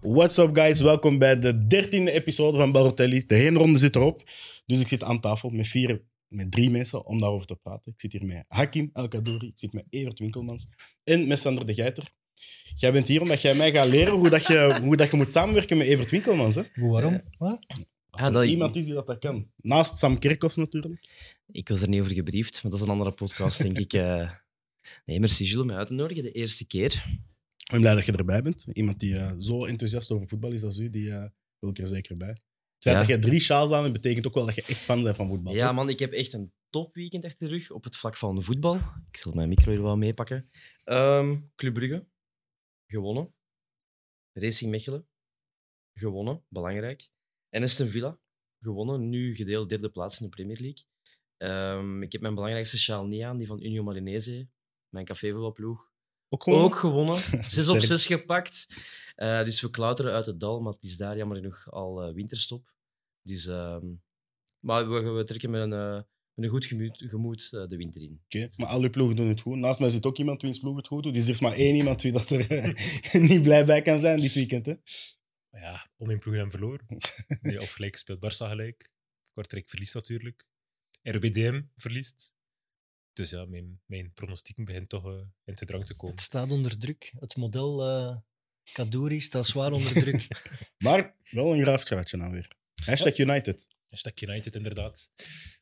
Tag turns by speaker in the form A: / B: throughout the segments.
A: What's up, guys? Welkom bij de dertiende episode van Barotelli. De heenronde zit erop. Dus ik zit aan tafel met vier, met drie mensen om daarover te praten. Ik zit hier met Hakim El Kadouri, ik zit met Evert Winkelmans en met Sander de Geiter. Jij bent hier omdat jij mij gaat leren hoe, dat je, hoe dat je moet samenwerken met Evert Winkelmans. Hè?
B: Hoe, waarom? Wat?
A: Als
C: Ja,
A: er
C: dat-
A: iemand is die dat, dat kan. Naast Sam Kerkhoff natuurlijk.
C: Ik was er niet over gebriefd, maar dat is een andere podcast, denk ik. eh. Nee, merci Jules om mij uit te nodigen, de eerste keer.
A: Ik ben blij dat je erbij bent. Iemand die eh, zo enthousiast over voetbal is als u, die eh, wil ik er zeker bij. Het feit
C: Ja.
A: dat jij drie sjaals aan hebt, betekent ook wel dat je echt fan bent van voetbal.
C: Ja
A: toch?
C: man, ik heb echt een topweekend achter de rug op het vlak van de voetbal. Ik zal mijn micro hier wel meepakken. Ehm Club Brugge, gewonnen. Racing Mechelen, gewonnen, belangrijk. En Aston Villa, gewonnen, nu gedeeld derde plaats in de Premier League. Ehm, ik heb mijn belangrijkste sjaal niet aan, die van Union Marinese, mijn cafévoetbalploeg.
A: Ook gewoon-
C: Ook gewonnen. Zes op
A: Sterk.
C: zes gepakt. Eh, dus we klauteren uit het dal, maar het is daar jammer genoeg al eh, winterstop. Dus, ehm, maar we, we trekken met een, eh, met een goed gemoed, gemoed eh, de winter in.
A: Oké, maar al uw ploegen doen het goed. Naast mij zit ook iemand wiens ploeg het goed doet. Dus er is maar één iemand wie dat er eh, niet blij bij kan zijn dit weekend. Hè?
B: Ja, om in ploeg en verloren. Nee, of gelijk speelt Barça gelijk. Kortrijk verliest natuurlijk. RBDM verliest. Dus ja, mijn, mijn pronostieken begint toch eh, in te drang te komen.
D: Het staat onder druk. Het model eh Kaduri staat zwaar onder druk.
A: Maar wel een graafstraatje dan weer. Hashtag United.
B: Hashtag United inderdaad.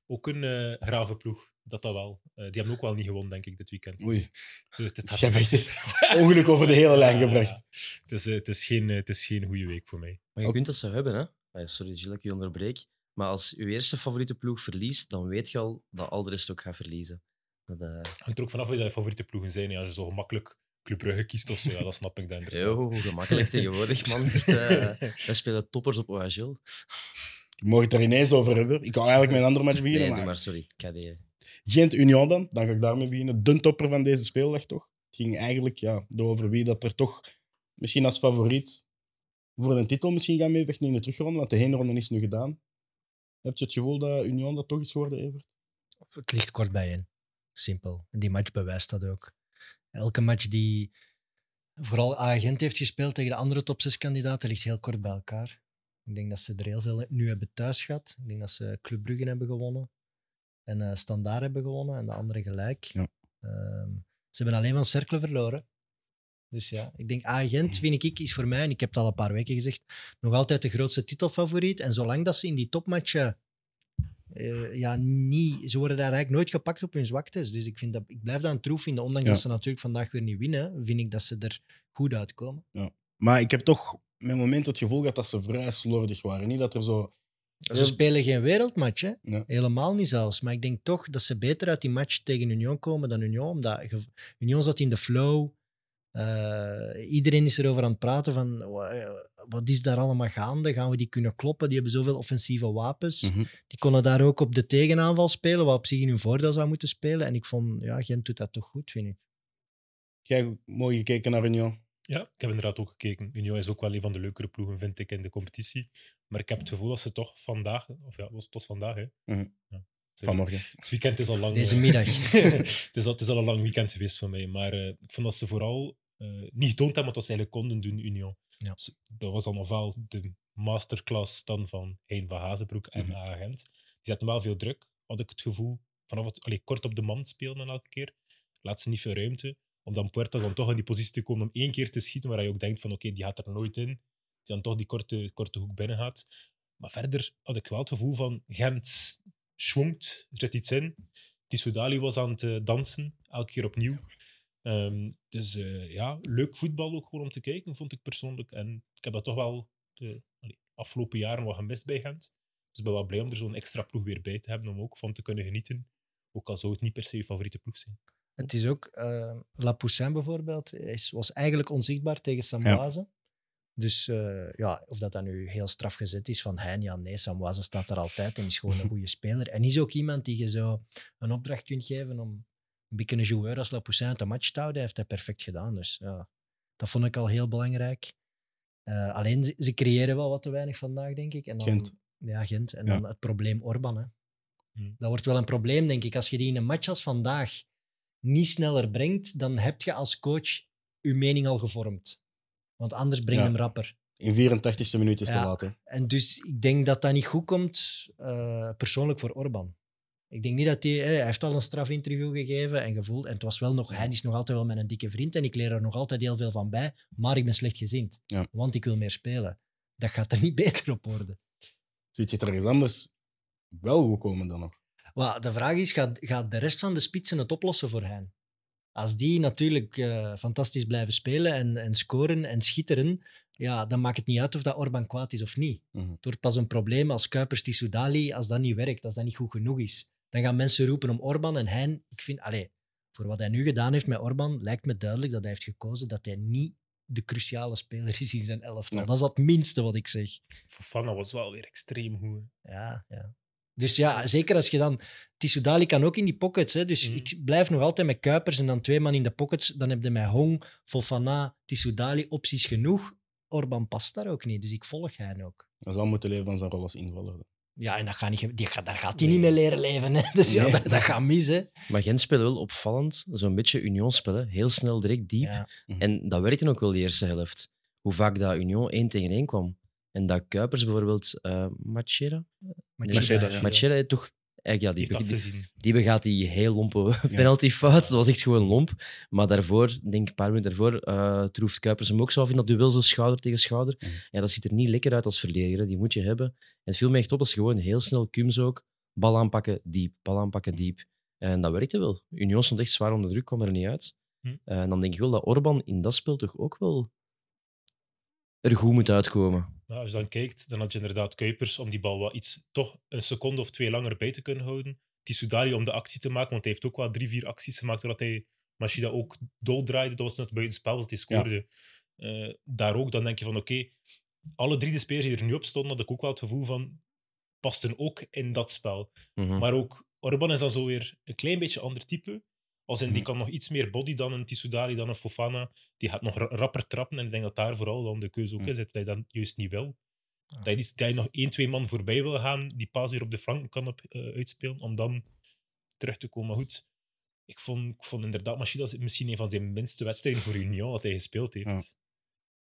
B: Ook een eh grave ploeg, dat dat wel. Eh, die hebben ook wel niet gewonnen, denk ik, dit weekend.
A: Oei.
B: Dus het- het gaat-
A: Jij bent Ongeluk over de hele lijn
B: Ja,
A: gebracht.
B: ja. Het is, eh, het is geen, eh, het is geen goede week voor mij.
C: Maar je
A: Ook-
C: kunt dat zo hebben, hè? Eh, Sorry, Gilles, dat ik je onderbreek. Maar als je eerste favoriete ploeg verliest, dan weet je al dat al de rest ook gaat verliezen. Dat, eh,
B: hangt er ook vanaf wie dat je favoriete ploegen zijn. hè. Als je zo gemakkelijk Club Brugge kiest of zo, ja, dat snap ik dan inderdaad.
C: yo, hoe gemakkelijk tegenwoordig, man. Echt, eh, wij spelen toppers op OHL.
A: Je mag het er ineens over hebben. Ik kan eigenlijk met een ander match beginnen.
C: Nee, doe
A: maar...
C: maar, sorry. KD.
A: Gent Union dan, dan ga ik daarmee beginnen. De topper van deze speeldag toch? Het ging eigenlijk ja, over wie dat er toch misschien als favoriet voor een titel misschien gaat meevechten in de terugronde, want de heenronde is nu gedaan. Heb je het gevoel dat Union dat toch is geworden, Evert?
D: het ligt kort bij in. Simpel. En die match bewijst dat ook. Elke match die vooral agent heeft gespeeld tegen de andere top 6 kandidaten ligt heel kort bij elkaar. Ik denk dat ze er heel veel nu hebben thuis gehad. Ik denk dat ze Club Brugge hebben gewonnen. En eh Standaard hebben gewonnen en de andere gelijk.
A: Ja.
D: Ehm, ze hebben alleen van Cercle verloren. Dus ja, ik denk agent vind ik, is voor mij, en ik heb het al een paar weken gezegd, nog altijd de grootste titelfavoriet. En zolang dat ze in die topmatchen eh, ja, niet, ze worden daar eigenlijk nooit gepakt op hun zwaktes. Dus ik, vind dat, ik blijf dat een troef vinden. Ondanks
A: Ja.
D: dat ze natuurlijk vandaag weer niet winnen, vind ik dat ze er goed uitkomen.
A: Maar ik heb toch mijn moment het gevoel gehad dat ze vrij slordig waren. Niet dat er zo.
D: Ze spelen geen wereldmatch, hè?
A: Ja.
D: helemaal niet zelfs. Maar ik denk toch dat ze beter uit die match tegen Union komen dan Union. Omdat ge- Union zat in de flow. Eh, iedereen is erover aan het praten van wa- wat is daar allemaal gaande? Gaan we die kunnen kloppen? Die hebben zoveel offensieve wapens.
A: Mhm.
D: Die konden daar ook op de tegenaanval spelen, wat op zich in hun voordeel zou moeten spelen. En ik vond, ja, Gent doet dat toch goed, vind ik.
A: Jij mooi gekeken naar Union.
B: Ja, ik heb inderdaad ook gekeken. Union is ook wel een van de leukere ploegen, vind ik, in de competitie. Maar ik heb het gevoel dat ze toch vandaag, of ja, het was tot vandaag, hè?
A: Mhm.
B: Ja. Sorry.
A: Vanmorgen.
B: Het weekend is al lang.
D: Deze
B: eh,
D: middag.
B: het, is al, het is al een lang weekend geweest voor mij. Maar eh, ik vond dat ze vooral eh, niet getoond hebben wat ze eigenlijk konden doen, Union.
D: Ja.
B: Ze- Dat was dan nog wel de masterclass dan van Hein van Hazenbroek en
A: Mhm.
B: Agent. Die zetten wel veel druk, had ik het gevoel. Vanaf het allee, kort op de man spelen dan elke keer. Laat ze niet veel ruimte. Om dan Puerta dan toch in die positie te komen om één keer te schieten waar je ook denkt van oké, die gaat er nooit in. Die dan toch die korte, korte hoek binnen gaat. Maar verder had ik wel het gevoel van Gent schwongt, er zit iets in. Tissoudali was aan het eh, dansen, elke keer opnieuw. Ehm, dus eh, ja, leuk voetbal ook gewoon om te kijken, vond ik persoonlijk. En ik heb dat toch wel de allee, afgelopen jaren wat gemist bij Gent. Dus ik ben wel blij om er zo'n extra ploeg weer bij te hebben om ook van te kunnen genieten. Ook al zou het niet per se je favoriete ploeg zijn.
D: Het is ook, eh La Poussin bijvoorbeeld, is, was eigenlijk onzichtbaar tegen Samwaze. Dus eh, ja, of dat dan nu heel straf gezet is van Hein, ja nee, Samwaze staat er altijd en is gewoon een goede speler. En is ook iemand die je zo een opdracht kunt geven om een beetje een joueur als La Poussin uit de match te houden. Hij heeft dat perfect gedaan, dus ja. Dat vond ik al heel belangrijk. Eh, alleen, ze, ze creëren wel wat te weinig vandaag, denk ik. En dan,
A: Gent.
D: Ja, Gent. En
A: Ja. Mm.
D: dan het probleem Orban, hè.
B: Hmm.
D: Dat wordt wel een probleem, denk ik. Als je die in een match als vandaag niet sneller brengt, dan heb je als coach je mening al gevormd. Want anders breng je
A: Ja.
D: hem rapper.
A: in 84ste minuut is
D: Ja.
A: te laat. Hè.
D: En dus ik denk dat dat niet goed komt, eh, persoonlijk voor Orban. Ik denk niet dat hij... Hij heeft al een strafinterview gegeven en gevoeld. En het was wel nog... Hij is nog altijd wel mijn dikke vriend en ik leer er nog altijd heel veel van bij. Maar ik ben slechtgezind,
A: Ja.
D: want ik wil meer spelen. Dat gaat er niet beter op worden.
A: Zoiets gaat er ergens anders wel goed komen dan nog.
D: Maar de vraag is, gaat, gaat de rest van de spitsen het oplossen voor hen? Als die natuurlijk eh, fantastisch blijven spelen en, en scoren en schitteren, ja, dan maakt het niet uit of dat Orban kwaad is of niet.
A: Mhm.
D: Het wordt pas een probleem als Kuipers Tissoudali, als dat niet werkt, als dat niet goed genoeg is. Dan gaan mensen roepen om Orban en hen, ik vind, allez, voor wat hij nu gedaan heeft met Orban, lijkt me duidelijk dat hij heeft gekozen dat hij niet de cruciale speler is in zijn elftal.
A: Ja.
D: Dat is dat minste wat ik zeg.
B: Fofana was wel weer extreem goed. hè.
D: Ja, ja. Dus ja, zeker als je dan... Tissoudali kan ook in die pockets. Hè? Dus
B: Mhm.
D: ik blijf nog altijd met Kuipers en dan twee man in de pockets. Dan heb je met Hong, Fofana, Tissoudali opties genoeg. Orban past daar ook niet, dus ik volg hen ook.
A: Hij zal moeten leven van zijn rol als invaller.
D: Ja, en dat gaat niet, ge- die, gaat- daar gaat hij
C: Nee.
D: niet mee leren leven. Hè? Dus ja,
A: Nee.
D: dat, dat gaat mis. Hè?
C: Maar Gent speelde wel opvallend, zo'n beetje Union spelen. Heel snel, direct diep.
D: Ja.
C: En dat werkte ook wel die eerste helft. Hoe vaak dat Union één tegen één kwam. En dat Kuipers bijvoorbeeld, eh Machera,
D: Maar
A: Macheda,
D: Chida-
A: ja.
C: Machera heeft toch... Eigenlijk, ja,
B: Die heeft
C: die, die,
B: afgezien.
C: die begaat die heel lompe penalty fout. Dat was echt gewoon lomp. Maar daarvoor, denk een paar minuten daarvoor, eh troeft Kuipers hem ook zo af in dat duel, zo schouder tegen schouder.
A: Mhm.
C: Ja, dat ziet er niet lekker uit als verdediger. hè. Die moet je hebben. En het viel me echt op als gewoon heel snel Kums ook. Bal aanpakken, diep. Bal aanpakken, diep. En dat werkte wel. Union stond echt zwaar onder druk, kwam er niet uit.
B: Mhm.
C: Eh, en dan denk ik wel dat Orban in dat spel toch ook wel er goed moet uitkomen.
B: Nou, als je dan kijkt, dan had je inderdaad Kuipers om die bal wel iets, toch een seconde of twee langer bij te kunnen houden. Tissoudali om de actie te maken, want hij heeft ook wel drie, vier acties gemaakt doordat hij Machida ook doldraaide. Dat was net buitenspel, want hij scoorde. Eh, daar ook, dan denk je van oké, alle drie de spelers die er nu op stonden, had ik ook wel het gevoel van, pasten ook in dat spel.
C: Mhm.
B: Maar ook Orban is dan zo weer een klein beetje ander type. Als in, die kan nog iets meer body dan een Tissoudali, dan een Fofana. Die gaat nog ra- rapper trappen. En ik denk dat daar vooral dan de keuze ook
A: Ja.
B: in zit. Dat hij dat juist niet wil. Dat je, die- dat je nog één, twee man voorbij wil gaan. Die paas weer op de flank kan op, eh, uitspelen. Om dan terug te komen. Maar goed, ik vond, ik vond inderdaad Machida is misschien een van zijn minste wedstrijden voor Union wat hij gespeeld heeft. Dus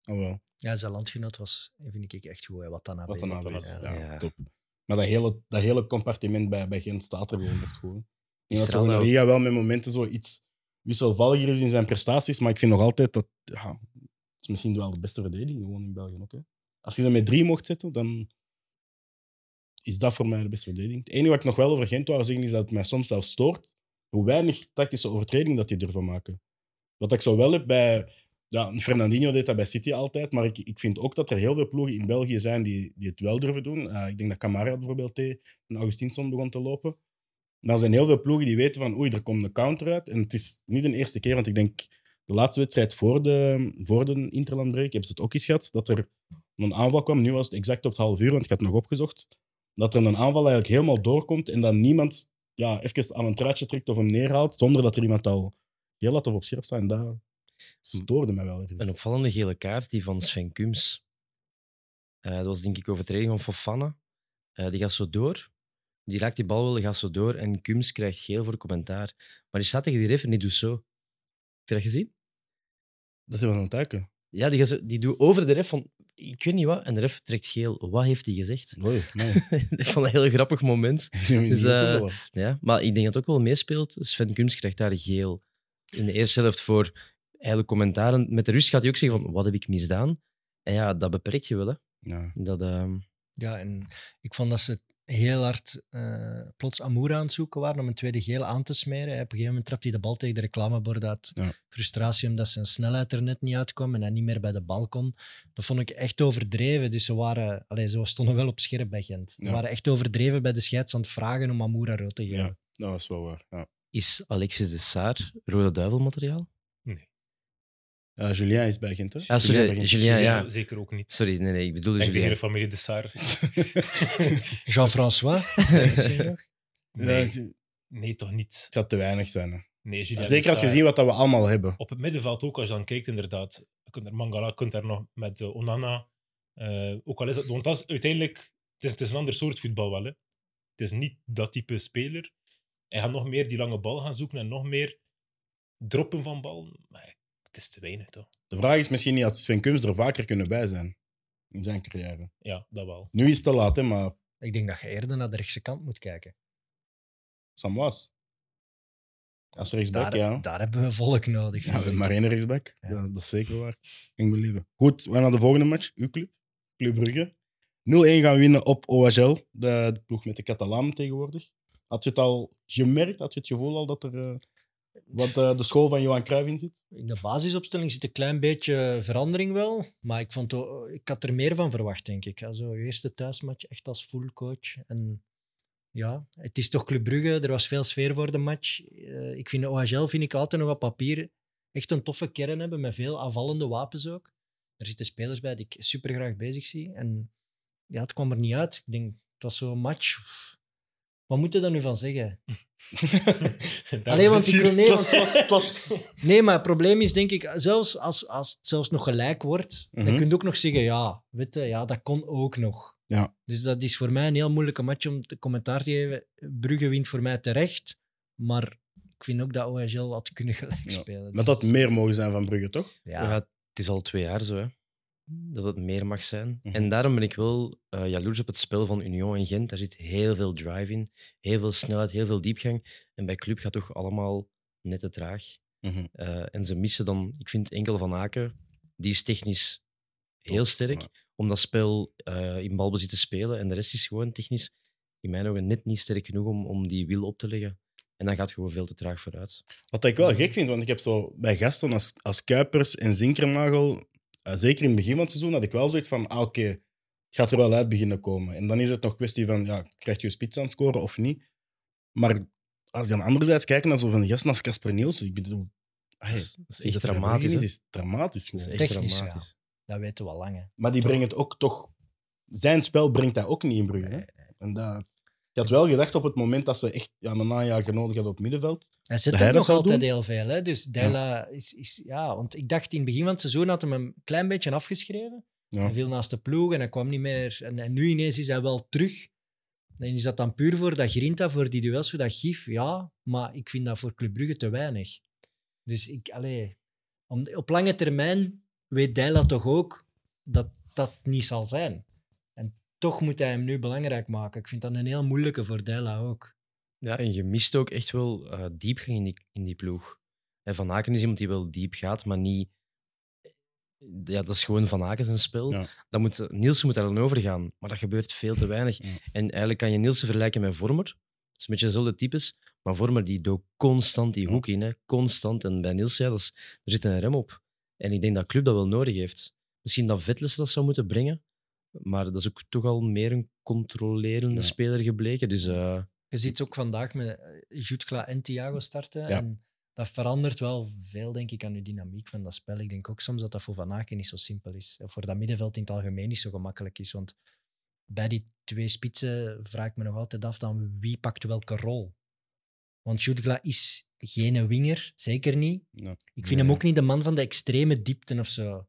A: Oh wel,
D: Ja, zijn landgenoot was, vind ik echt goed. Hè? Wat dan
A: wat een aanwezig.
D: Ja.
A: Ja,
C: Ja.
A: top. Maar dat hele, dat hele compartiment bij, bij Gent staat er gewoon echt gewoon. Ik denk dat
C: Israël ook.
A: Ria wel met momenten zo iets wisselvalliger is in zijn prestaties, maar ik vind nog altijd dat... Ja, het is misschien wel de beste verdediging gewoon in België ook. Hè. Als je dat met drie mocht zetten, dan is dat voor mij de beste verdediging. Het enige wat ik nog wel over Gent wou zeggen, is dat het mij soms zelfs stoort hoe weinig tactische overtreding dat die durven maken. Wat ik zo wel heb bij... Ja, Fernandinho deed dat bij City altijd, maar ik, ik vind ook dat er heel veel ploegen in België zijn die, die het wel durven doen. Eh, ik denk dat Camara bijvoorbeeld deed, en Augustinsson begon te lopen. Dan zijn heel veel ploegen die weten van oei, er komt een counter uit. En het is niet de eerste keer, want ik denk de laatste wedstrijd voor de, voor de Interlandbreak hebben ze het ook eens gehad, dat er een aanval kwam. Nu was het exact op het half uur, want ik had het nog opgezocht. Dat er een aanval eigenlijk helemaal doorkomt en dat niemand ja, even aan een truitje trekt of hem neerhaalt, zonder dat er iemand al heel laat of op scherp staat. En dat stoorde mij wel. ergens.
C: Een opvallende gele kaart, die van Sven Kums. Eh, dat was denk ik overtreding van Fofana. Eh, die gaat zo door. Die raakt die bal wel, gaat zo door. En Kums krijgt geel voor commentaar. Maar die staat tegen die ref en die doet zo. Heb je dat gezien?
A: Dat hebben we aan het duiken.
C: Ja, die, gaat zo- die doet over de ref van... Ik weet niet wat. En de ref trekt geel. Wat heeft hij gezegd?
A: Mooi, nee.
C: ik vond dat een heel grappig moment. Dus, eh, Ja, maar ik denk dat het ook wel meespeelt. Sven Kums krijgt daar geel in de eerste helft voor eigenlijk commentaren. Met de rust gaat hij ook zeggen van, wat heb ik misdaan? En ja, dat beperkt je wel, hè.
A: ja.
C: Dat, ehm,
D: Ja, en ik vond dat ze heel hard eh, plots Amoura aan het zoeken waren om een tweede geel aan te smeren. Op een gegeven moment trapt hij de bal tegen de reclamebord uit.
A: Ja.
D: Frustratie omdat zijn snelheid er net niet uitkwam en hij niet meer bij de bal kon. Dat vond ik echt overdreven. Dus ze, waren, allee, ze stonden wel op scherp bij Gent. Ze
A: Ja.
D: waren echt overdreven bij de scheids aan het vragen om Amoura rood te geven.
A: dat was wel waar. Ja.
C: Is Alexis de Saar rode duivelmateriaal?
A: Eh, Julien is bij Gent, hè?
C: Ah, sorry,
A: is bij Gent.
C: Julien, ja.
B: Julien Zeker ook niet.
C: Sorry, nee, nee, ik
A: Dus
C: dus bedoelde
B: En de hele
C: Julien.
B: familie de Saar.
D: Jean-François, misschien nog?
A: Ja,
B: Nee,
A: het
B: nee, toch niet.
A: gaat te weinig zijn. hè.
B: Nee, Julien de
A: Zeker als je
B: Saar.
A: ziet wat dat we allemaal hebben.
B: op het middenveld ook, als je dan kijkt, inderdaad. Je kunt er Mangala, je kunt daar nog met eh, Onana. eh, ook al is dat, want dat is uiteindelijk, het is, het is een ander soort voetbal wel. Hè. Het is niet dat type speler. Hij gaat nog meer die lange bal gaan zoeken en nog meer droppen van bal. Maar het is te weinig toch?
A: De vraag is misschien niet als Sven Kums er vaker kunnen bij zijn. in zijn carrière.
B: Ja, dat wel.
A: Nu is het te laat, hè, maar
D: Ik denk dat je eerder naar de rechtse kant moet kijken.
A: Sam was. Als rechtsback,
D: Dus Daar,
A: ja.
D: daar hebben we volk nodig.
A: Ja, we
D: vind
A: hebben
D: ik.
A: maar één rechtsback.
D: Ja.
A: Dat, dat is zeker waar. Ik mijn leven. Goed, we gaan naar de volgende match. Uw club, Club Brugge. 0-1 gaan we winnen op OHL, de, de ploeg met de Catalanen tegenwoordig. Had je het al gemerkt? Had je het gevoel al dat er eh, wat eh, de school van Johan Cruijff in zit?
D: In de basisopstelling zit een klein beetje verandering wel. Maar ik, vond, o- ik had er meer van verwacht, denk ik. Also, je eerste thuismatch echt als full coach. En ja, het is toch Club Brugge. Er was veel sfeer voor de match. Eh, ik vind OHL vind ik altijd nog op papier echt een toffe kern hebben. Met veel aanvallende wapens ook. Er zitten spelers bij die ik super graag bezig zie. En ja, het kwam er niet uit. Ik denk, het was zo'n match. pff, Wat moet je daar nu van zeggen? Alleen want ik wil nee, want- Nee, maar het probleem is, denk ik, zelfs als, als het zelfs nog gelijk wordt,
A: Mhm.
D: dan kun je ook nog zeggen, ja, weet je, ja, dat kon ook nog.
A: Ja.
D: Dus dat is voor mij een heel moeilijke match om te commentaar te geven. Brugge wint voor mij terecht, maar ik vind ook dat OHL had kunnen
A: Ja,
D: gelijk spelen.
A: Dat had
D: Dus,
A: meer mogen zijn van Brugge, toch?
C: Ja,
D: ja,
C: het is al twee jaar zo, hè. Dat het meer mag zijn.
A: Mhm.
C: En daarom ben ik wel eh, jaloers op het spel van Union en Gent. Daar zit heel veel drive in, heel veel snelheid, heel veel diepgang. En bij Club gaat toch allemaal net te traag.
A: Mhm.
C: Eh, en ze missen dan, ik vind enkel Van Aken, die is technisch heel sterk
A: ja.
C: om dat spel eh, in balbezit te spelen. En de rest is gewoon technisch, in mijn ogen, net niet sterk genoeg om, om die wiel op te leggen. En dan gaat gewoon veel te traag vooruit.
A: Wat ik
C: Mhm.
A: wel gek vind, want ik heb zo bij gasten als, als Kuipers en Zinkernagel, eh, zeker in het begin van het seizoen, had ik wel zoiets van: ah, oké, het gaat er wel uit beginnen komen. En dan is het nog kwestie van: ja, krijgt je spits aan het scoren of niet? Maar als je dan anderzijds kijkt naar zo'n gasten als Casper Nielsen, ik bedoel, ah,
C: Dat
A: ja,
C: is, dat is
A: is
C: echt
A: dat
C: dramatisch.
A: Dat
C: hè.
A: is dramatisch
C: Dat is
A: gewoon.
C: echt
D: Technisch, ja.
C: dramatisch.
D: dat weten we al lang. hè.
A: Maar die brengt het ook toch, zijn spel brengt dat ook niet in Brugge. hè? En dat, ik had wel gedacht op het moment dat ze echt ja, een najager nodig hadden op middenveld.
D: Hij zit
A: Dat
D: er
A: hij dat
D: nog
A: zou
D: altijd
A: doen?
D: heel veel. Hè? Dus Della is, is... Ja, want ik dacht in het begin van het seizoen had hij hem een klein beetje afgeschreven.
A: Ja.
D: Hij viel naast de ploeg en hij kwam niet meer... En, en nu ineens is hij wel terug. En is dat dan puur voor dat grinta, voor die duels, voor dat gif? Ja, maar ik vind dat voor Club Brugge te weinig. Dus ik... Allee, om, op lange termijn weet Della toch ook dat dat niet zal zijn. En toch moet hij hem nu belangrijk maken. Ik vind dat een heel moeilijke voor Della ook.
C: Ja, en je mist ook echt wel eh, diepgang in die, in die ploeg. En Van Aken is iemand die wel diep gaat, maar niet... eh, Ja, dat is gewoon Van Aken zijn spel.
A: Ja.
C: Dat moet, eh, Nielsen moet daar dan over gaan, maar dat gebeurt veel te weinig.
A: Ja.
C: En eigenlijk kan je Nielsen vergelijken met Vormer. Dat is een beetje dezelfde types, maar Vormer die dook constant die
A: Ja.
C: hoek in. Hè. Constant. En bij Nielsen, ja, dat is, er zit een rem op. En ik denk dat Club dat wel nodig heeft. Misschien dat Vetles dat zou moeten brengen, maar dat is ook toch al meer een controlerende
A: Ja.
C: speler gebleken. Dus... eh,
D: Je ziet ook vandaag met eh, Jutgla en Thiago starten.
A: Ja.
D: En dat verandert wel veel, denk ik, aan de dynamiek van dat spel. Ik denk ook soms dat dat voor Van Aken niet zo simpel is. En voor dat middenveld in het algemeen niet zo gemakkelijk is. Want bij die twee spitsen vraag ik me nog altijd af dan wie pakt welke rol. Want Jutgla is geen winger, zeker niet.
A: Ja.
D: Ik vind
C: Nee.
D: hem ook niet de man van de extreme diepten of zo.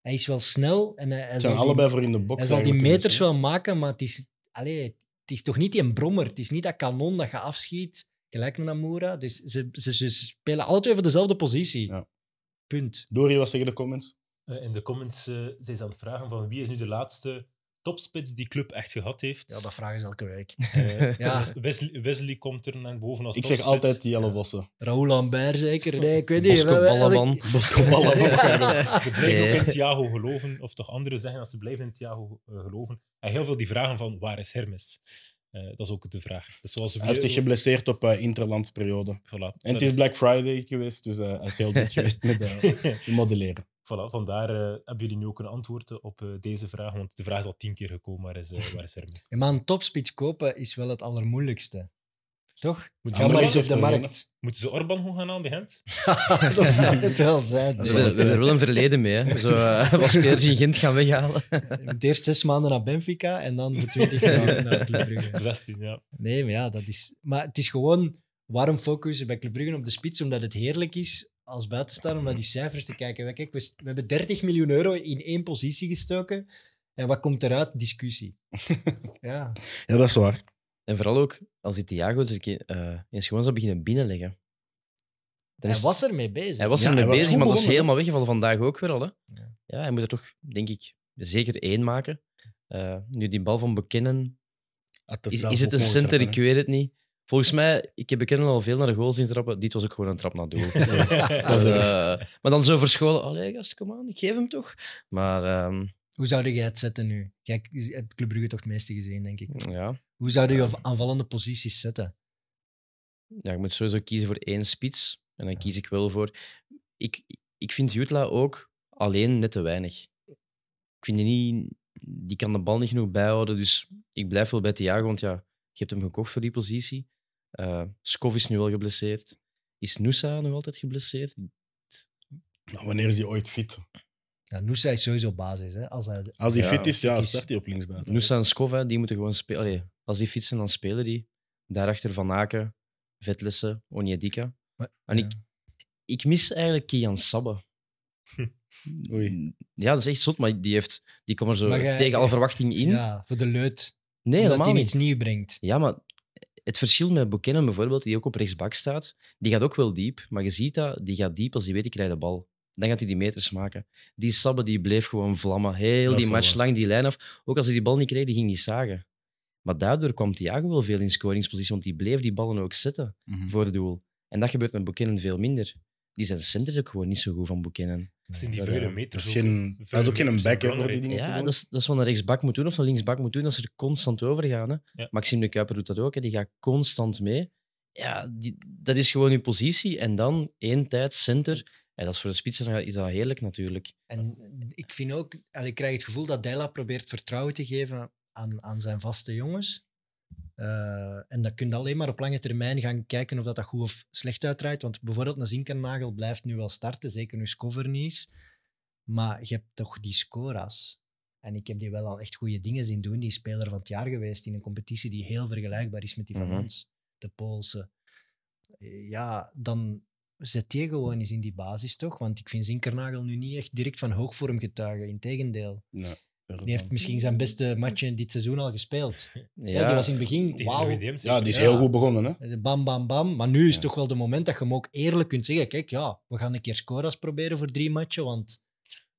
D: Hij is wel snel en hij, hij
A: Ze
D: zal
A: zijn
D: die-
A: allebei voor in de box.
D: hij zal die
A: eigenlijk, dus,
D: meters
A: hè.
D: wel maken, maar het is, allee, het is toch niet die brommer. Het is niet dat kanon dat je afschiet, gelijk naar Moura. Dus ze, ze, ze spelen alle twee voor dezelfde positie.
A: Ja.
D: Punt.
A: Dorie, wat zeggen de comments?
B: Eh, in de comments eh, zijn ze aan het vragen van wie is nu de laatste topspits die club echt gehad heeft.
D: Ja, dat vragen ze elke week.
B: Eh,
D: Ja.
B: Wes- Wesley, Wesley komt er naar boven als
A: Ik zeg
B: topspits.
A: altijd die Jelle Vossen.
D: Raoul Lambert zeker? Nee, ik weet niet.
C: Bosco
D: We- we- elk-
C: Ballaban.
A: Bosco Ballaban.
B: Ze blijven
C: Nee.
B: ook in Thiago geloven, of toch anderen zeggen dat ze blijven in Thiago eh, geloven. En heel veel die vragen van waar is Hermes? Eh, dat is ook de vraag. Dus zoals
A: Hij heeft zich geblesseerd op eh, interlandsperiode.
B: Voilà,
A: En
B: dat
A: het is Black Friday geweest, dus eh, hij is heel goed geweest met eh, modelleren.
B: Voilà, vandaar eh, hebben jullie nu ook een antwoord op eh, deze vraag, want de vraag is al tien keer gekomen, waar is, eh, waar is Hermes?
D: Ja, maar een topspits kopen is wel het allermoeilijkste. Toch?
B: Moet
D: Ga maar
A: Anderlecht
B: Orban-
D: eens op
A: heeft
D: de
A: hem
D: markt.
B: Moeten ze Orban gewoon gaan aan bij Gent?
D: dat zou het wel zijn.
A: Dat
C: Dus
A: is
C: we,
A: wel-
C: we
D: nee.
C: hebben er wel een verleden mee. Hè. Zo, eh, wat spelers in Gent gaan weghalen.
D: Eerst zes maanden naar Benfica en dan voor twintig maanden naar Club Brugge.
B: 16, ja.
D: Nee, maar ja, dat is... Maar het is gewoon... Waarom focussen bij Club Brugge op de spits? Omdat het heerlijk is als buitenstaan om naar die cijfers te kijken. We- Kijk, we, s- we hebben 30 miljoen euro in één positie gestoken. En wat komt eruit? Discussie. ja.
A: Ja, dat is waar.
C: En vooral ook als die Thiago eens een keer, eh, eens gewoon zou beginnen binnenleggen. Dan
D: Hij
C: is-
D: was ermee bezig.
C: hij was
A: Ja,
C: ermee
A: hij was
C: bezig,
A: goed
C: maar dat is
A: begonnen,
C: helemaal weggevallen vandaag ook weer al. Hè. Ja.
D: Ja.
C: hij moet er toch, denk ik, zeker één maken. Eh, nu, die bal van Bekennen,
A: Had dat
C: is,
A: zelf
C: is het
A: ook
C: een
A: mogen
C: center?
A: trappen,
C: Ik weet het niet. Volgens mij, ik heb Bekennen al veel naar de goal zien trappen. Dit was ook gewoon een trap naar doel.
A: hè. Dat is
C: Eh,
A: erg.
C: maar dan zo verscholen. Allee, gast, kom aan, ik geef hem toch. Maar ehm,
D: Hoe zou jij het zetten nu? Jij hebt Club Brugge toch het meeste gezien, denk ik.
C: ja.
D: Hoe zouden je aanvallende posities zetten?
C: ja, ik moet sowieso kiezen voor één spits. En dan kies ik wel voor. Ik, ik vind Jutla ook alleen net te weinig. Ik vind die niet. Die kan de bal niet genoeg bijhouden. Dus ik blijf wel bij Thiago, want ja, je hebt hem gekocht voor die positie. Eh Skov is nu wel geblesseerd. Is Nusa nog altijd geblesseerd?
A: Nou, wanneer is hij ooit fit?
D: Ja, Noosa is sowieso basis. Hè? Als hij,
A: Als hij
C: Ja,
A: fit is, ja,
D: kies.
A: start hij op linksbuiten.
C: Nusa en Skov, hè, die moeten gewoon spelen. Allee, Als die fietsen, dan spelen die. Daarachter Van Aken, Vetlessen, Onyedika.
D: Maar-
C: En
D: ja.
C: ik, ik mis eigenlijk Kian Sabbe.
A: Oei.
C: Mm, Ja, dat is echt zot, maar die, heeft, die komt er zo
D: Maar jij-
C: tegen alle verwachting in.
D: Ja, voor de leut.
C: nee,
D: dat
C: helemaal
D: hij
C: niet.
D: iets nieuws brengt.
C: Ja, maar het verschil met Buchanan bijvoorbeeld, die ook op rechtsbak staat, die gaat ook wel diep, maar je ziet dat, die gaat diep als die weet, ik krijg de bal. Dan gaat hij die meters maken. Die Sabbe die bleef gewoon vlammen. Heel
A: Dat
C: die
A: is
C: match
A: wel
C: lang, die lijn af. Ook als hij die bal niet kreeg, die ging die zagen. Maar daardoor kwam Thiago wel veel in scoringspositie, want die bleef die ballen ook zetten
A: Mhm.
C: voor het doel. En dat gebeurt met Buchanan veel minder. Die zijn centers ook gewoon niet zo goed van eh, Buchanan.
B: Dat zijn die
C: Ja,
B: vuile
C: ja.
A: eh, Dat
B: meters.
A: is,
B: ook, hè.
A: geen, dat is ook geen
B: Vuile
A: back hè,
B: meters zijn
A: voor die dingen te
C: Ja,
A: doen.
C: dat is, dat is wat een rechtsbak moet doen of een linksbak moet doen. Dat ze er constant over gaan. Hè.
B: Ja.
C: Maxime de Kuiper doet dat ook. Hè. Die gaat constant mee. Ja, die, dat is gewoon je positie. En dan één tijd center. En dat is voor de spits dan is dat heerlijk natuurlijk.
D: En ik vind ook, en ik krijg het gevoel dat Della probeert vertrouwen te geven aan, aan zijn vaste jongens. Eh, en dat kun je alleen maar op lange termijn gaan kijken of dat, dat goed of slecht uitdraait. Want bijvoorbeeld een Zinkernagel blijft nu wel starten, zeker nu Scover niet is. Maar je hebt toch die scoras. En ik heb die wel al echt goede dingen zien doen. Die is speler van het jaar geweest in een competitie die heel vergelijkbaar is met die van
C: Mhm.
D: ons, de Poolse. Eh, Ja, dan, zet die gewoon eens in die basis, toch? Want ik vind Zinkernagel nu niet echt direct van hoogvorm getuigen. Integendeel. Die heeft misschien zijn beste matje dit seizoen al gespeeld.
C: Ja,
D: Ja, die was in het begin,
B: Tegen
D: wauw.
B: OEDM zeker.
A: Ja, die is
D: Ja.
A: heel goed begonnen. Hè?
D: Bam, bam, bam. Maar nu is
C: Ja.
D: toch wel de moment dat je hem ook eerlijk kunt zeggen. Kijk, ja, we gaan een keer scoras proberen voor drie matchen, want...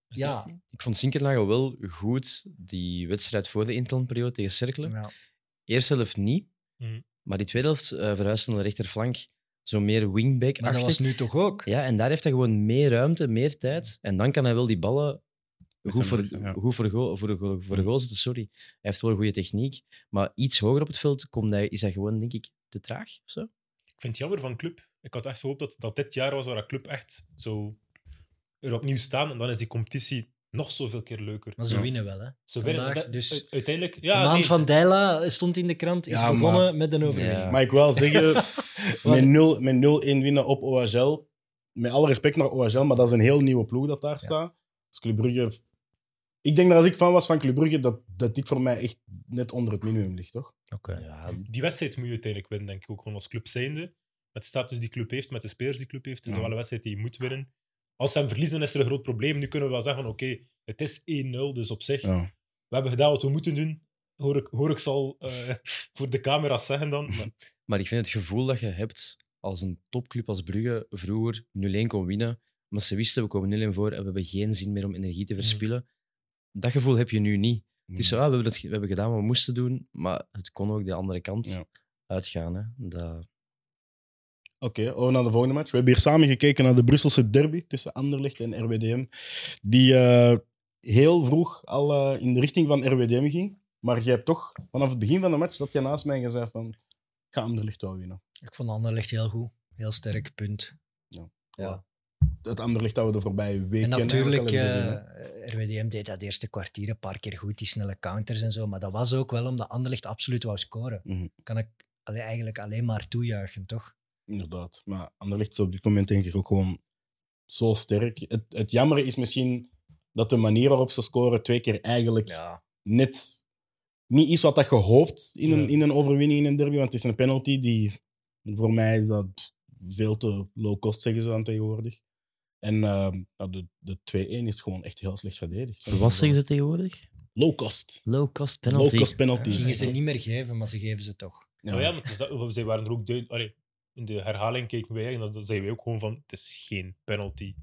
B: Dus
D: Ja,
C: Ik vond Sinkernagel wel goed die wedstrijd voor de interlandperiode tegen Cerkelen.
D: ja.
C: Eerste helft niet.
B: Mhm.
C: Maar die tweede helft eh verhuisde naar de rechterflank. Zo meer
D: maar dat
C: wingback-achtig.
D: was nu toch ook?
C: Ja, en daar heeft hij gewoon meer ruimte, meer tijd. En dan kan hij wel die ballen
A: Met
C: goed
A: zijn
C: voor,
A: borst, ja. Mm.
C: goed voor, goal, voor, goal, voor de goal zetten. Sorry. Hij heeft wel goede techniek. Maar iets hoger op het veld komt hij, is hij gewoon, denk ik, te traag. Of zo.
B: Ik vind het jammer van Club. Ik had echt gehoopt dat, dat dit jaar was waar dat Club echt zo er opnieuw staan. En dan is die competitie nog zoveel keer leuker.
D: Maar ze
A: Ja.
D: winnen wel, hè.
B: Ze winnen
D: vandaag,
B: dat-
D: dus-
B: u- uiteindelijk...
D: De
B: Ja,
D: maand
B: nee,
D: van Deila stond in de krant, is
A: Ja,
D: begonnen met een overwinning.
C: Ja.
A: Maar ik wil zeggen,
D: Wat?
A: met 0 met 0-1 winnen op OHL. Met alle respect naar OHL, maar dat is een heel nieuwe ploeg dat daar staat. Dus Club Brugge... Ik denk dat als ik fan was van Club Brugge, dat, dat dit voor mij echt net onder het minimum ligt, toch?
D: Oké.
C: Ja,
B: Die wedstrijd moet je uiteindelijk winnen, denk ik. Ook gewoon als club zijnde. Met de status die club heeft, met de spelers die club heeft. Het is
A: Ja.
B: wel een wedstrijd die je moet winnen. Als ze hem verliezen, dan is er een groot probleem. Nu kunnen we wel zeggen, oké, het is 1-0, dus op zich...
A: Ja.
B: We hebben gedaan wat we moeten doen. Hoor ik, hoor ik ze al eh, voor de camera's zeggen dan. Maar
C: maar ik vind het gevoel dat je hebt als een topclub als Brugge vroeger 0-1 kon winnen. Maar ze wisten, we komen 0-1 voor en we hebben geen zin meer om energie
A: Mm.
C: te verspillen. Dat gevoel heb je nu niet. Het
D: eh,
C: is zo, ah, we hebben, het, we hebben gedaan wat we moesten doen, maar het kon ook de andere kant
A: Ja.
C: uitgaan. Hè. Dat,
A: Oké, over naar de volgende match. We hebben hier samen gekeken naar de Brusselse derby tussen Anderlecht en RWDM. Die eh, heel vroeg al eh, in de richting van RWDM ging. Maar je hebt toch vanaf het begin van de match dat je naast mij gezegd van "Ik ga Anderlecht wel winnen.
D: Ik vond Anderlecht heel goed. Heel sterk, punt.
A: Ja.
D: ja.
A: Het Anderlecht dat we de voorbije
D: En
A: weken
D: natuurlijk,
A: eigenlijk al hebben gezien, hè.
D: eh, RWDM deed dat eerste kwartier een paar keer goed, die snelle counters en zo. Maar dat was ook wel omdat Anderlecht absoluut wou scoren.
A: Mhm.
D: Kan ik alle- eigenlijk alleen maar toejuichen, toch?
A: Inderdaad. Maar Anderlecht is op dit moment denk ik ook gewoon zo sterk. Het, het jammer is misschien dat de manier waarop ze scoren twee keer eigenlijk
D: Ja.
A: net niet iets wat dat gehoopt in een,
B: Ja.
A: in een overwinning in een derby. Want het is een penalty die voor mij is dat veel te low cost, zeggen ze dan tegenwoordig. En ehm, ja, de, de 2-1 is gewoon echt heel slecht verdedigd.
C: Wat zeggen ze tegenwoordig?
A: Low cost.
C: Low cost
A: Low cost penalties.
D: Gingen ze niet meer geven, maar ze geven ze toch.
A: Ja.
B: Oh maar ja, maar het is dat- we waren er ook duidelijk. in de herhaling keken wij en dan zeiden wij ook gewoon van, het is geen penalty.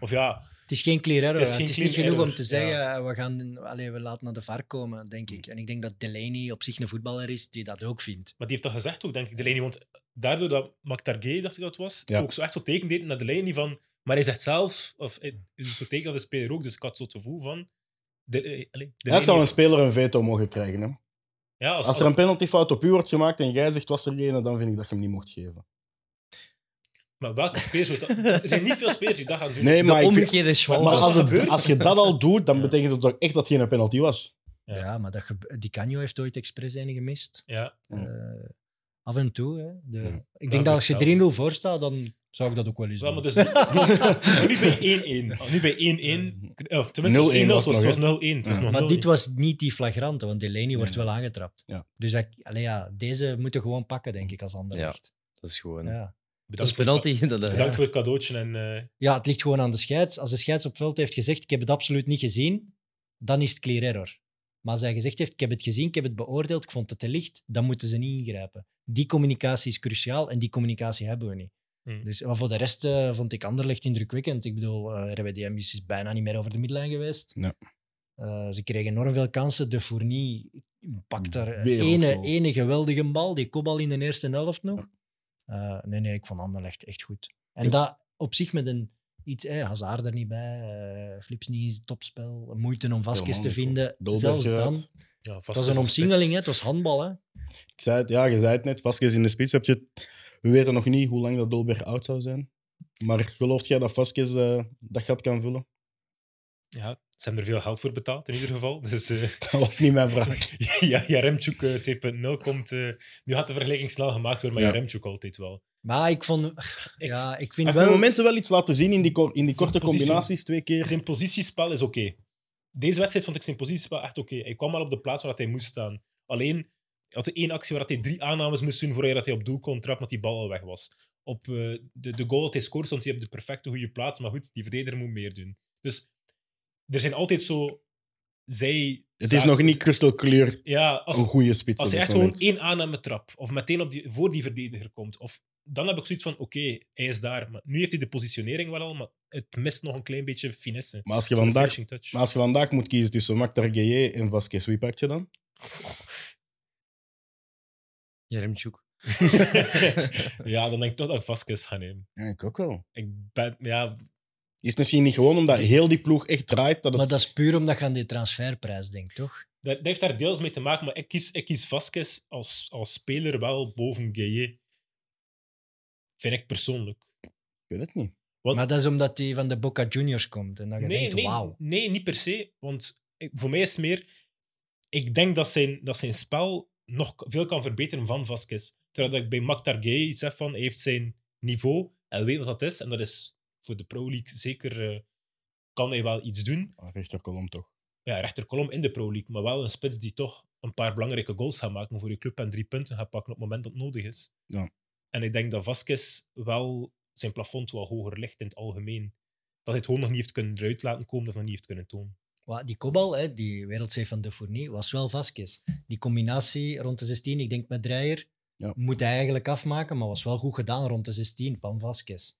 B: Of ja,
D: Het is geen clear error.
B: Het
D: Het
B: is
D: is,
B: geen
D: niet
B: clear
D: genoeg
B: error,
D: om te
B: ja.
D: zeggen, eh, we, gaan, allee, we laten naar de VAR komen,
A: Mhm.
D: denk ik. En ik denk dat Delaney op zich een voetballer is die dat ook vindt.
B: maar die heeft dat gezegd ook, denk ik, de lijn. Want daardoor dat Marc Targuet, dacht ik dat het was,
A: Ja.
B: ook zo echt zo teken deed naar de lijn van, maar hij zegt zelf, of hij is zo teken aan de speler ook, dus ik had zo het gevoel van... De, eh, allee, de
A: Ja, ik zou
B: Delaney-
A: een speler een veto mogen krijgen. Hè.
B: ja, als,
A: Als er een penaltyfout op u wordt gemaakt en jij zegt was er geen, dan vind ik dat je hem niet mocht geven.
B: Maar welke speler zou dat... Er zijn niet veel spelers die dat gaan doen.
A: Nee, maar,
C: de
A: ik vind-
C: omgekeerde schwal.
A: maar
B: als
A: als,
B: dat
A: het-
B: gebeurt-
A: als je dat al doet, dan
B: Ja.
A: betekent dat toch echt dat het geen penalty was.
B: Ja.
D: Ja, maar dat gebe- Di Canio heeft ooit expres een gemist.
B: Ja,
A: Ja.
D: Eh, af en toe. Hè. De-
A: Ja.
D: Ik
B: Ja,
D: denk dat als
B: dat
D: je 3-0 voor staat, dan zou ik dat ook wel eens
B: Wel,
D: doen.
B: maar dus nu, nu bij 1-1. Nu bij
A: Mhm.
B: 1-1. Of tenminste,
A: 0-1
B: het was 1-0.
A: was
B: Het was,
A: nog, hè?
B: 0-1. Het was
A: Ja.
B: nog
D: Maar
B: 0-1.
D: dit was niet die flagrante, want Delaney wordt
A: nee.
D: wel aangetrapt.
A: Ja.
D: Dus dat, allee, ja, deze moeten gewoon pakken, denk ik, als ander
C: Ja.
D: ligt.
C: Dat is gewoon...
D: Ja.
C: Dat is
B: Bedankt, Voor,
C: penalty. Dat,
B: het-
C: eh,
B: bedankt voor het cadeautje. En, eh,
D: ja, het ligt gewoon aan de scheids. Als de scheids op veld heeft gezegd, ik heb het absoluut niet gezien, dan is het clear error. Maar als hij gezegd heeft, ik heb het gezien, ik heb het beoordeeld, ik vond het te licht, dan moeten ze niet ingrijpen. Die communicatie is cruciaal en die communicatie hebben we niet.
B: Hmm.
D: Dus, maar voor de rest eh, vond ik Anderlecht indrukwekkend. Ik bedoel, eh RWDM is bijna niet meer over de midlijn geweest.
A: Nee.
D: Eh, ze kregen enorm veel kansen. De Fournier pakt daar
A: Wereldgoal.
D: ene, ene geweldige bal, die kopbal in de eerste helft nog. Eh, nee, nee, ik vond Anderlecht echt goed. En dat op zich met een iets, eh, Hazard er niet bij, eh, Flips niet in zijn topspel, moeite om Vasquez te
A: Helemaal niet,
D: vinden.
A: Dolberg
D: Zelfs
A: eruit.
D: dan.
B: ja, vast
D: Het was een omsingeling, hè, het was handbal. Hè.
A: Ik zei het, ja, je zei het net. Vasquez in de spits heb je... het- We weten nog niet hoe lang dat Dolberg oud zou zijn. Maar gelooft jij dat Vasquez eh, dat gat kan vullen?
B: Ja, ze hebben er veel geld voor betaald, in ieder geval. Dus eh,
A: Dat was niet mijn vraag.
B: ja, Jaremchuk eh, 2.0 komt... eh, nu had de vergelijking snel gemaakt worden, maar
A: Ja.
B: Jaremchuk altijd wel.
D: Maar ik vond,
B: Ik-
D: ja, ik
A: Hij
D: vind
A: heeft wel...
D: wel.
A: momenten wel iets laten zien in die, kor- in die
B: Zijn
A: korte
B: positie-
A: combinaties twee keer.
B: Zijn positiespel is oké. Deze wedstrijd vond ik zijn positiespel echt oké. Hij kwam al op de plaats waar dat hij moest staan. Alleen, hij had hij één actie waar dat hij drie aannames moest doen voordat hij op doel kon trappen, dat die bal al weg was. Op eh, de, de goal dat hij scoort, stond hij op de perfecte goede plaats. Maar goed, die verdediger moet meer doen. Dus er zijn altijd zo... Zij...
A: Het is nog niet kristalkleur
B: Ja, als,
A: een goede spits.
B: als
A: op
B: hij
A: dit
B: echt gewoon
A: moment.
B: één aanname trap, of meteen op die, voor die verdediger komt, of, dan heb ik zoiets van, oké, hij is daar. Maar nu heeft hij de positionering wel al, maar het mist nog een klein beetje finesse.
A: Maar als je
B: Zo'n
A: vandaag
B: finishing touch.
A: Maar als je vandaag moet kiezen tussen Mac Targaye en Vasquez, wie pak je dan?
C: Jeremtjoek.
B: ja, dan denk ik toch dat ik Vasquez ga nemen.
A: Ja, ik ook wel.
B: Ik ben, ja,
A: Is het misschien niet gewoon omdat heel die ploeg echt draait dat het...
D: Maar dat is puur omdat je aan die transferprijs denkt, toch?
B: dat, dat heeft daar deels mee te maken, maar ik kies, ik kies Vasquez als, als speler wel boven Gaye. Vind ik persoonlijk.
A: Ik weet het niet.
B: Wat-
D: Maar dat is omdat hij van de Boca Juniors komt en dat je denkt,
B: nee,
D: wauw.
B: nee, niet per se. Want ik- voor mij is het meer... Ik denk dat zijn, dat zijn spel nog k- veel kan verbeteren van Vasquez. Terwijl dat ik bij Mac Targay iets heb van, hij heeft zijn niveau en weet wat dat is. En dat is voor de Pro League zeker... eh, kan hij wel iets doen.
A: Ah, Rechterkolom toch.
B: ja, rechterkolom in de Pro League, maar wel een spits die toch een paar belangrijke goals gaat maken voor je club en drie punten gaat pakken op het moment dat het nodig is.
A: Ja.
B: En ik denk dat Vasquez wel zijn plafond wel hoger ligt in het algemeen. Dat hij het gewoon nog niet heeft kunnen eruit laten komen of nog niet heeft kunnen tonen.
D: Wa- Die kopbal, hè, die wereldzeef van de Fournier, was wel Vasquez. Die combinatie rond de 16, ik denk met Dreyer,
A: Ja.
D: moet hij eigenlijk afmaken, maar was wel goed gedaan rond de 16 van Vasquez.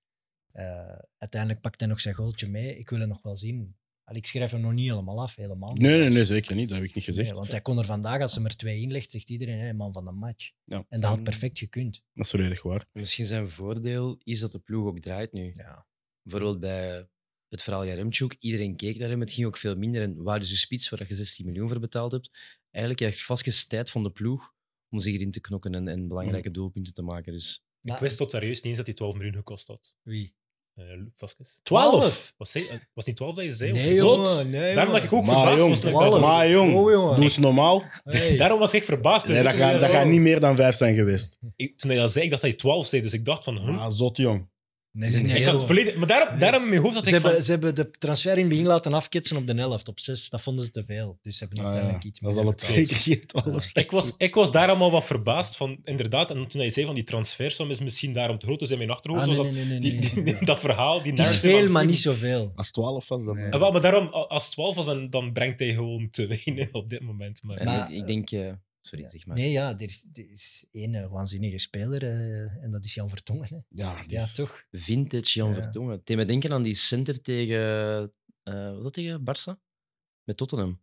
D: Eh, uiteindelijk pakt hij nog zijn goaltje mee. Ik wil hem nog wel zien. Al, ik schrijf hem nog niet helemaal af, helemaal.
A: Nee, nee, nee, zeker niet. Dat heb ik niet gezegd.
D: Nee, want hij kon er vandaag, als ze er twee inlegt, zegt iedereen, hé, man van de match.
A: Ja.
D: En dat had perfect gekund.
A: Dat is volledig waar.
C: Misschien zijn voordeel is dat de ploeg ook draait nu.
D: Ja.
C: Bijvoorbeeld bij het verhaal Jaremtjouk. Iedereen keek naar hem. Het ging ook veel minder. En waar is je spits waar je 16 miljoen voor betaald hebt? Eigenlijk krijg je vastgesteld tijd van de ploeg om zich erin te knokken en, en belangrijke doelpunten te maken. Dus
B: Ik wist tot serieus niet eens dat hij 12 miljoen gekost had.
D: Wie?
B: Eh Vasquez.
D: 12?
B: Was, hij, eh, was niet 12 dat je zei?
D: Nee,
B: Of zot?
D: jongen. Nee,
B: Daarom dat
D: jongen.
B: ik ook
A: Maar
B: verbaasd
A: jong,
B: was. toen ik
D: Twaalf.
B: dat-
A: maar jong,
D: Oh, jongen.
A: doe eens normaal.
D: Hey.
B: Daarom was ik verbaasd. Dus
A: Nee, dat
B: ik dacht
A: gaat dat
B: van-
A: gaat niet meer dan vijf zijn geweest.
B: Ik, toen hij dat zei, ik dacht dat hij 12 zei, dus ik dacht
D: Hm?
B: van... Huh?
A: Ah, zot jong.
D: Nee, nee, nee,
B: ik had het
D: jongen.
B: volledig, maar daarom, daarom in mijn hoofd dat
D: Ze
B: ik van...
D: hebben, ze hebben de transfer in het begin laten afketsen op de 11, op 6. Dat vonden ze te veel. Dus ze hebben
A: Ah, ja.
D: uiteindelijk iets
A: Dan
D: meer
A: zal het
D: betaald. Ah,
A: zeker geen twaalf zijn.
B: Dus Ik was, ik was daar allemaal wat verbaasd van, inderdaad. En toen hij zei van die transfersom is misschien daarom te groot, dus in mijn achterhoofd
D: Ah, nee,
B: was
D: nee, nee, nee,
B: dat,
D: nee.
B: die- die- dat verhaal. Die
D: Het is
B: narrative
D: veel,
B: aan-
D: maar niet zoveel.
A: Als twaalf was dat.
D: Nee.
B: Eh, wel, maar daarom, a- als het 12 was, dan, dan brengt hij gewoon te weinig op dit moment. Maar
C: en
D: Maar-
C: ik, ik denk, eh, Sorry, zeg maar.
D: Nee, ja, er is, er is één eh, waanzinnige speler eh, en dat is Jan Vertongen. Hè.
A: Ja, die
D: Ja,
A: is-
D: toch?
C: Vintage Jan
D: Ja.
C: Vertongen. Het deed me denken aan die center tegen... eh was dat tegen Barça? Met Tottenham.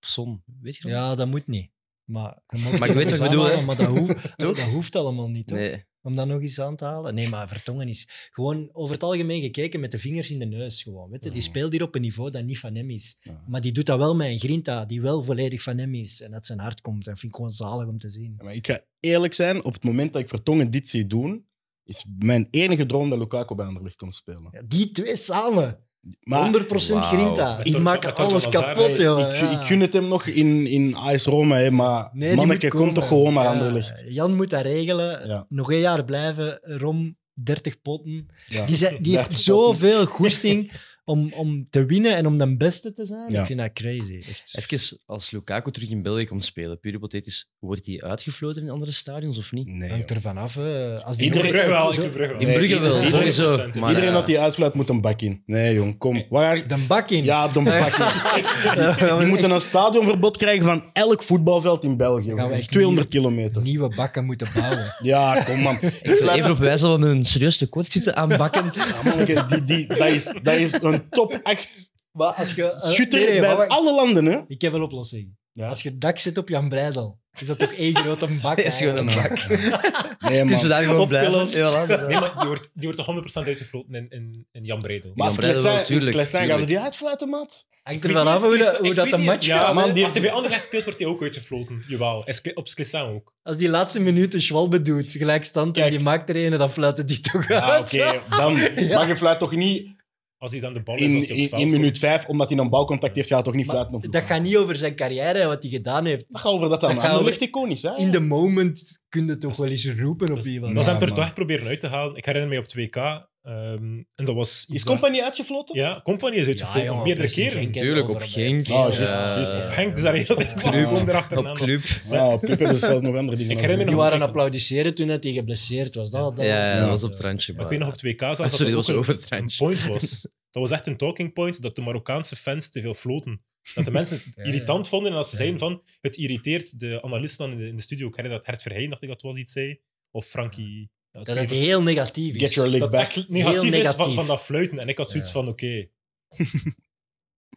C: Son, weet je nog?
D: Ja, dat moet niet. Maar, je mag
C: Maar ik weet
D: het
C: wat ik bedoel, hè.
D: aanhalen, Maar dat hoeft,
C: Toch?
D: dat hoeft allemaal niet, toch?
C: Nee.
D: Om dat nog eens aan te halen. Nee, maar Vertongen is gewoon over het algemeen gekeken met de vingers in de neus. Gewoon, weet je? Die
A: Ja.
D: speelt hier op een niveau dat niet van hem is.
A: Ja.
D: Maar die doet dat wel met een grinta die wel volledig van hem is. En dat zijn hart komt. En vind ik gewoon zalig om te zien.
A: Ja, maar ik ga eerlijk zijn, op het moment dat ik Vertongen dit zie doen, is mijn enige droom dat Lukaku bij Anderlecht komt spelen.
D: Ja, die twee samen.
A: Maar
D: 100% grinta.
C: Wauw.
D: Ik
B: Met
D: maak
B: Tor- met
D: alles
B: Torgan
D: kapot,
A: ik,
D: jongen.
A: ik,
D: ja.
A: ik gun het hem nog in, in AS Roma, hè, maar
D: Nee, die
A: mannetje
D: moet
A: komt toch
D: komen.
A: gewoon naar
D: Ja,
A: Anderlecht.
D: Jan moet dat regelen.
A: Ja.
D: Nog een jaar blijven. Rom, 30 potten.
A: Ja.
D: Die, zei- die
A: 30
D: heeft
A: potten.
D: zoveel goesting om, om te winnen en om de beste te zijn.
A: Ja.
D: Ik vind dat crazy. Echt.
C: Even, als Lukaku terug in België komt spelen, puur hypothetisch, wordt hij uitgefloten in andere stadions of niet?
A: Nee,
D: hangt
A: joh.
D: ervan af. hè. Als die
B: In Brugge
A: Iedereen-
B: wel,
D: zo-
B: in Brugge wel.
C: In Brugge wel,
A: iedereen-
C: sowieso.
B: iedereen-
C: Maar,
A: Iedereen
C: eh,
A: dat die uitfluit moet een bak in. Nee, jong, kom. Waar...
D: De bak in.
A: Ja, de bak in. Die moeten een stadionverbod krijgen van elk voetbalveld in België.
D: gaan we echt
A: 200
D: Echt
A: kilometer.
D: nieuwe bakken moeten bouwen.
A: Ja, kom man.
C: Ik wil even op wijzen dat we een serieus tekort zitten aan bakken.
A: Ja, manneke, die, die, dat, is, dat is een top 8
D: maar als je, eh,
A: schutter
D: nee, nee,
A: bij
D: maar wacht.
A: alle landen. Hè?
D: Ik heb een oplossing.
A: Ja.
D: Als je dak zit op Jan Breidel, is dat toch één grote bak?
C: Dat is gewoon een
D: eigenlijk?
C: bak.
A: Nee,
C: Kun
A: man.
C: ze daar gewoon blijven?
D: Opgelost.
C: Ja, voilà.
B: Nee, maar die wordt, die wordt toch 100% uitgefloten in, in, in Jan Bredel.
A: Maar als
C: Jan Breidel wel,
A: Klessin
C: tuurlijk,
A: gaat er
C: tuurlijk.
A: die uitfluiten, maat?
D: Hangt
B: Ik
D: ervan
B: weet
D: af hoe,
B: niet,
D: dat-
B: ik
D: hoe dat
B: weet
D: de
B: niet.
D: match
B: ja,
D: gaat.
A: man,
D: hè.
A: die
B: Als hij bij Anderlecht speelt, wordt hij ook uitgefloten. Jawel, en Sk- op Sclessin ook.
D: Als die laatste minuut een Schwalbe doet, gelijkstand, en
A: Kijk.
D: die maakt er ene, dan fluiten die toch
B: Ah,
A: Ja,
D: uit.
A: Ah, oké, dan. Maar je fluit toch niet
B: Als hij dan de bal Oh, is,
A: in,
B: als hij op het
A: in,
B: veld
A: in minuut
B: komt.
A: 5, omdat hij een bouwcontact heeft, gaat toch niet
D: Maar
A: fluiten op
D: Dat gaat niet over zijn carrière en wat hij gedaan heeft.
A: Dat gaat over dat dan.
D: Dat gaat
A: Dat
D: over-
A: ligt iconisch, hè?
D: In de moment kun je toch
B: Dus-
D: wel eens roepen op
B: dus-
D: iemand.
B: Dat is
A: Ja,
B: hem er
A: man.
B: toch proberen uit te halen. Ik herinner me op 2K. ehm, en dat was...
A: Is Compagnie uitgefloten?
B: Ja, Company is uitgefloten.
D: jongen,
B: meerdere
D: precies,
B: keren.
D: Henk heeft
C: Tuurlijk,
D: overal
C: op
D: bij.
C: Genk.
A: Oh, juist,
C: Eh,
A: juist.
B: Op Henk is daar heel veel van.
A: Club.
B: Kom
C: Op
B: erachteraan.
C: club.
A: Ja, op Pip hebben ze zelfs nog andere dingen.
B: Ik herinner me
A: over.
D: Die
B: nog-
D: waren aan applaudisseren toen dat hij geblesseerd was. Dat, dat
C: Ja,
D: was,
C: ja, dat was op het randje.
B: Maar
C: Maar...
B: ik weet nog op 2K zelfs
C: Ah, sorry,
B: er
C: dat was
B: ook
C: over
B: een-
C: het randje.
B: Een point was. Dat was echt een talking point, dat de Marokkaanse fans te veel floten. Dat de mensen het
D: Ja,
B: irritant vonden en dat ze
D: Ja.
B: zeiden van, het irriteert de analisten dan in de, in de studio. Ik herinner dat Hert Verheyen, dacht ik dat was iets zei. Of Frankie... ja, ik
D: dat
B: weet
D: het
B: niet
D: heel negatief is.
A: Get your lick
B: dat
A: back.
B: echt negatief,
D: Heel
B: is van,
D: negatief.
B: van dat fluiten. En ik had zoiets
D: Ja.
B: van, oké.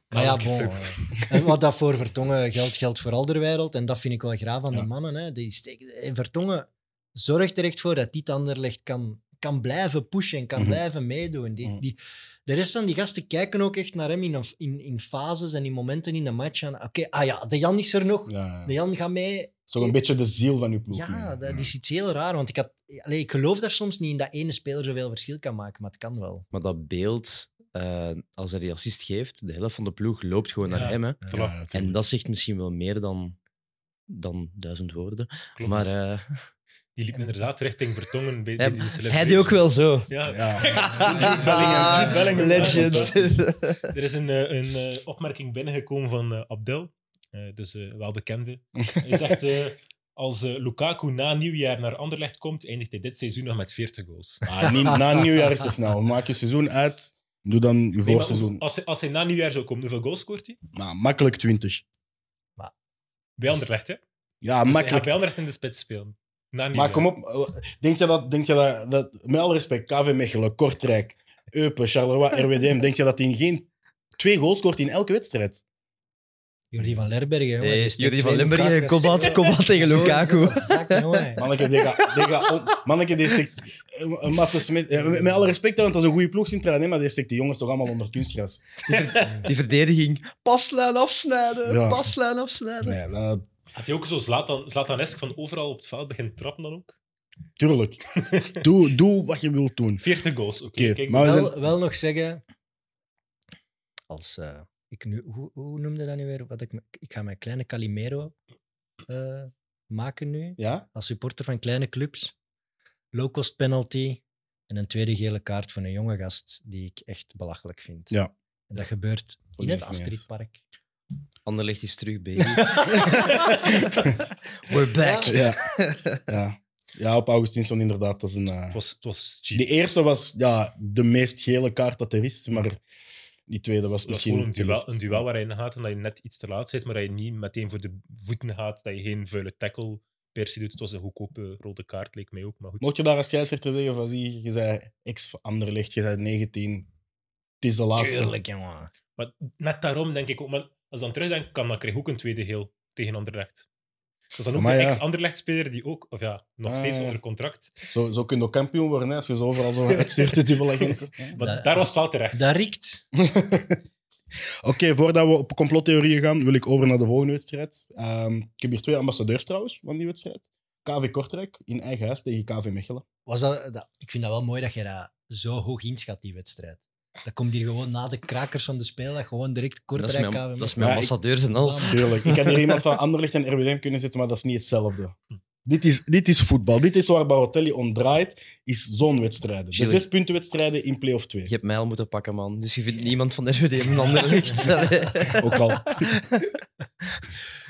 D: maar ja,
B: Elke
D: bon,
B: club.
D: eh. En wat dat voor Vertongen geldt, geldt voor Alderweireld. En dat vind ik wel graaf aan
A: Ja.
D: die mannen. Hè. Die steken, en Vertongen zorgt er echt voor dat dit Anderlecht kan, kan blijven pushen en kan
A: Mhm.
D: blijven meedoen. Die,
A: Mhm.
D: die, de rest van die gasten kijken ook echt naar hem in, een- in, in fases en in momenten in de match. aan. Oké, ah ja, de Jan is er nog.
A: Ja,
D: De
A: ja.
D: Jan gaat mee.
A: Zo een beetje de ziel van uw ploeg.
D: Ja,
A: man.
D: dat is iets heel raar. Want ik, had, allee, ik geloof daar soms niet in dat ene speler zoveel verschil kan maken, maar het kan wel.
C: Maar dat beeld, eh, als hij die assist geeft, de helft van de ploeg loopt gewoon
B: Ja.
C: naar hem. Hè.
A: Ja, ja, tuurlijk.
C: En dat zegt misschien wel meer dan, dan duizend woorden.
B: Klopt.
C: Maar eh,
B: die liep inderdaad richting Vertongen. Bij,
C: Ja,
B: bij die
C: hij
B: celebration.
C: deed ook wel zo.
B: Ja.
A: Ja.
D: Ah,
B: Jude Bellingham, Jude Bellingham.
C: Legend.
B: Er is een, eh, een eh, opmerking binnengekomen van eh, Abdel, eh, dus eh, wel bekende. Hij zegt, eh, als eh, Lukaku na nieuwjaar naar Anderlecht komt, eindigt hij dit seizoen nog met 40 goals.
A: Ah, niet- na nieuwjaar is het snel. Maak je seizoen uit. Doe dan je
B: Nee, maar
A: voorseizoen.
B: als, hij, als hij na nieuwjaar zou komen, hoeveel goals scoort hij?
A: Nou, makkelijk 20.
B: Bij Anderlecht,
A: Ah,
B: hè? Dus
A: Ja,
B: hij gaat
A: makkelijk.
B: bij Anderlecht in de spits spelen. Na nieuwjaar.
A: Maar kom op, eh, denk je dat, denk je dat, dat met alle respect, KV Mechelen, Kortrijk, Eupen, Charleroi, RWDM, denk je dat die in geen twee goals scoort in elke wedstrijd?
D: Jordi van Lerbergen, jongen.
C: Nee,
D: die steekt
C: Jordi van
D: twee
C: Limburg,
D: Lukaku's.
C: Kobat, Kobat tegen
D: Zo,
C: Lukaku.
D: zo'n Zak, jongen.
A: Manneke, die gaat- die gaat on- manneke, die stikt... eh, Matte Smit, eh, met- met alle respect, want dat is een goede ploegcentra, nee, maar die stikt die jongens toch allemaal onder kunstgras.
C: Die verdediging. Paslijn afsnijden,
A: Ja.
C: paslijn afsnijden.
A: Nee, dat-
B: Had hij ook zo Zlatan, Zlatan-esk van overal op het veld begint trappen dan ook?
A: tuurlijk. Doe, doe wat je wilt doen.
B: 40 goals, oké.
A: Oké,
B: Kijk,
A: maar- we
D: Wel,
A: zijn-
D: wel nog zeggen, als eh, ik nu, hoe, hoe noemde dat nu weer? Wat ik, me- ik ga mijn kleine Calimero eh, maken nu,
A: Ja?
D: als supporter van kleine clubs. Low-cost penalty en een tweede gele kaart van een jonge gast, die ik echt belachelijk vind.
A: Ja.
D: En dat gebeurt in
A: Volledig
D: het
A: mee eens.
D: Astridpark.
C: Anderlecht is terug, baby. We're back.
A: Ja. Ja, ja op Augustinsson inderdaad. Dat is een, eh,
B: het was, het was cheap.
A: De eerste was ja, de meest gele kaart dat er is, maar Die tweede was
B: Dat is
A: misschien...
B: gewoon een duel,
A: terecht.
B: een duel waar je in gaat en dat je net iets te laat zit, maar dat je niet meteen voor de voeten gaat, dat je geen vuile tackle per se doet. Het was een goedkope rode kaart, leek mij ook. Maar goed,
A: Mocht je daar als scheidsrechter zeggen van, zie, je zei ex Anderlecht, je zei 19. Het is de laatste.
D: Tuurlijk, jongen.
B: maar net daarom denk ik ook, maar als ik dan terugdenk, kan dan kreeg ook een tweede heel tegen Anderlecht. Dat is dan ook
A: Maar
B: de
A: ja.
B: ex-Anderlecht-speler die ook, of ja, nog
A: Ah,
B: steeds
A: ja.
B: onder contract.
A: Zo, zo kun je ook kampioen worden, hè, als je zo overal zo uitstuurt, de dubbelagenten.
B: Maar
D: Dat-
B: daar was het wel terecht.
D: Dat riekt.
A: Oké, voordat we op complottheorieën gaan, wil ik over naar de volgende wedstrijd. Ehm, ik heb hier twee ambassadeurs trouwens van die wedstrijd. KV Kortrijk in eigen huis tegen KV Mechelen.
D: Was dat, dat, ik vind dat wel mooi dat je dat zo hoog inschat, die wedstrijd. Dat komt hier gewoon na de krakers van de speeldag, gewoon direct kort
C: Dat is mijn, dat is mijn
A: Ja, ik-
C: ambassadeurs en al.
A: Tuurlijk. Ik had hier iemand van Anderlecht en RWDM kunnen zitten, maar dat is niet hetzelfde. Dit is, dit is voetbal. Dit is waar Barotelli om draait, is zo'n wedstrijd. De
C: Gilles.
A: zes punten wedstrijden in play-off 2.
C: Je hebt mij al moeten pakken, man. Dus je vindt niemand van de RWD in een ander licht.
A: Ook al.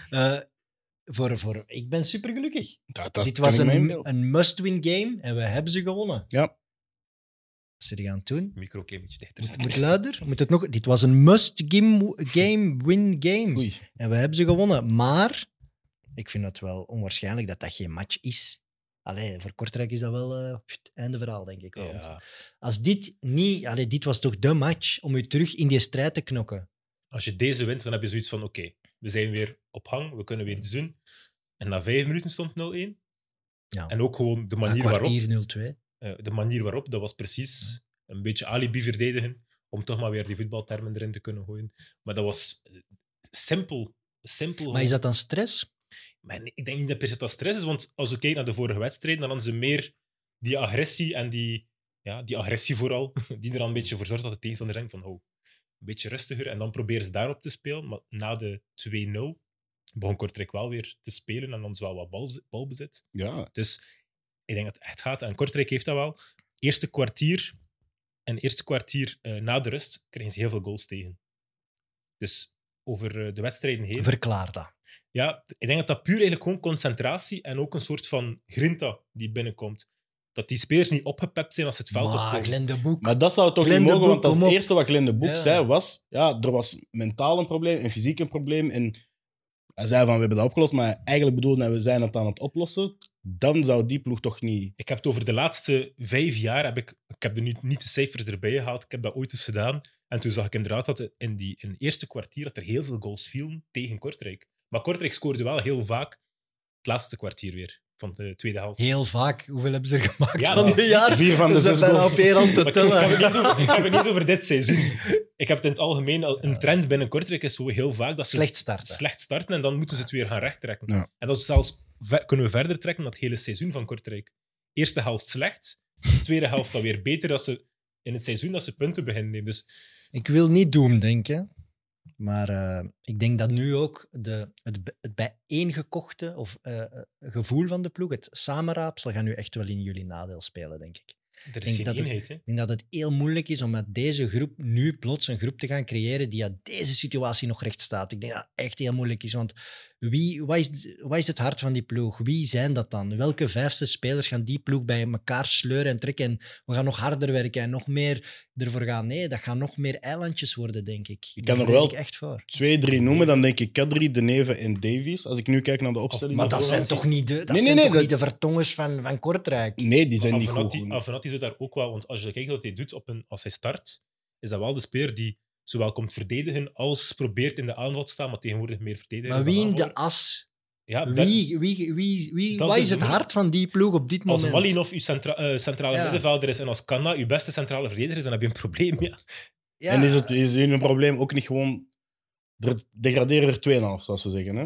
D: Eh, voor, voor, ik ben supergelukkig.
A: Dat, dat
D: Dit
A: kan
D: was
A: ik me
D: een,
A: inbeelden.
D: een must-win game en we hebben ze gewonnen.
A: Ja.
D: Wat zit je aan het doen?
B: Micro een beetje dichter.
D: Moet, moet luider? Moet het nog? Dit was een must-game win game.
A: Oei.
D: En we hebben ze gewonnen. Maar ik vind het wel onwaarschijnlijk dat dat geen match is. Allee, voor Kortrijk is dat wel eh, het einde verhaal, denk ik. wel. Want
B: Ja.
D: Als dit niet... Allee, dit was toch de match om u terug in die strijd te knokken.
B: Als je deze wint, dan heb je zoiets van: oké, we zijn weer op gang, we kunnen weer iets doen. En na vijf minuten stond 0-1.
D: Ja.
B: En ook gewoon de
D: Na
B: manier waarop.
D: kwartier 0-2.
B: Eh, de manier waarop, dat was precies een beetje alibi verdedigen, om toch maar weer die voetbaltermen erin te kunnen gooien. Maar dat was eh, simpel. simpel
D: Maar is dat dan stress?
B: Maar nee, ik denk niet dat per se dat stress is, want als we kijken naar de vorige wedstrijd, dan hadden ze meer die agressie en die, ja, die agressie vooral, die er dan een beetje voor zorgt dat de tegenstander denkt van, oh, een beetje rustiger. En dan proberen ze daarop te spelen, maar na de 2-0 begon Kortrijk wel weer te spelen en dan wel wat balbezit. balbezit.
A: Ja,
B: Dus ik denk dat het echt gaat. En Kortrijk heeft dat wel. Eerste kwartier en eerste kwartier eh, na de rust kregen ze heel veel goals tegen. Dus over eh, de wedstrijden heen.
D: Verklaar dat.
B: Ja, ik denk dat dat puur eigenlijk gewoon concentratie en ook een soort van grinta die binnenkomt. Dat die spelers niet opgepept zijn als ze het veld
D: Maar
B: opkomen.
D: Glenn de Boek.
A: Maar dat zou toch
D: Glenn
A: niet
D: de
A: mogen, want
D: Boek,
A: dat is
D: kom
A: het
D: op.
A: eerste wat Glenn de Boek
D: Ja.
A: zei, was... Ja, er was mentaal een probleem en fysiek een probleem. En hij zei van, we hebben dat opgelost, maar eigenlijk bedoelde hij, we zijn het aan het oplossen. Dan zou die ploeg toch niet...
B: Ik heb het over de laatste vijf jaar, heb ik, ik heb er nu niet de cijfers erbij gehaald, ik heb dat ooit eens gedaan. En toen zag ik inderdaad dat er in, die, in het eerste kwartier dat er heel veel goals vielen tegen Kortrijk. Maar Kortrijk scoorde wel heel vaak het laatste kwartier weer van de tweede helft.
D: Heel vaak. Hoeveel hebben ze er gemaakt
B: Ja,
D: van
B: maar-
D: een jaar?
A: Vier van de
D: Ze
A: zes
D: zijn al
A: goals.
D: veel aan te
B: Maar ik, ik heb
D: tellen.
B: het niet over, ik heb het niet over dit seizoen. Ik heb het in het algemeen al. Een trend binnen Kortrijk is zo heel vaak dat ze
D: Slecht starten.
B: slecht starten en dan moeten ze het weer gaan rechttrekken.
A: Ja.
B: En dat is zelfs ver- kunnen we verder trekken dan het hele seizoen van Kortrijk. Eerste helft slecht, tweede helft dan weer beter als ze in het seizoen dat ze punten beginnen nemen. Dus
D: Ik wil niet doemdenken, maar eh, ik denk dat nu ook de, het, b- het bijeengekochte of, eh, eh, gevoel van de ploeg, het samenraapsel, gaat nu echt wel in jullie nadeel spelen, denk ik.
B: er
D: denk
B: is geen
D: dat het-
B: eenheid. hè.
D: Ik denk dat het heel moeilijk is om met deze groep nu plots een groep te gaan creëren die uit deze situatie nog recht staat. Ik denk dat het echt heel moeilijk is, want wie, wat, is, wat is het hart van die ploeg? Wie zijn dat dan? Welke vijfste spelers gaan die ploeg bij elkaar sleuren en trekken? En we gaan nog harder werken en nog meer ervoor gaan. Nee, dat gaan nog meer eilandjes worden, denk ik.
A: kan
D: Daar
A: er
D: vrees
A: wel-
D: ik echt voor.
A: Twee, drie noemen, dan denk ik Kadri, De Neve en Davies. Als ik nu kijk naar de opstelling...
D: Maar
A: van
D: dat zijn
A: voorhand-
D: toch niet de, dat
A: Nee, nee,
D: zijn
A: nee,
D: toch
A: dat-
D: niet de vertongens van, van Kortrijk?
A: Nee, die zijn niet goed.
B: Avenatti, Avenatti doet daar ook wel, want als je kijkt wat hij doet op een, als hij start, is dat wel de speler die zowel komt verdedigen als probeert in de aanval te staan, maar tegenwoordig meer verdedigen.
D: Maar
B: is dan
D: wie in de
B: aanvaller.
D: as?
B: Ja, dat-
D: Wie, wie, wie, wie,
B: Dat
D: wat
B: is
D: is
B: de
D: het
B: moeilijk-
D: hart van die ploeg op dit
B: Als
D: moment?
B: Malinov uw centra- eh, centrale
D: Ja.
B: middenvelder is en als Kanna uw beste centrale verdediger is, dan heb je een probleem. Ja.
D: Ja.
A: En is, het, is hun probleem ook niet gewoon... Er degraderen er 2,5, zoals ze zeggen. Hè?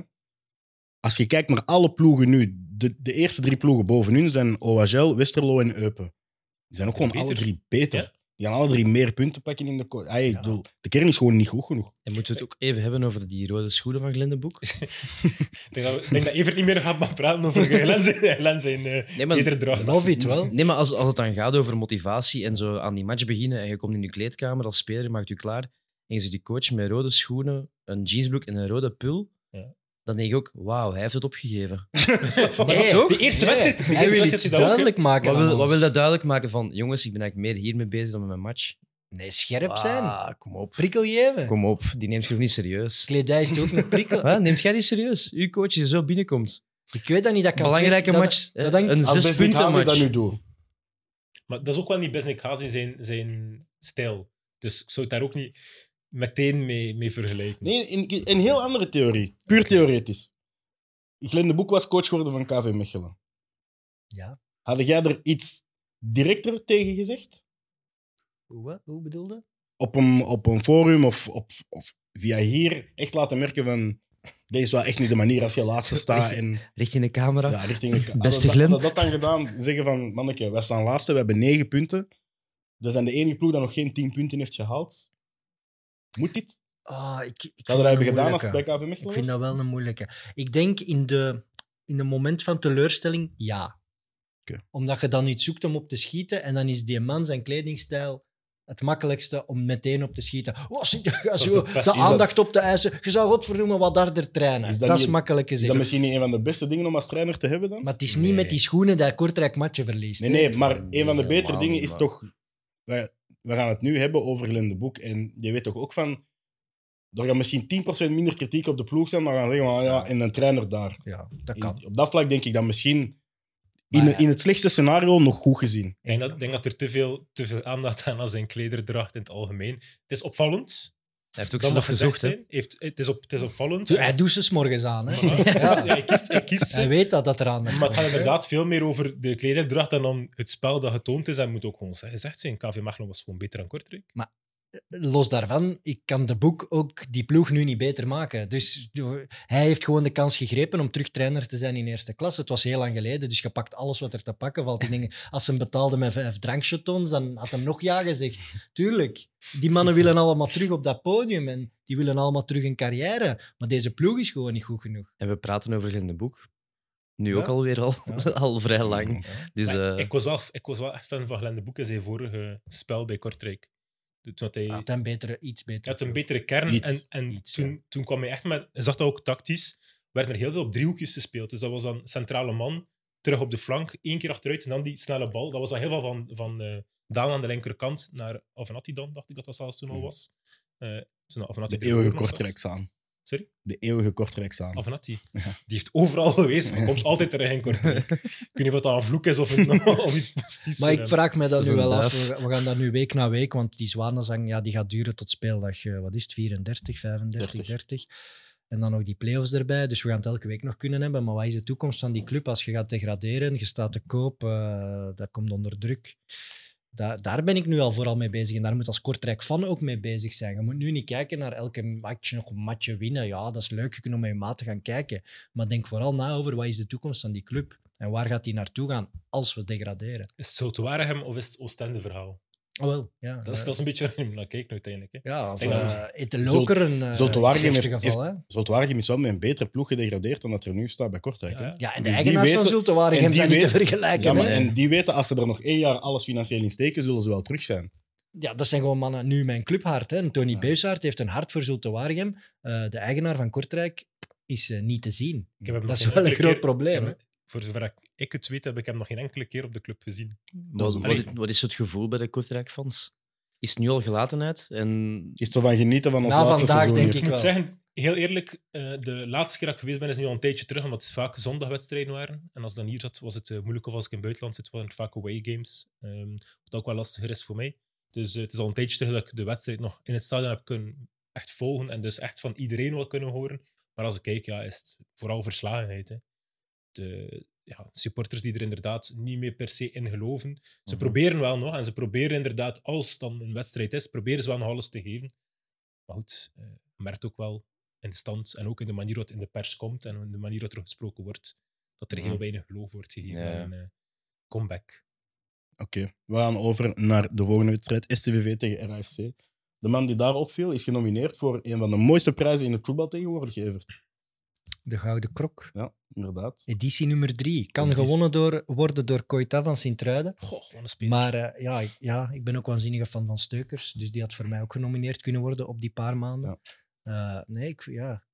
A: Als je kijkt naar alle ploegen nu, de, de eerste drie ploegen boven hun zijn OHL, Westerlo en Eupen. Die zijn ook
B: Drie
A: gewoon alle
B: beter.
A: drie beter.
B: Ja.
A: Die gaan alle drie meer punten pakken in de... ko- Ah, ik
D: Ja.
A: bedoel, de kern is gewoon niet goed genoeg.
C: En moeten we het ook even hebben over die rode schoenen van Glendenboek?
B: Ik denk dat, we- ik denk dat Evert niet meer gaat maar praten over Glenn zijn, Glenn zijn eh
C: Nee, maar-
B: klederdracht.
D: Love it wel.
C: Nee, maar als, als het dan gaat over motivatie en zo aan die match beginnen en je komt in je kleedkamer als speler, je maakt je klaar en je ziet die coach met rode schoenen, een jeansbroek en een rode pul,
B: Ja.
C: dan denk ik ook, wauw, hij heeft het opgegeven.
B: Maar
C: Hey,
B: dat- de eerste wedstrijd. de eerste
D: Hij wil
B: wedstrijd
D: iets
B: die dat ook-
D: duidelijk maken.
C: Wat
D: aan
C: wil, wat
D: ons.
C: wil dat duidelijk maken van, jongens, ik ben eigenlijk meer hiermee bezig dan met mijn match.
D: Nee, scherp zijn.
C: Ah, kom op.
D: Prikkel geven.
C: Kom op, die neemt zich nog niet serieus.
D: Kledij is toch ook een prikkel.
C: Hè, Neemt jij die serieus? Uw coach die zo binnenkomt.
D: Ik weet dat niet. Dat kan
C: Belangrijke
D: dat-
C: match.
D: dat
C: hè,
D: hangt-
C: een
D: als
A: Als
C: zes punten
A: Besnik dat nu
C: match.
A: doen.
B: Maar dat is ook wel niet Besnik Haas in zijn, zijn stijl. Dus ik zou het daar ook niet meteen mee, mee vergelijken.
A: Nee, een, een heel andere theorie. Puur theoretisch. Glenn de Boek was coach geworden van KV Mechelen.
D: Ja.
A: Had jij er iets directer tegen gezegd?
D: Hoe, hoe bedoelde?
A: Op een, op een forum of, op, of via hier echt laten merken van... Dit is wel echt niet de manier als je laatste staat. En,
C: Richting de camera.
A: ja, richting de,
C: Beste
A: Had dat-
C: Glenn.
A: had dat dan gedaan, zeggen van... Manneke, wij staan laatste, we hebben negen punten. We zijn de enige ploeg dat nog geen tien punten heeft gehaald. Moet dit?
D: Ah, ik, ik vind
A: Dat
D: dat
A: hebben
D: een
A: gedaan als
D: moeilijke.
A: het bij KV Mechelen
D: Ik
A: was?
D: vind dat wel een moeilijke. Ik denk in de, in de moment van teleurstelling, ja.
A: Oké.
D: Omdat je dan iets zoekt om op te schieten en dan is die man zijn kledingstijl het makkelijkste om meteen op te schieten. Oh, zie je, ga zo,
B: de
D: de,
B: pest. Is dat-
D: aandacht op te eisen. Je zou godverdomme wat harder trainen.
A: Is
D: dat,
A: dat
D: is
A: niet- Is
D: makkelijk
A: dat
D: gezegd.
A: misschien niet een van de beste dingen om als trainer te hebben dan?
D: Maar het is niet
B: Nee.
D: met die schoenen dat Kortrijk matje verliest.
A: Nee,
D: hè.
A: nee, maar
C: Nee,
A: een van de betere
C: helemaal
A: dingen
C: niet,
A: is
C: maar-
A: toch... We, we gaan het nu hebben over Glenn de Boek. En je weet toch ook van... Er gaat misschien 10% minder kritiek op de ploeg zijn, maar we gaan zeggen, van, ah ja, en een trainer daar.
D: Ja, dat
A: In-
D: kan.
A: op dat vlak denk ik dat misschien
D: Maar
A: in,
D: ja.
A: in het slechtste scenario nog goed gezien.
B: Ik denk dat, ik denk dat er te veel, te veel aandacht aan aan zijn klederdracht in het algemeen. Het is opvallend.
C: Hij heeft ook
B: dat
C: zelf
B: mag gezegd
C: gezocht, hè.
B: zijn. Heeft, het, is op, het is opvallend.
D: Hij doet ze 's morgens aan. Hè?
B: Maar-
D: Ja.
B: Ja, hij kiest- hij kiest ze.
D: Hij weet dat dat eraan
B: Maar
D: ligt.
B: het gaat inderdaad veel meer over de klederdracht dan om het spel dat getoond is. En moet ook gewoon gezegd zijn. KV Mechelen was gewoon beter dan Kortrijk.
D: los daarvan, ik kan de boek ook die ploeg nu niet beter maken. Dus do- hij heeft gewoon de kans gegrepen om terug trainer te zijn in eerste klasse. Het was heel lang geleden, dus je pakt alles wat er te pakken valt. Ik denk, als ze hem betaalden met vijf drankchatons, dan had hem nog ja gezegd. Tuurlijk, die mannen willen allemaal terug op dat podium en die willen allemaal terug een carrière. Maar deze ploeg is gewoon niet goed genoeg.
C: En we praten over Glenn de Boek. Nu
A: Ja.
C: ook alweer al,
A: Ja.
C: al vrij lang. Dus
B: Maar
C: eh
B: ik, was wel, ik was wel echt fan van Glenn de Boek in zijn vorige spel bij Kortrijk. Toen had hij,
D: Had hem betere, iets
B: hij
D: beter.
B: had een betere kern.
A: Iets,
B: en en
D: Ah, iets,
B: toen,
D: ja.
B: toen kwam hij echt met... Hij zag dat ook tactisch. werden er heel veel op driehoekjes gespeeld. Dus dat was dan centrale man, terug op de flank, één keer achteruit en dan die snelle bal. Dat was dan heel veel van, van eh, Daan aan de linkerkant naar Avenatti dan, dacht ik dat dat zelfs toen al
A: Ja.
B: was. Eh, toen Avenatti
A: De
B: ervoor
A: eeuwige
B: nog was.
A: Kortrijksaan.
B: Sorry?
A: De eeuwige Kortrijksaan.
B: Avenatti. Die heeft overal geweest, maar komt altijd terug in Kortrijk. Ik weet niet of dat een vloek is of, een, of iets positiefs. voor
D: Maar ik
B: hem.
D: vraag me dat,
C: Dat is
D: nu
C: een
D: wel af.
C: duif.
D: We we gaan dat nu week na week, want die zwanenzang ja, die gaat duren tot speeldag eh, wat is het, 34, 35, 30.
A: 30.
D: En dan nog die play-offs erbij. Dus we gaan het elke week nog kunnen hebben. Maar wat is de toekomst van die club als je gaat degraderen? Je staat te koop, eh, dat komt onder druk. Daar, daar ben ik nu al vooral mee bezig. En daar moet als Kortrijk van ook mee bezig zijn. Je moet nu niet kijken naar elke match nog een matje winnen. Ja, dat is leuk. Je kunt om met je maat te gaan kijken. Maar denk vooral na over wat is de toekomst van die club. En waar gaat die naartoe gaan als we degraderen?
B: Is het Zultuaregem of is het Oostende-verhaal?
D: Oh, wel, ja.
B: Dat is, dat is een beetje waar je naar kijkt uiteindelijk. Hè.
D: ja, of
B: Ik denk dat
D: eh, Ete Lokeren eh,
A: Zulte
D: in het
A: Waregem
D: eerste
A: heeft-
D: geval. Hè?
A: Zultwaardigem is wel met een betere ploeg gedegradeerd dan dat er nu staat bij Kortrijk.
B: Ja,
A: hè?
B: ja.
D: Ja,
A: Dus
D: en de
A: die
D: eigenaars van
A: weten-
D: Zulte
A: en
D: Waregem
A: die
D: zijn niet te
A: weten-
D: vergelijken.
A: Ja, maar
D: hè.
A: en die weten, als ze er nog één jaar alles financieel in steken, zullen ze wel terug zijn.
D: ja, dat zijn gewoon mannen, nu mijn clubhart. Hè. En Tony
A: Ja.
D: Beusaert heeft een hart voor Zulte Waregem. Eh, de eigenaar van Kortrijk is eh, niet te zien.
B: Ik heb hem
D: Dat
B: nog
D: is
B: geen
D: wel een
B: enkele
D: groot
B: keer-
D: probleem,
B: ik heb
D: hè.
B: hem- Voor zover ik- ik het weet, heb ik hem nog geen enkele keer op de club gezien.
C: wat,
A: is een
C: wat is,
B: probleem.
C: wat is het gevoel bij de Kortrijk-fans? Is het nu al gelatenheid? En
A: Is er van genieten van ons
D: Na
A: laatste
D: vandaag
A: seizoen
D: denk
A: hier.
B: Ik moet
D: wel.
B: zeggen, heel eerlijk, eh, de laatste keer dat ik geweest ben is nu al een tijdje terug, omdat het vaak zondagwedstrijden waren. En als ik dan hier zat, was het eh, moeilijk. Of als ik in het buitenland zit, waren het vaak away games. Ehm, wat ook wel lastiger is voor mij. Dus eh, het is al een tijdje terug dat ik de wedstrijd nog in het stadion heb kunnen echt volgen. En dus echt van iedereen wat kunnen horen. Maar als ik kijk, ja, is het vooral verslagenheid. Hè. De ja, supporters die er inderdaad niet meer per se in geloven. Ze
C: Mhm.
B: proberen wel nog. En ze proberen inderdaad, als het dan een wedstrijd is, proberen ze wel nog alles te geven. Maar goed, eh, je merkt ook wel in de stand en ook in de manier wat in de pers komt en in de manier wat er gesproken wordt, dat er heel
C: Mhm.
B: weinig geloof wordt gegeven
C: Ja, ja.
B: aan een eh, comeback.
A: Oké, we gaan over naar de volgende wedstrijd. STVV tegen RFC. De man die daar opviel is genomineerd voor een van de mooiste prijzen in het voetbal tegenwoordig, Evert.
D: De Gouden Krok.
A: Ja, inderdaad.
D: Editie nummer drie. Kan
B: Editie-
D: gewonnen door, worden door Koita van Sint-Truiden.
B: Goh, wat een speler.
D: Maar eh, ja, ik, ja, ik ben ook waanzinnige fan van Steukers. Dus die had voor mij ook genomineerd kunnen worden op die paar maanden. Eh, nee, ik, ja.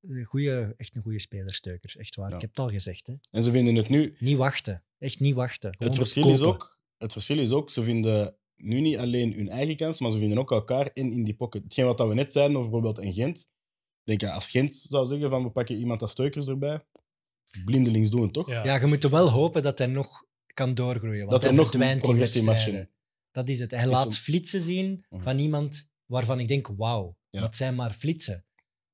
D: Een Goeie, echt een goede speler, Steukers. Echt waar.
A: Ja.
D: Ik heb het al gezegd. Hè.
A: En ze vinden het nu...
D: Niet wachten. Echt niet wachten. Gewoon
A: Het verschil,
D: kopen.
A: is ook, het verschil is ook, ze vinden nu niet alleen hun eigen kans, maar ze vinden ook elkaar in, in die pocket. Hetgeen wat dat we net zeiden over bijvoorbeeld een Gent. Ik Denk ja, als Gent zou zeggen van we pakken iemand als steukers erbij, blindelings doen toch?
D: Ja, je moet er wel hopen dat hij nog kan doorgroeien. Want
A: dat er
D: hij
A: nog een
D: verdwijnt in
A: progressie
D: wedstrijden.
A: matchen.
D: Dat is het. Hij
A: is
D: laat
A: zo-
D: flitsen zien
A: Mhm.
D: van iemand waarvan ik denk, wauw,
A: Ja.
D: dat zijn maar flitsen.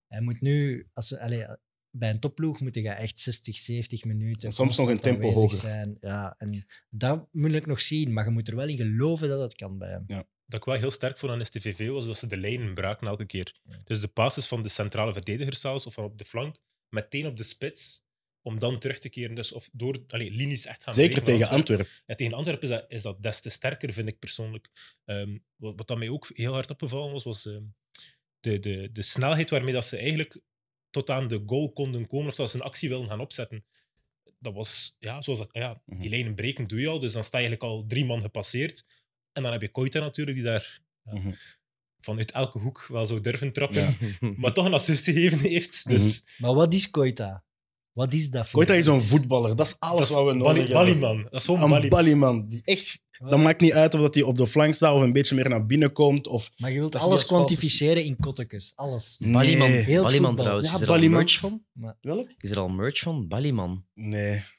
D: Hij moet nu, als, ze- allee, bij een topploeg moet je echt 60, 70 minuten
A: En soms nog
D: constant
A: een tempo
D: aanwezig
A: hoger.
D: Zijn. Ja, en dat moet ik nog zien, maar je moet er wel in geloven dat dat kan bij hem.
B: dat ik wel heel sterk vond aan STVV was dat ze de lijnen braken elke keer. Dus de passes van de centrale verdediger zelfs, of van op de flank, meteen op de spits, om dan terug te keren. Dus of door allee, linies echt gaan
A: Zeker
B: breken
A: tegen
B: van Antwerpen.
A: Antwerpen.
B: En tegen Antwerpen is dat, is dat des te sterker, vind ik persoonlijk. Ehm, wat, wat dat mij ook heel hard opgevallen was, was ehm, de, de, de snelheid waarmee dat ze eigenlijk tot aan de goal konden komen, of dat ze een actie wilden gaan opzetten. Dat was, ja, zoals dat, ja,
A: Mhm.
B: die lijnen breken doe je al, dus dan sta je eigenlijk al drie man gepasseerd. En dan heb je Koita natuurlijk, die daar ja,
A: Mhm.
B: vanuit elke hoek wel zou durven trappen,
A: Ja. Mhm.
B: maar toch een assist gegeven heeft. Dus
D: Maar wat is Koita? Wat is dat voor
A: Koita is zo'n
D: iets?
A: voetballer, dat is
B: dat
A: alles
B: is
A: wat we nodig
B: Bali-
A: hebben.
B: Baliman. Dat is gewoon
A: Een
B: Baliman.
A: ballyman. Die echt, dat maakt niet uit of dat hij op de flank staat of een beetje meer naar binnen komt. Of,
D: Maar je wilt
C: Dat
D: alles
C: niet als
D: kwantificeren in kottekes. Alles.
A: Nee.
C: Ballyman,
A: Heel het
C: Ballyman
D: voetbal.
C: trouwens.
A: Ja,
C: is er
A: Ballyman.
C: al merch van?
A: Welk?
C: Is er al merch van? Ballyman.
A: Nee.
B: Maar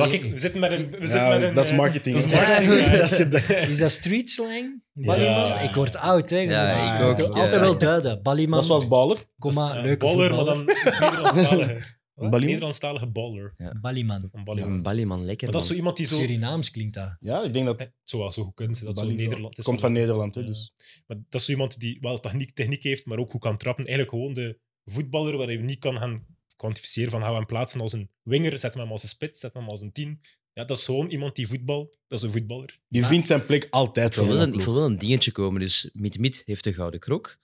D: Bali-
B: kijk, we zitten met een... We zitten
A: Ja,
B: met een
A: dat is
B: eh,
A: marketing.
B: dat is
D: Ja,
B: marketing,
D: ja,
B: ja.
A: dat is het.
D: Is dat street slang? Ballyman?
A: Ja.
D: Ik word oud, hè.
C: Ja,
D: gewoon.
A: ik
D: wil
A: ook,
D: het
A: ja.
D: Altijd wel duiden. Ballyman,
A: Dat is zoals baller.
D: comma,
B: Dat is, eh,
D: leuke
B: baller,
D: voetballer.
B: maar dan Nederlandstalige.
A: Een ballyman.
B: Nederlandstalige baller.
D: Ballyman.
B: Een
C: Ja,
B: baller.
C: een Ballyman, lekker
B: Maar dat is zo
C: man.
B: iemand die zo...
D: Surinaams klinkt dat.
A: Ja, ik denk dat...
B: Eh, Zo wel zo goed kunt. Dat is zo
A: Bali zo-
B: Nederland. het is
A: komt
B: wel-
A: van Nederland, hè,
B: Ja.
A: dus...
B: Maar dat is zo iemand die wel techniek, techniek heeft, maar ook goed kan trappen. Eigenlijk gewoon de voetballer waar je niet kan gaan kwantificeren van gaan we hem plaatsen als een winger, zetten we hem als een spits, zetten we hem als een tien. Ja, dat is gewoon iemand die voetbal... Dat is een voetballer.
A: Die
D: Maar-
A: vindt zijn plek altijd
C: Ik wil,
A: wel.
C: wel
A: in
C: een,
A: de
C: ik wil
A: ploeg.
C: wel een dingetje komen. Dus Mitmit heeft de Gouden Krok.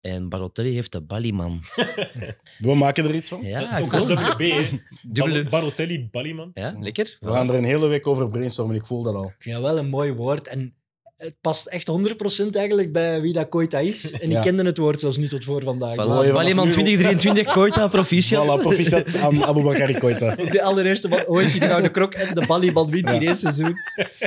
C: En Barotelli heeft de Ballyman.
A: We maken er iets van.
C: Ja,
B: ook
C: cool.
B: als WB, hè.
C: Dubbele-
B: Bar- Barotelli, Balliman.
C: Ja, lekker.
A: We gaan er een hele week over brainstormen, ik voel dat al.
D: Ik vind dat wel een mooi woord. En het past echt 100% eigenlijk bij wie dat Koita is. En
A: Ja.
D: ik kende het woord zelfs niet tot voor vandaag.
C: Voilà.
A: Mooi, want
C: Ballyman
A: nu-
C: 2023, Koita, proficiat.
A: Voilà, proficiat aan Aboubakari Koita.
D: Ook Dus de allereerste man ooit die de Gouden Krok en de Ballyman wint in
A: Ja.
D: één seizoen.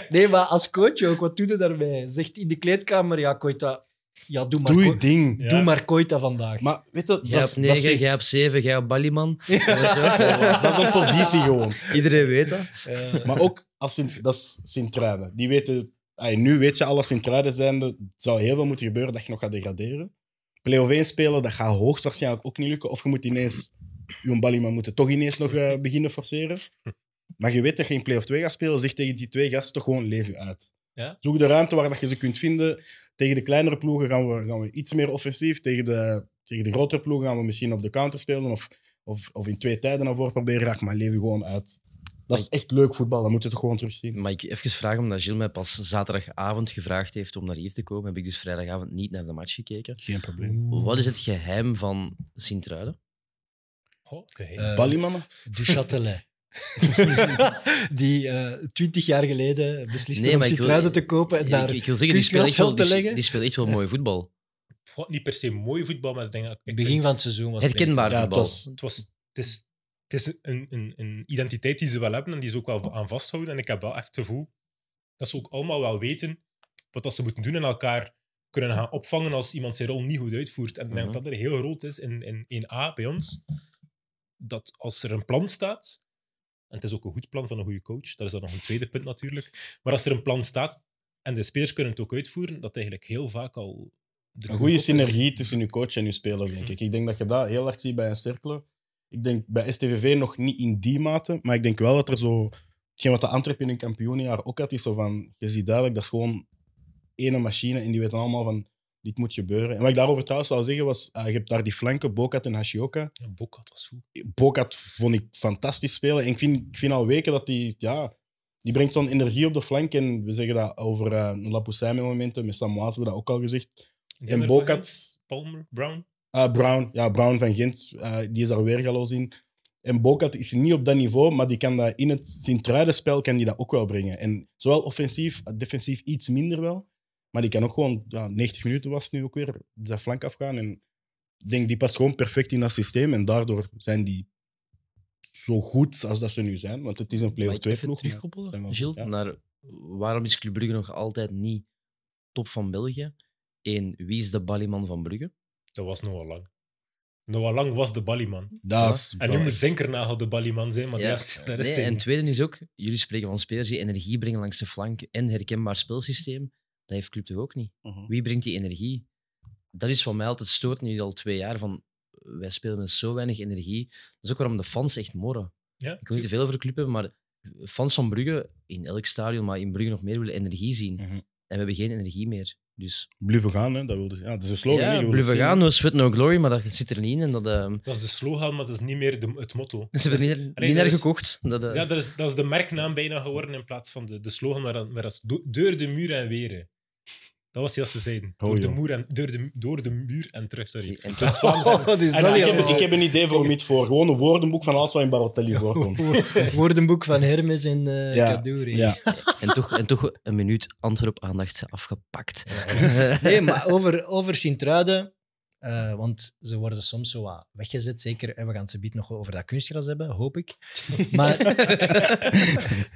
D: Nee, maar als coach ook, wat doe je daarmee? Zegt in de kleedkamer, ja, Koita, ja, doe maar,
A: Doe je
D: Ko-
A: ding.
B: Ja.
D: doe maar Koita vandaag.
A: Maar weet je, dat,
C: Jij
A: is- dat,
C: op 9,
A: is,
C: jij op 7, jij op Ballyman.
A: dat is een positie gewoon.
C: Iedereen weet dat.
D: Eh,
A: Maar ook als Sint, dat is Sint-Truiden. Die weten, ay, nu weet je al als Sint-Truiden zijnde, het zou heel veel moeten gebeuren dat je nog gaat degraderen. Play-off 1 spelen, dat gaat hoogstwaarschijnlijk ook niet lukken. Of je moet ineens, je Ballyman moet het toch ineens nog eh, beginnen forceren. Maar je weet dat je in play-off 2 gaat spelen, zeg tegen die twee gasten toch gewoon leef je uit.
B: Ja.
A: Zoek de ruimte waar dat je ze kunt vinden. Tegen de kleinere ploegen gaan we, gaan we iets meer offensief. Tegen de, tegen de grotere ploegen gaan we misschien op de counter spelen of, of, of in twee tijden naar voren proberen raak, maar leef je gewoon uit. Dat is echt leuk voetbal, dat moet je toch gewoon terugzien.
C: Mag ik even vragen, omdat Gilles mij pas zaterdagavond gevraagd heeft om naar hier te komen, heb ik dus vrijdagavond niet naar de match gekeken.
A: Geen
B: Eh,
A: probleem.
C: Wat is het geheim van Sint-Truiden?
B: Goh, geheim.
D: eh,
A: Ballimama?
D: Du Châtelet. die eh, twintig jaar geleden besliste
C: Nee,
D: om
C: maar ik wil-
D: Sint-Truiden te kopen en daar
C: ik, ik wil zeggen, die
D: kunstgras
C: spelen echt wel,
D: veld
C: die,
D: te
C: sp-
D: leggen?
C: die spelen echt wel mooi voetbal.
B: Goh, niet per se mooi voetbal, maar ik denk dat... ik vind-
D: begin van het seizoen was het
C: Herkenbaar
A: Ja, het
C: voetbal.
A: was-
B: het, was, het is, het is een, een, een identiteit die ze wel hebben en die ze ook wel aan vasthouden. En ik heb wel echt het gevoel dat ze ook allemaal wel weten wat dat ze moeten doen en elkaar kunnen gaan opvangen als iemand zijn rol niet goed uitvoert. En ik
A: Mhm.
B: denk dat dat er heel groot is in, in 1A bij ons. Dat als er een plan staat, en het is ook een goed plan van een goede coach, dat is dan nog een tweede punt natuurlijk, maar als er een plan staat en de spelers kunnen het ook uitvoeren, dat eigenlijk heel vaak al... de
A: Een goede
B: kop is.
A: synergie tussen je coach en je spelers, denk ik. Ik denk dat je dat heel hard ziet bij een cirkel. Ik denk bij STVV nog niet in die mate, maar ik denk wel dat er zo... Hetgeen wat de Antwerpen in een kampioenenjaar ook had, is zo van... Je ziet duidelijk, dat is gewoon ene machine en die weten allemaal van... Dit moet gebeuren. En wat ik daarover trouwens zou zeggen was... eh, je hebt daar die flanken, Bokat en Hashioka.
B: Ja, Bokat was goed.
A: Bokat vond ik fantastisch spelen. En ik vind, ik vind al weken dat die, ja, die brengt zo'n energie op de flank. En we zeggen dat over eh Lapoussin met momenten. Met Samoas hebben we dat ook al gezegd.
B: Die
A: En
B: andere van
A: Bokat,
B: Gent, Palmer, Brown.
A: eh, Brown, ja, Brown van Gent, eh, die is daar weergaloos in. En Bokat is niet op dat niveau, maar die kan dat in het Sint-Truidenspel kan die dat ook wel brengen. En zowel offensief, defensief iets minder wel. Maar die kan ook gewoon, ja, 90 minuten was het nu ook weer, zijn flank afgaan. En ik denk, die past gewoon perfect in dat systeem. En daardoor zijn die zo goed als dat ze nu zijn. Want het is een
C: Mag
A: play-off
C: ik even
A: 2-ploeg. maar-
C: terugkoppelen,
A: zijn we-
C: Gilles,
A: ja.
C: naar waarom is Club Brugge nog altijd niet top van België. Eén, wie is de balieman van Brugge?
B: Dat was Noah Lang. Noah Lang was de balieman.
A: Dat is...
B: En nu moet Zinkernagel de balieman zijn, maar
C: Ja.
B: ja. dat is
C: Nee,
B: hij
C: en
B: niet.
C: tweede is ook, jullie spreken van spelers die energie brengen langs de flank en herkenbaar speelsysteem. Dat heeft club toch ook niet?
A: Mhm.
C: Wie brengt die energie? Dat is wat mij altijd stoort nu al twee jaar. Van, wij spelen met zo weinig energie. Dat is ook waarom de fans echt morren.
B: Ja,
C: Ik wil niet te veel over de club hebben, maar fans van Brugge, in elk stadion, maar in Brugge nog meer, willen energie zien.
A: Mhm.
C: En we hebben geen energie meer. Dus
A: Blijven gaan, hè. Dat wilde ze. Ja, dat is een slogan. hè. Je
C: ja,
A: wil
C: blijven
A: het zien.
C: gaan, no sweat, no glory, maar dat zit er niet in. En dat, ehm,
B: Dat is de slogan, maar dat is niet meer de, het motto.
C: ze hebben niet,
B: Allee,
C: niet
B: dat
C: naar
B: is-
C: gekocht. Dat, eh,
B: Ja, dat is, dat is de merknaam bijna geworden in plaats van de, de slogan waar, waar als do- door de muur en weren. Dat was die als ze zeiden.
C: Oh,
B: Door, de,
A: joh.
B: muur en, door, de, door de muur en terug, sorry.
C: en-
B: Dat is
A: Oh,
B: Vlaams en-
D: is
B: en
D: dat
A: Ik
B: Ja,
A: heb,
B: dus-
A: ik heb een idee voor Miet voor. Gewoon een woordenboek van alles wat in Barotelli voorkomt.
D: Woordenboek van Hermes en eh
A: Oh, Ja,
D: Kaduri.
A: Ja.
C: En toch, en toch een minuut Antwerp-aandacht afgepakt.
D: Nee, maar over, over Sint-Truiden. eh, want ze worden soms zo wat weggezet, zeker. En we gaan het zo biedt nog over dat kunstgras hebben, hoop ik. Maar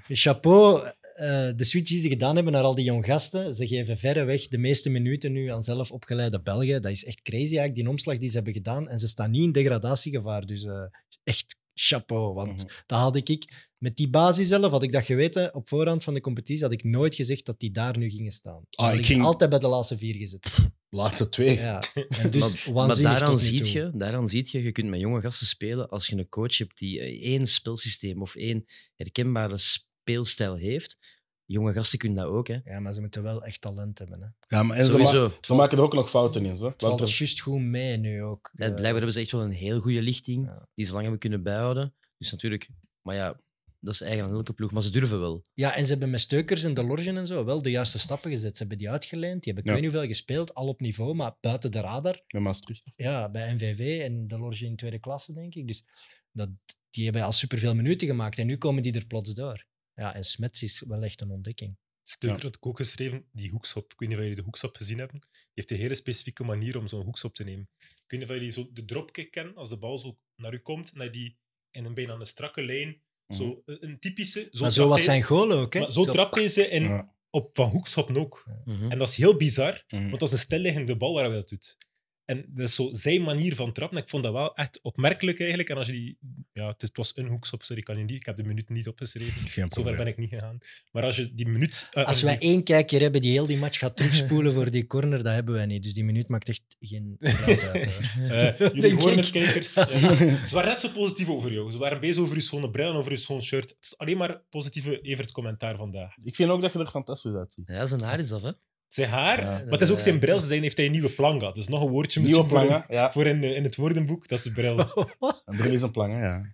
D: chapeau, eh, de switch die ze gedaan hebben naar al die jong gasten. Ze geven verreweg de meeste minuten nu aan zelf opgeleide Belgen. Dat is echt crazy eigenlijk, die omslag die ze hebben gedaan. En ze staan niet in degradatiegevaar. Dus eh, echt chapeau, want
A: Mhm.
D: dat had ik- ik... Met die basis zelf had ik dat geweten op voorhand van de competitie, had ik nooit gezegd dat die daar nu gingen staan.
A: Ah,
D: Had
A: ik
D: ik
A: ging-
D: altijd bij de laatste vier gezet.
A: Laatste twee.
D: Ja. En dus
C: maar, maar
D: waanzinnig
C: daaraan,
D: tot nu
C: ziet
D: toe.
C: je, daaraan ziet je, je kunt met jonge gasten spelen als je een coach hebt die eh, één speelsysteem of één herkenbare speelstijl heeft. Jonge gasten kunnen dat ook, hè.
D: Ja, maar ze moeten wel echt talent hebben. Hè. Het
A: Ja, maar en ze, ma-
C: Sowieso.
A: ze maken er ook nog fouten in. Zo.
D: valt
A: Want
D: er
A: er-
D: juist goed mee nu ook.
C: Ja,
D: Eh,
C: blijkbaar hebben ze echt wel een heel goede lichting
D: Ja.
C: die ze lang hebben kunnen bijhouden. Dus natuurlijk, maar ja, dat is eigen aan elke ploeg, maar ze durven wel.
D: Ja, en ze hebben met Steukers en De Lorgen en zo wel de juiste stappen gezet. Ze hebben die uitgeleend, die hebben ik
A: Ja.
D: weet niet hoeveel gespeeld, al op niveau, maar buiten de radar.
A: Met Maastricht.
D: Ja, bij NVV en De Lorgen in tweede klasse, denk ik. Dus dat, die hebben al superveel minuten gemaakt en nu komen die er plots door. Ja, en Smets is wel echt een ontdekking.
B: Steuker had ik ook geschreven, die hoekschop. Ik weet niet of jullie de hoekschop gezien hebben. Die heeft een hele specifieke manier om zo'n hoekschop te nemen. Ik weet niet of jullie zo de dropkick kennen, als de bal zo naar u komt, naar die in een bijna een strakke lijn.
A: Mhm.
B: Zo een, een typische... Zo
D: maar zo
B: trapt
D: was zijn
B: hij-
D: goal ook, hè?
B: maar zo trapt hij ze in,
A: Ja.
B: op, van hoekschop ook.
C: Mhm.
B: En dat is heel bizar.
A: Mhm.
B: Want dat is een stilliggende bal waar hij dat doet. En dat is zo zijn manier van trappen. En ik vond dat wel echt opmerkelijk eigenlijk. En als je die... Ja, het, is- het was een hoekschop, sorry, ik kan je niet... Ik heb de minuut niet opgeschreven.
A: Geen
B: Zover
A: probleem.
B: ben ik niet gegaan. Maar als je die minuut... eh,
D: Als
B: die-
D: wij één kijker hebben die heel die match gaat terugspoelen voor die corner, dat hebben wij niet. Dus die minuut maakt echt geen geluid uit. hoor.
B: eh, jullie
D: Denk
B: horen
D: ik.
B: het, kijkers. Ja, ze waren net zo positief over jou. Ze waren bezig over je schone bril en over je schoon shirt. Het is alleen maar positieve Evert commentaar vandaag.
A: Ik vind ook dat je er fantastisch uitziet.
C: Ja, zijn haar is dat, hè.
B: Zijn haar,
A: Ja.
B: maar het is ook zijn bril. Ze zijn, heeft hij een nieuwe plan gehad. Dus nog een woordje
A: Nieuwe
B: misschien voor,
A: plangen.
B: in,
A: Ja.
B: voor in, eh, in het woordenboek. Dat is de bril.
A: Een bril is een plangen, ja.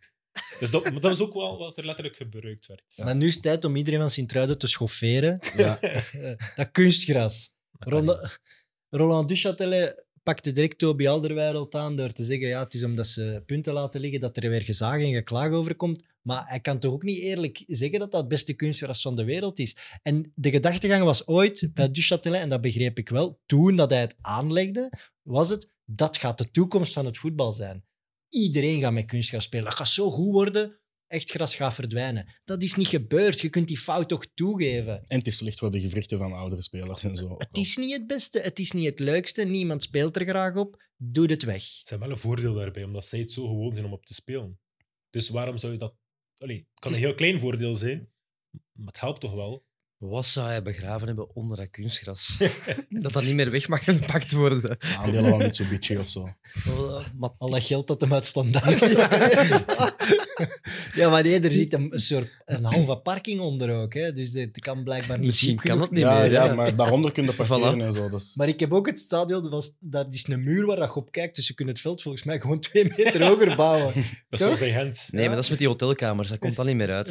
B: Dus dat, maar dat was ook wel wat er letterlijk gebruikt werd.
D: Maar nu is het tijd om iedereen van Sint-Truiden te schofferen.
A: Ja.
D: Eh, dat kunstgras.
B: kan
D: Ronda- Roland Duchatelet pakte direct Toby Alderweireld aan door te zeggen ja, het is omdat ze punten laten liggen dat er weer gezaag en geklaag over komt. Maar hij kan toch ook niet eerlijk zeggen dat dat het beste kunstgras van de wereld is. En de gedachtegang was ooit bij Duchatelet, en dat begreep ik wel, toen dat hij het aanlegde, was het dat gaat de toekomst van het voetbal zijn. Iedereen gaat met kunstgras spelen. Dat gaat zo goed worden, echt gras gaat verdwijnen. Dat is niet gebeurd. Je kunt die fout toch toegeven.
A: En het is slecht voor de gewrichten van oudere spelers en zo.
D: Het is niet het beste, het is niet het leukste, niemand speelt er graag op, doe het weg.
B: Ze hebben wel een voordeel daarbij, omdat zij het zo gewoon zijn om op te spelen. Dus waarom zou je dat... Allee, het kan
D: Het is-
B: een heel klein voordeel zijn, maar het helpt toch wel.
C: Wat zou hij begraven hebben onder dat kunstgras? dat dat niet meer weg mag gepakt worden.
A: Aandelen van Mitsubishi of zo.
C: Maar
D: Al dat geld dat hem uit standaard Ja, maar nee, er zit een, een soort een halve parking onder ook, hè, dus het kan blijkbaar niet
C: Misschien
D: diep
C: kan
D: genoeg.
C: het niet
A: ja,
C: meer.
A: ja,
C: hè.
A: maar daaronder kun je parkeren
C: Voilà.
A: en zo. Dus.
D: Maar ik heb ook het stadion, dat was- dat is een muur waar je op kijkt, dus je kunt het veld volgens mij gewoon twee meter hoger bouwen.
B: Dat is
D: Toch?
B: zoals hij Gent.
C: Nee, maar dat is met die hotelkamers. Dat komt dan niet meer uit.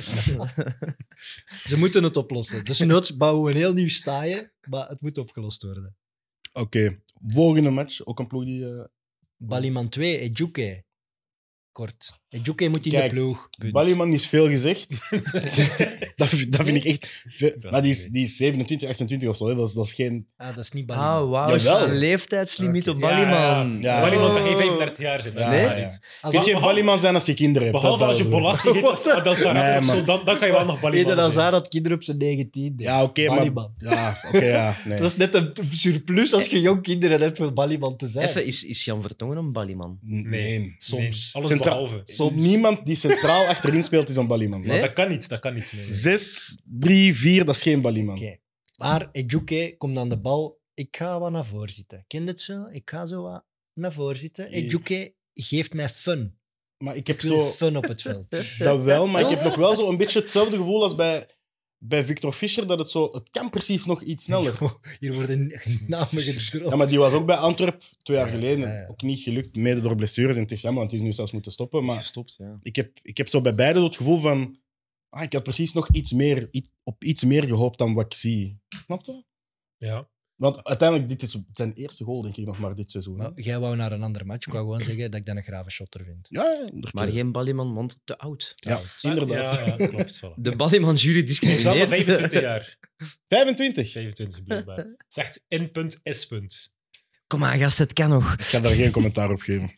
D: Ze moeten het oplossen. Dus noods bouwen we een heel nieuw staaien, maar het moet opgelost worden.
A: Oké, volgende match. Ook een ploeg die... eh,
D: Baliman 2, Ejuke. tekort. Juke moet in
A: Kijk,
D: de ploeg. punt.
A: Ballyman is veel gezegd. dat, vind- dat vind ik echt... veel-
B: Dat
A: Maar die is,
B: weet ik.
A: die is 27, 28 of zo. Hè. Dat, is, dat is geen...
D: Ah, dat is niet Ballyman.
C: Ah, wauw. is
A: Jawel.
C: een leeftijdslimiet op
B: Ja, ja, ja.
C: Ballyman.
A: Ja.
B: Ballyman, dat
C: Oh.
B: geen 35 jaar zijn.
A: Ja,
C: Nee?
A: ja.
D: Als-
A: Kun je
B: Behalve-
A: Ballyman zijn als je kinderen hebt?
B: Behalve
A: Dat-
B: als
A: dat
B: je
A: is-
B: Bolassi heet of Adeltarad
A: Nee,
B: of zo,
A: man.
B: dan, dan kan je wel nog Ballyman
D: Eder
B: zijn.
D: Hazard had kinderen op zijn 19.
A: Ja, oké, maar...
D: Ballyman.
A: Ja, oké, ja. Nee.
D: Dat is net een p- surplus als je jong kinderen hebt voor Ballyman te zijn.
C: Even, is, is Jan Vertongen een Ballyman?
A: Nee.
B: Nee.
A: Soms.
B: Alles
A: Centra-
B: behalve.
A: Soms. Niemand die centraal achterin speelt is een Ballyman.
C: Nee?
B: Dat kan niet, dat kan niet. nee, nee.
A: 6, 3, 4, dat is geen Ballyman.
D: Oké. Maar Ejuke komt aan de bal. Ik ga wat naar voren zitten. Ken je het zo? Ik ga zo wat naar voren zitten.
A: Ja.
D: Ejuke geeft mij fun.
A: Maar ik heb
D: Ik wil
A: zo...
D: fun op het veld.
A: Dat wel, maar ik heb nog wel zo een beetje hetzelfde gevoel als bij, bij Victor Fischer, dat het zo... Het kan precies nog iets sneller.
D: Hier worden namen gedropt.
A: Ja, maar die was ook bij Antwerp twee jaar geleden.
D: Ja, ja.
A: Ook niet gelukt, mede door blessures. En het is jammer, want die is nu zelfs moeten stoppen. Maar
C: Gestopt, ja.
A: ik heb, ik heb zo bij beide het gevoel van... Ah, ik had precies nog iets meer, i- op iets meer gehoopt dan wat ik zie. Snap je?
B: Ja.
A: Want uiteindelijk, dit is zijn eerste goal, denk ik, nog maar dit seizoen. hè?
D: Maar jij wou naar een ander match. Ik wou gewoon zeggen dat ik dat een grave shotter vind.
A: Ja, ja, inderdaad.
C: Maar geen Ballyman, want te oud.
A: ja, inderdaad.
B: Ja, ja, klopt. Voilà.
C: De Ballyman-jury
B: Hij is wel
C: discrimineert.
B: maar 25 jaar.
A: 25.
B: 25 blijkbaar. Zegt N.S. punt.
C: Kom aan, gast, het kan nog.
A: Ik ga daar geen commentaar op geven.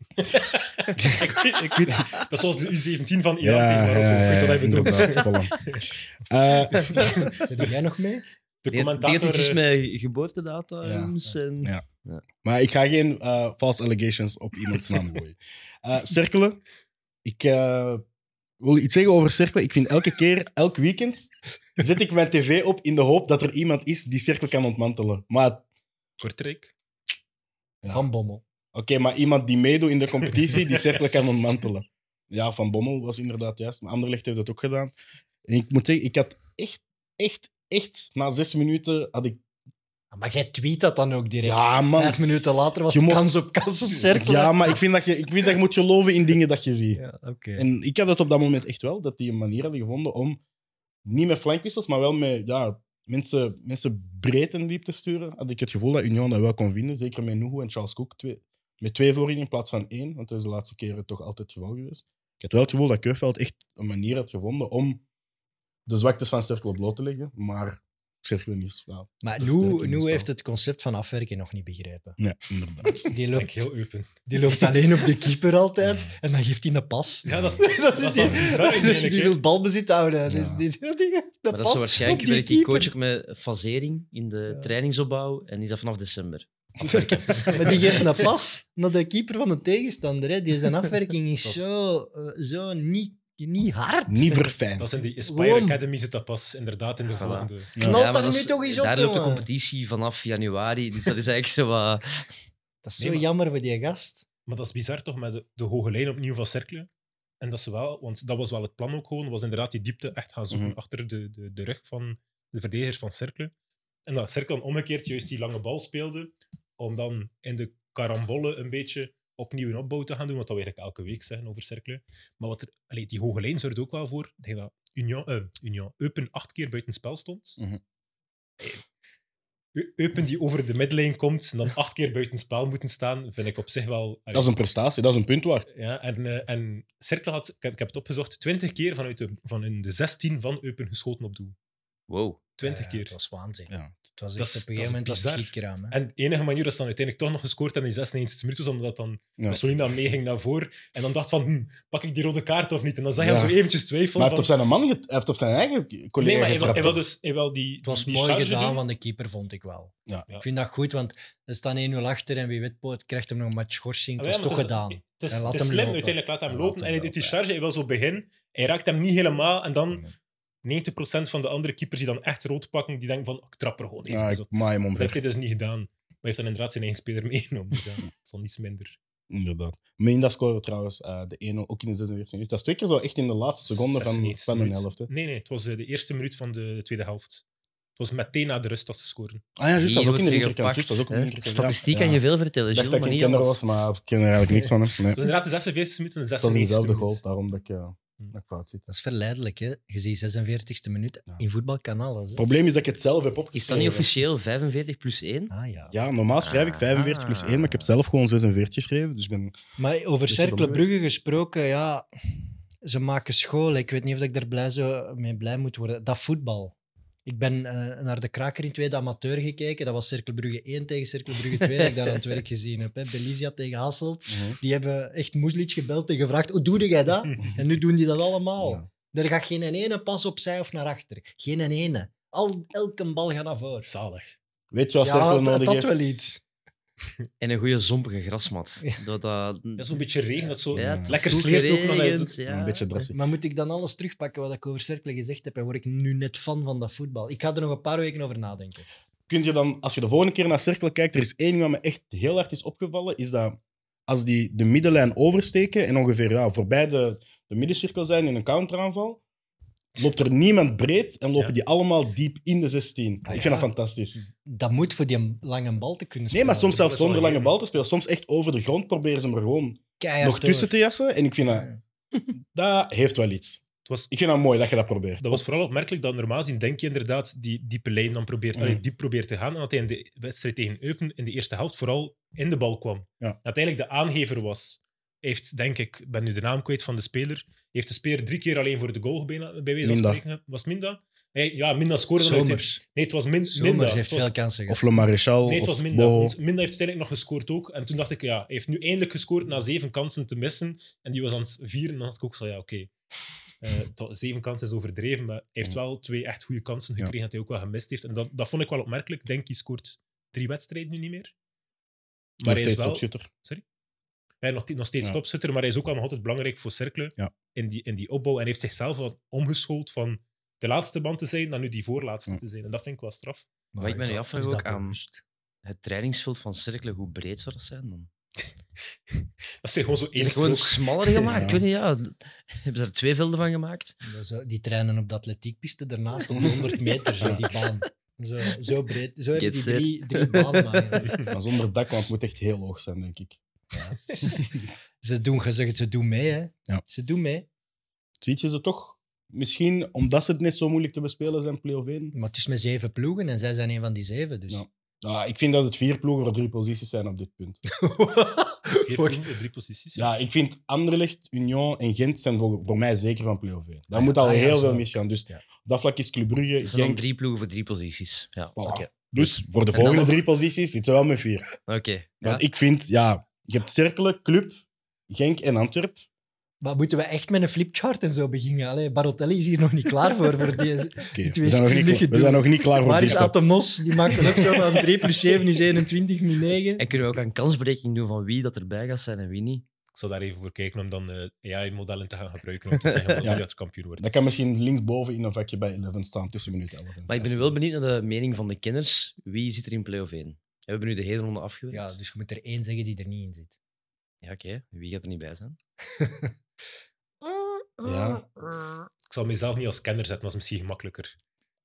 B: Ik weet- ik weet- dat is zoals de U17 van Iran.
A: Ja,
B: tegen Marokko.
A: ja,
B: Ik weet
A: ja,
B: wat hij bedoelt.
A: inderdaad. voilà. Eh,
D: Zit jij nog mee?
B: De
C: Die- die-
B: commentator...
C: Het is
B: eh,
C: met geboortedatums en...
A: Ja. Maar ik ga geen eh, false allegations op iemands naam gooien. Eh, cirkelen. Ik eh, wil iets zeggen over cirkelen. Ik vind elke keer, elk weekend, zet ik mijn tv op in de hoop dat er iemand is die cirkel kan ontmantelen. Maar oké,
B: Kortrijk.
A: Ja.
D: Van Bommel.
A: maar iemand die meedoet in de competitie, die cirkel kan ontmantelen. Ja, Van Bommel was inderdaad juist. Maar Anderlecht heeft dat ook gedaan. En ik moet zeggen, ik had echt, echt, echt, na zes minuten had ik...
D: Ah, Maar jij tweet dat dan ook direct.
A: Ja, man.
D: Vijf minuten later was
A: Je
D: het
A: moet-
D: kans op kans op cirkel.
A: Ja, maar ik vind dat je, ik vind dat je moet geloven in dingen dat je ziet.
D: Ja, oké.
A: En ik had het op dat moment echt wel, dat die een manier hadden gevonden om niet met flankwissels, maar wel met ja, mensen, mensen breed en diep te sturen. Had ik het gevoel dat Union dat wel kon vinden, zeker met Nuhu en Charles Cook. Twee, met twee voorin in plaats van één, want dat is de laatste keren toch altijd het geval geweest. Ik had wel het gevoel dat Keurveld echt een manier had gevonden om de zwaktes van Cirkel bloot te leggen, maar Cirkel is... Ja,
D: Maar
A: dat is sterk
D: nu,
A: in
D: nu
A: ons
D: heeft
A: spel.
D: het concept van afwerken nog niet begrepen.
A: Nee, inderdaad.
D: Die
B: Ben ik
D: loopt,
B: heel open.
D: die loopt alleen op de keeper altijd en dan geeft hij een pas.
B: Ja, dat is, dat is, dat is bizar
D: die
B: eigenlijk, hè.
D: wil balbezit houden. Dus
A: Ja.
D: die, die, die- de
C: Maar dat
D: pas
C: is waarschijnlijk
D: op die
C: werkt die
D: keeper.
C: coach ook met fasering in de
D: Ja.
C: trainingsopbouw en is dat vanaf december.
D: Maar die geeft een pas naar de keeper van de tegenstander. Hè. Die zijn afwerking is
B: Dat is-
D: zo, eh, zo niet, niet hard.
A: Niet
B: Dat
A: verfijnd.
B: zijn die Aspire
D: Gewoon.
B: Academy zit dat pas inderdaad in de
C: Voilà.
B: volgende.
A: Ja,
D: Knalt
C: maar
D: daar
C: dat
D: nu
C: is-
D: toch eens op,
C: Daar loopt de
D: jongen.
C: competitie vanaf januari, dus dat is eigenlijk zo wat...
D: Dat is zo
B: Nee, maar-
D: jammer voor die gast.
B: Maar dat is bizar toch met de, de hoge lijn opnieuw van Cercle. En dat ze wel, want dat was wel het plan ook gewoon, was inderdaad die diepte echt gaan zoeken
A: Mhm.
B: achter de, de, de rug van de verdedigers van Cercle. En dat Cercle dan omgekeerd juist die lange bal speelde, om dan in de karambolle een beetje opnieuw een opbouw te gaan doen, wat we eigenlijk elke week zeggen over Cercle. Maar wat er, allee, die hoge lijn zorgt ook wel voor dat je dat Union, eh, Union Eupen acht keer buiten spel stond. Eh,
A: Mhm.
B: Eu- Eupen die over de midlijn komt en dan acht keer buiten spel moeten staan, vind ik op zich wel... allee,
A: Dat is een prestatie, dat is een punt waard.
B: ja, en, eh, en Cirkel had, ik heb, ik heb het opgezocht, 20 keer vanuit de, van in de 16 van Eupen geschoten op doel.
C: Wow.
B: 20
D: Ja,
B: keer.
D: Het was waanzin.
A: Ja.
D: Het was
B: Dat
D: echt
B: is-
D: op een
B: dat is
D: gegeven moment was het
B: bizar.
D: schietkeraam. hè.
B: En de enige manier dat ze dan uiteindelijk toch nog gescoord hebben in die 96 minuten, is omdat dan
A: Ja.
B: Solina meeging naar voren en dan dacht van, hm, pak ik die rode kaart of niet? En dan zag je
A: Ja.
B: hem zo eventjes
A: Maar
B: twijfelen.
A: hij heeft op
B: van-
A: zijn, man get- hij heeft op zijn eigen collega
B: nee, maar hij wil-
A: getrapt,
B: hij wil
A: toch?
B: dus hij wil die
D: Het was
B: die
D: mooi
B: charge
D: gedaan
B: doen.
D: van de keeper, vond ik wel.
A: Ja.
B: Ja.
D: Ik vind dat goed, want er staan 1-0 achter en wie weet po- het krijgt hem nog een match schorsing.
B: Ah,
D: Het
B: ja,
D: was
B: maar
D: toch
B: het is-
D: gedaan.
B: Het is,
D: En laat
B: het is
D: hem
B: slim,
D: lopen.
B: uiteindelijk laat hem
D: En
B: lopen.
D: laat
B: En
D: hem
B: hij doet die
D: lopen,
B: charge, hij wil zo beginnen. Hij raakt hem niet helemaal en dan 90% van de andere keepers die dan echt rood pakken, die denken van, ik trap er gewoon even
A: Ja,
B: eens op.
A: ik maai hem
B: Dat heeft
A: omver.
B: hij dus niet gedaan. Maar hij heeft dan inderdaad zijn eigen speler meegenomen. Dus ja, dat is dan niets minder.
A: Inderdaad. Minda scoorde trouwens eh, de 1-0, ook in de 46 minuten. Dat is twee keer zo echt in de laatste seconde van,
B: 96
A: van de
B: minuut.
A: helft. hè.
B: Nee, nee, het was eh, de eerste minuut van de tweede helft. Het was meteen na de rust dat ze scoren.
A: Ah ja, juist, dat
C: Hier
A: was ook in de
C: wordt
A: linkerkant.
C: gepakt,
A: Juist, dat was ook in de
C: hè.
A: linkerkant.
C: Statistiek
A: Eh, Ja.
C: kan je veel vertellen,
A: Ik
C: Gilles,
A: dacht
C: maar
A: dat ik een kenner
C: niet alles.
A: was, maar ik ken er eigenlijk niks van. Hè. Nee.
B: Het was inderdaad de 46 minuten en de
A: Dat is
B: 96
A: dezelfde
B: minuten.
A: goal, daarom dat ik... eh,
C: Hmm.
A: dat ik fout zit.
D: Dat is verleidelijk, hè. Je ziet 46e minuut.
A: Ja.
D: In voetbal kan alles, hè.
A: Het probleem is dat ik het zelf heb
C: Is
A: opgeschreven.
C: dat niet officieel Ah. 45 plus 1?
D: Ah, ja.
A: Ja, normaal schrijf ik 45 plus 1, maar ik heb zelf gewoon 46 geschreven. Dus ik ben...
D: Maar over
A: Beetje
D: Cercle
A: belangrijk.
D: Brugge gesproken, ja... Ze maken school. Ik weet niet of ik daar blij zo mee blij moet worden. Dat voetbal. Ik ben eh, naar de kraker in tweede amateur gekeken. Dat was Cercle Brugge 1 tegen Cercle Brugge 2 dat ik daar aan het werk gezien heb. Hè. Belizia tegen Hasselt. Die hebben echt Moeslic gebeld en gevraagd hoe doe jij dat? En nu doen die dat
C: Oh.
D: allemaal.
A: Ja.
D: Er gaat geen ene pas opzij of naar achter. Geen ene. Al, elke bal gaat naar voren.
B: Zalig.
A: Weet je wat
D: Ja,
A: Cirkel
D: dat,
A: nodig
D: dat
A: heeft?
D: wel iets.
C: En een goede zompige grasmat. Dat, dat,
B: Dat is zo'n beetje regen, dat zo
A: Ja, het
B: lekker
C: goed
B: sleert ook. maar dat je
C: geregend,
B: het-
C: ja.
A: Een beetje drastig.
D: Maar moet ik dan alles terugpakken wat ik over Cercle gezegd heb? En word ik nu net fan van dat voetbal? Ik ga er nog een paar weken over nadenken.
A: kun je dan, als je de volgende keer naar cirkel kijkt, er is één ding wat me echt heel hard is opgevallen, is dat als die de middenlijn oversteken en ongeveer ja, voorbij de, de middencirkel zijn in een counteraanval, loopt er niemand breed en lopen
B: Ja.
A: die allemaal diep in de 16.
D: Ah,
A: Ik
D: ja.
A: vind dat fantastisch.
D: Dat moet voor die lange bal te kunnen
A: Nee,
D: spelen.
A: maar soms
B: dat
A: zelfs
B: is wel
A: zonder lange
B: heel-
A: bal te spelen. Soms echt over de grond proberen ze hem er gewoon
D: Keihard
A: nog tussen te jassen. En ik vind dat, dat heeft wel iets.
B: Het was,
A: Ik vind dat mooi dat je dat probeert.
B: dat was vooral opmerkelijk dat normaal gezien denk je inderdaad die diepe lijn dan probeert,
A: Mm.
B: allee, diep probeert te gaan. En dat hij in de wedstrijd tegen Eupen in de eerste helft vooral in de bal kwam.
A: Ja.
B: Dat hij eigenlijk de aangever was. Hij Heeft, denk ik, ik ben nu de naam kwijt van de speler. Hij Heeft de speler drie keer alleen voor de goal bijna- bij wijze van
A: Minda.
B: spreken. Was Minda? Hij- ja, Minda scoorde dan uit de-
D: Somers.
B: Nee, het was Min, Minda.
D: Somers heeft
B: Het was-
D: veel kansen
A: Of
D: gehad.
A: Le Maréchal,
B: Nee, het
A: of
B: was Minda.
A: Boho.
B: want Minda heeft uiteindelijk nog gescoord ook. En toen dacht ik, ja, hij heeft nu eindelijk gescoord na zeven kansen te missen. En die was aan het vieren. En dan dacht ik ook zo, ja, oké. Eh, tot- zeven kansen is overdreven, maar hij heeft wel twee echt goede kansen gekregen dat hij ook wel gemist heeft. En dat, dat vond ik wel opmerkelijk. Denk, hij scoort drie wedstrijden nu niet meer. Maar hij is wel...
A: topschutter.
B: Hij is nog, nog steeds
A: Ja.
B: topschutter, maar hij is ook wel nog altijd belangrijk voor Cercle
A: Ja.
B: in, die, in die opbouw. En hij heeft zichzelf wel omgeschoold van de laatste band te zijn naar nu die voorlaatste
A: Ja.
B: te zijn. En dat vind ik wel straf.
D: Maar
C: Maar ik ben
D: dat-
C: nu
D: is
C: afvraag
D: dat
C: ook aan
D: bewust?
C: het trainingsveld van cirkelen, hoe breed zou dat zijn dan?
B: Dat zijn gewoon zo
C: Is
B: één
C: het gewoon
B: strook.
C: smaller gemaakt?
A: Ja.
C: Ik weet niet, ja. Hebben ze er twee velden van gemaakt?
D: Dat zo- Die trainen op de atletiekpiste daarnaast op die 100 meter, zo, die baan. Zo, zo breed. Zo hebben die
C: Get set.
D: drie, drie banen. eigenlijk.
A: Maar zonder dak, want het moet echt heel hoog zijn, denk ik.
D: Ze doen, je zegt, ze doen mee, hè.
A: Ja.
D: Ze doen mee.
A: ziet je ze toch. Misschien omdat ze het net zo moeilijk te bespelen zijn, play-off 1.
D: Maar het is met zeven ploegen en zij zijn een van die zeven, dus...
A: Ja. Ah, ik vind dat het vier ploegen voor drie posities zijn op dit punt.
B: Vier ploegen op drie posities.
A: Ja, ik vind Anderlecht, Union en Gent zijn voor, voor mij zeker van play-off 1. Daar
D: ja.
A: moet al
D: Ah, ja,
A: heel
D: zo.
A: veel misgaan. Dus
D: Ja.
A: op dat vlak is Club Brugge,
C: Het zijn dan
A: Genk.
C: drie ploegen voor drie posities. Ja, oké.
A: Dus voor de
C: dan
A: volgende
C: nog-
A: drie posities zit ze wel met vier.
C: Oké.
A: Want ik vind, ja, je hebt Cerkelen, Club, Genk en Antwerp.
D: Maar moeten we echt met een flipchart en zo beginnen? Allee, Barotelli is hier nog niet klaar voor. voor die...
A: Oké,
D: Die twee
A: we, zijn nog niet
D: spelen
A: klaar- we zijn nog niet klaar voor
D: Waar
A: die
D: is
A: stap.
D: Atomos? Die maakt er ook zo van 3 plus 7 is 21, nu 9.
C: En kunnen we ook een kansberekening doen van wie dat erbij gaat zijn en wie niet?
B: Ik zal daar even voor kijken om dan eh AI-modellen te gaan gebruiken om te zeggen wat
A: Ja.
B: wie dat er kampioen wordt.
A: Dat kan misschien linksboven in een vakje bij 11 staan, tussen minuut 11 en
C: Maar ik ben
A: 15.
C: wel benieuwd naar de mening van de kenners. Wie zit er in play-off 1? We hebben nu de hele ronde afgewerkt.
D: Ja, dus je moet er één zeggen die er niet in zit.
C: Ja, oké. Wie gaat er niet bij zijn?
A: Ja.
B: Ik zal mezelf niet als kenner zetten, dat is misschien gemakkelijker.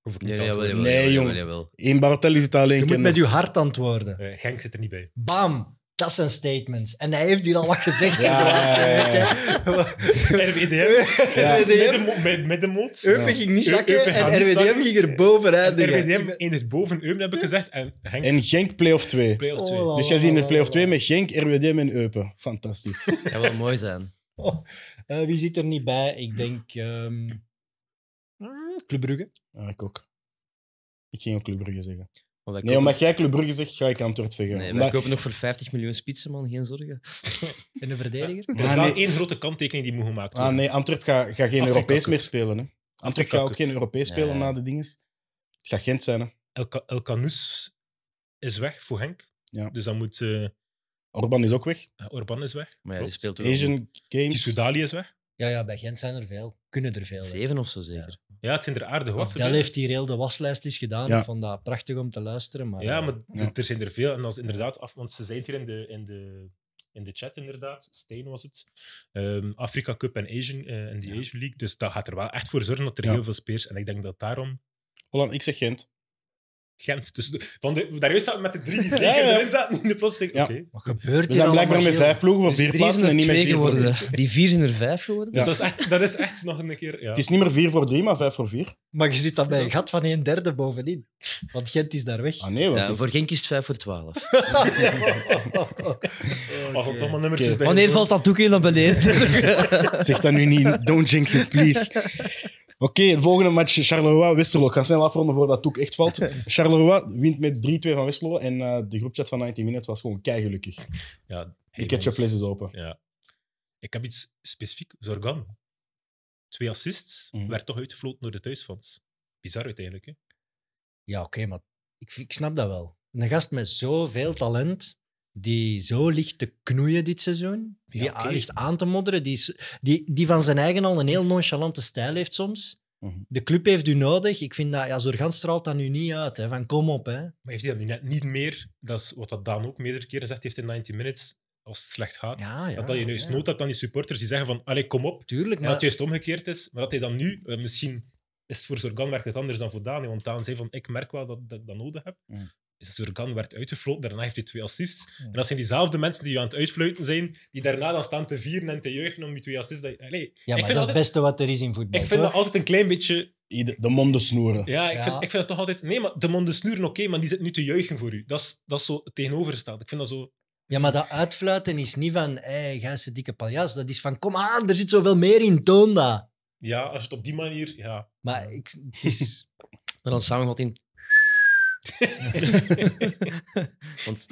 B: Hoef ik niet te antwoorden.
A: jawel. Nee, jawel, jong. In Barotelli zit alleen
D: Je moet
A: kenners.
D: met je hart antwoorden.
B: Eh, Genk zit er niet bij.
D: Bam! Dat zijn statements. En hij heeft hier al wat gezegd.
A: Ja,
D: in de laatste
A: ja, ja, ja.
D: week, hè.
B: RWDM?
A: Ja.
D: RWDM.
B: Middenmo- Met Middenmoot?
D: Eupen ging niet
B: Eu-
D: zakken
B: Eupen gaat
D: en
B: niet
D: RWDM
B: zakken.
D: ging er bovenuit.
B: RWDM één is boven Eupen, heb ik gezegd. En Genk
A: En Genk, play-off 2.
B: play
D: Oh,
B: of twee.
A: Dus jij ziet in de play-off 2 met Genk, RWDM en Eupen. Fantastisch.
C: Dat zou wel mooi zijn.
D: Oh, eh, wie zit er niet bij? Ik denk ehm Club Brugge.
A: Ja, ik ook. Ik ging ook Club Brugge zeggen.
C: Want wij
A: Nee,
C: kopen-
A: omdat jij Club Brugge zegt, ga ik Antwerp zeggen.
C: Nee, wij
A: Omdat-
C: kopen nog voor 50 miljoen spitsen, man. Geen zorgen.
D: En een verdediger.
B: Er
A: Ah,
B: is Dus wel
A: nee.
B: één grote kanttekening die moet gemaakt worden.
A: Ah nee, Antwerp gaat ga geen
B: Afrika
A: Europees
B: Cup.
A: meer spelen. Hè. Antwerp
B: Afrika
A: gaat ook
B: Cup.
A: geen Europees
C: Nee.
A: spelen na de dinges. Het gaat Gent zijn. Hè.
B: El, Ka- El Canus is weg voor Genk.
A: Ja.
B: Dus dan moet... eh,
A: Orban is ook weg.
B: Orban is weg.
C: Maar ja, die
B: Klopt.
C: speelt ook wel
A: Asian Games.
B: Tissoudali is weg.
D: Ja, ja, bij Gent zijn er veel. Kunnen er veel.
C: met
D: hè.
C: Zeven of zo zeker.
B: Ja, het zijn er aardig wat.
D: Del heeft hier heel de waslijst is gedaan.
A: Ja.
D: Ik vond dat prachtig om te luisteren. Maar,
B: Ja,
D: eh,
B: maar
A: Ja.
B: d- er zijn er veel. En dat is inderdaad af, want ze zijn het hier in de, in de, in de chat, inderdaad. Steen was het. Ehm, Afrika Cup en Asian, eh, en die
A: Ja.
B: Asian League. Dus dat gaat er wel echt voor zorgen dat er
A: Ja.
B: heel veel speers. En ik denk dat daarom.
A: Holland, ik zeg Gent.
B: Gent. Dus de- van de, daar juist zaten we met de drie die
A: Ja,
B: zeker
A: ja.
B: erin zaten. In de plots denk ik,
A: Ja.
B: oké.
D: Wat gebeurt
A: We
D: hier
A: zijn blijkbaar
D: allemaal,
A: met
D: Geel?
A: vijf ploegen van
C: Dus
A: vier
C: drie zijn
A: plaatsen
C: er
A: en niet met
C: twee
A: vier voor drie.
C: geworden. Die vier zijn er vijf geworden.
B: Dus dat is, echt, dat is echt nog een keer... Ja.
A: Het is niet meer vier voor drie, maar vijf voor vier.
D: Maar je zit dan bij een gat van een derde bovenin. Want Gent is daar weg.
A: Ah nee, want
C: Ja,
A: het is-
C: voor Genk is het vijf voor twaalf.
B: Mag ik toch maar nummertjes
A: Oké. Oh,
B: bij.
C: Wanneer valt dat doekje dan beneden?
A: Zeg dat nu niet. Don't jinx it, please. Oké, de volgende match Charleroi-Westerlo. Ik ga snel afronden voordat Toek echt valt. Charleroi wint met 3-2 van Westerlo. En eh, de groepchat van 19 Minutes was gewoon keigelukkig. De
B: Ja,
A: hey,
B: hey, jongens.
A: is open.
B: Ja. Ik heb iets specifiek. Zorgan. Twee assists.
A: Mhm.
B: Werd toch uitgefloten door de thuisfans. Bizar uiteindelijk. Hè?
D: Ja, oké, maar ik, ik snap dat wel. Een gast met zoveel talent, die zo ligt te knoeien dit seizoen, die
B: Ja, oké.
D: ligt aan te modderen, die, is- die, die van zijn eigen al een heel nonchalante stijl heeft soms.
A: Mhm.
D: De club heeft u nodig. Ik vind dat, ja, Zorgan straalt dat nu niet uit. Hè, van kom op, hè.
B: Maar heeft hij dat net niet meer? Dat is wat dat Daan ook meerdere keren zegt. Heeft in 90 Minutes, als het slecht gaat,
D: Ja, ja,
B: dat, dat je nu eens
D: ja.
B: nood hebt aan die supporters die zeggen van, allee, kom op.
D: Tuurlijk,
B: En dat
D: maar
B: het juist omgekeerd is. Maar dat hij dan nu, eh, misschien is voor Zorgan werkt het anders dan voor Daan. hè, Want Daan zei van, ik merk wel dat, dat ik dat nodig heb.
A: Mm.
B: Dus Zorgan werd uitgefloten, daarna heeft hij twee assists.
D: Mm.
B: En dat zijn diezelfde mensen die je aan het uitfluiten zijn, die daarna dan staan te vieren en te juichen om die twee assists. Dat, allee,
D: ja,
B: ik
D: maar dat
B: vind
D: is het
B: altijd-
D: beste wat er is in voetbal.
B: ik vind dat
D: toch?
B: altijd een klein beetje...
A: Ieder- De monden snoeren.
B: Ja, ik,
D: Ja.
B: Vind, ik vind dat toch altijd... Nee, maar de monden snoeren, oké, maar die zit nu te juichen voor u. Dat is, dat is zo het tegenovergestelde. Ik vind dat zo...
D: Ja, maar dat uitfluiten is niet van, hé, hey, ga eens een dikke paljas. Dat is van, kom aan, er zit zoveel meer in, toon dat.
B: Ja, als je het op die manier... Ja.
D: Maar ik, het is...
C: En dan samengevat in. Want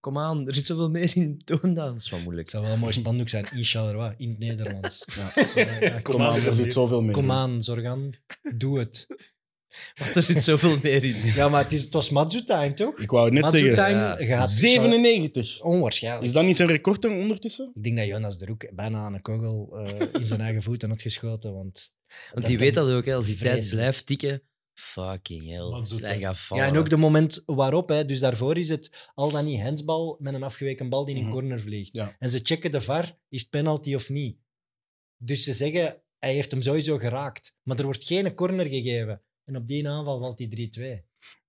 C: kom aan, er zit zoveel meer in toon dan. Dat is wel moeilijk.
D: Het zou wel een mooi spandoek zijn, in Charleroi, in het Nederlands.
A: Ja.
D: Zo, eh, ja,
A: Kom aan, er zit zoveel meer.
D: Kom aan, Zorgan, doe het.
C: Want er zit zoveel meer in.
D: Ja, maar het, is, het was Matsu time, toch?
A: Ik wou het net
D: Matsu
A: zeggen.
D: time
C: Ja.
D: gaat...
A: 97.
D: Onwaarschijnlijk.
A: Is dat niet zijn record dan ondertussen?
D: Ik denk dat Jonas de Roek bijna aan een kogel eh, in zijn eigen voeten had geschoten, want...
C: Want die weet dat ook, hè. als die tijd
D: Vreselijk.
C: blijft tikken. Fucking
B: Man,
C: hell.
B: zoet,
C: Hij
B: hè.
C: gaat vallen.
D: Ja, en ook de moment waarop. Hè, dus daarvoor is het al dan niet handsbal met een afgeweken bal die in een
A: Mhm.
D: corner vliegt.
A: Ja.
D: En ze checken de VAR, is het penalty of niet? Dus ze zeggen, hij heeft hem sowieso geraakt. Maar er wordt geen corner gegeven. En op die aanval valt hij 3-2.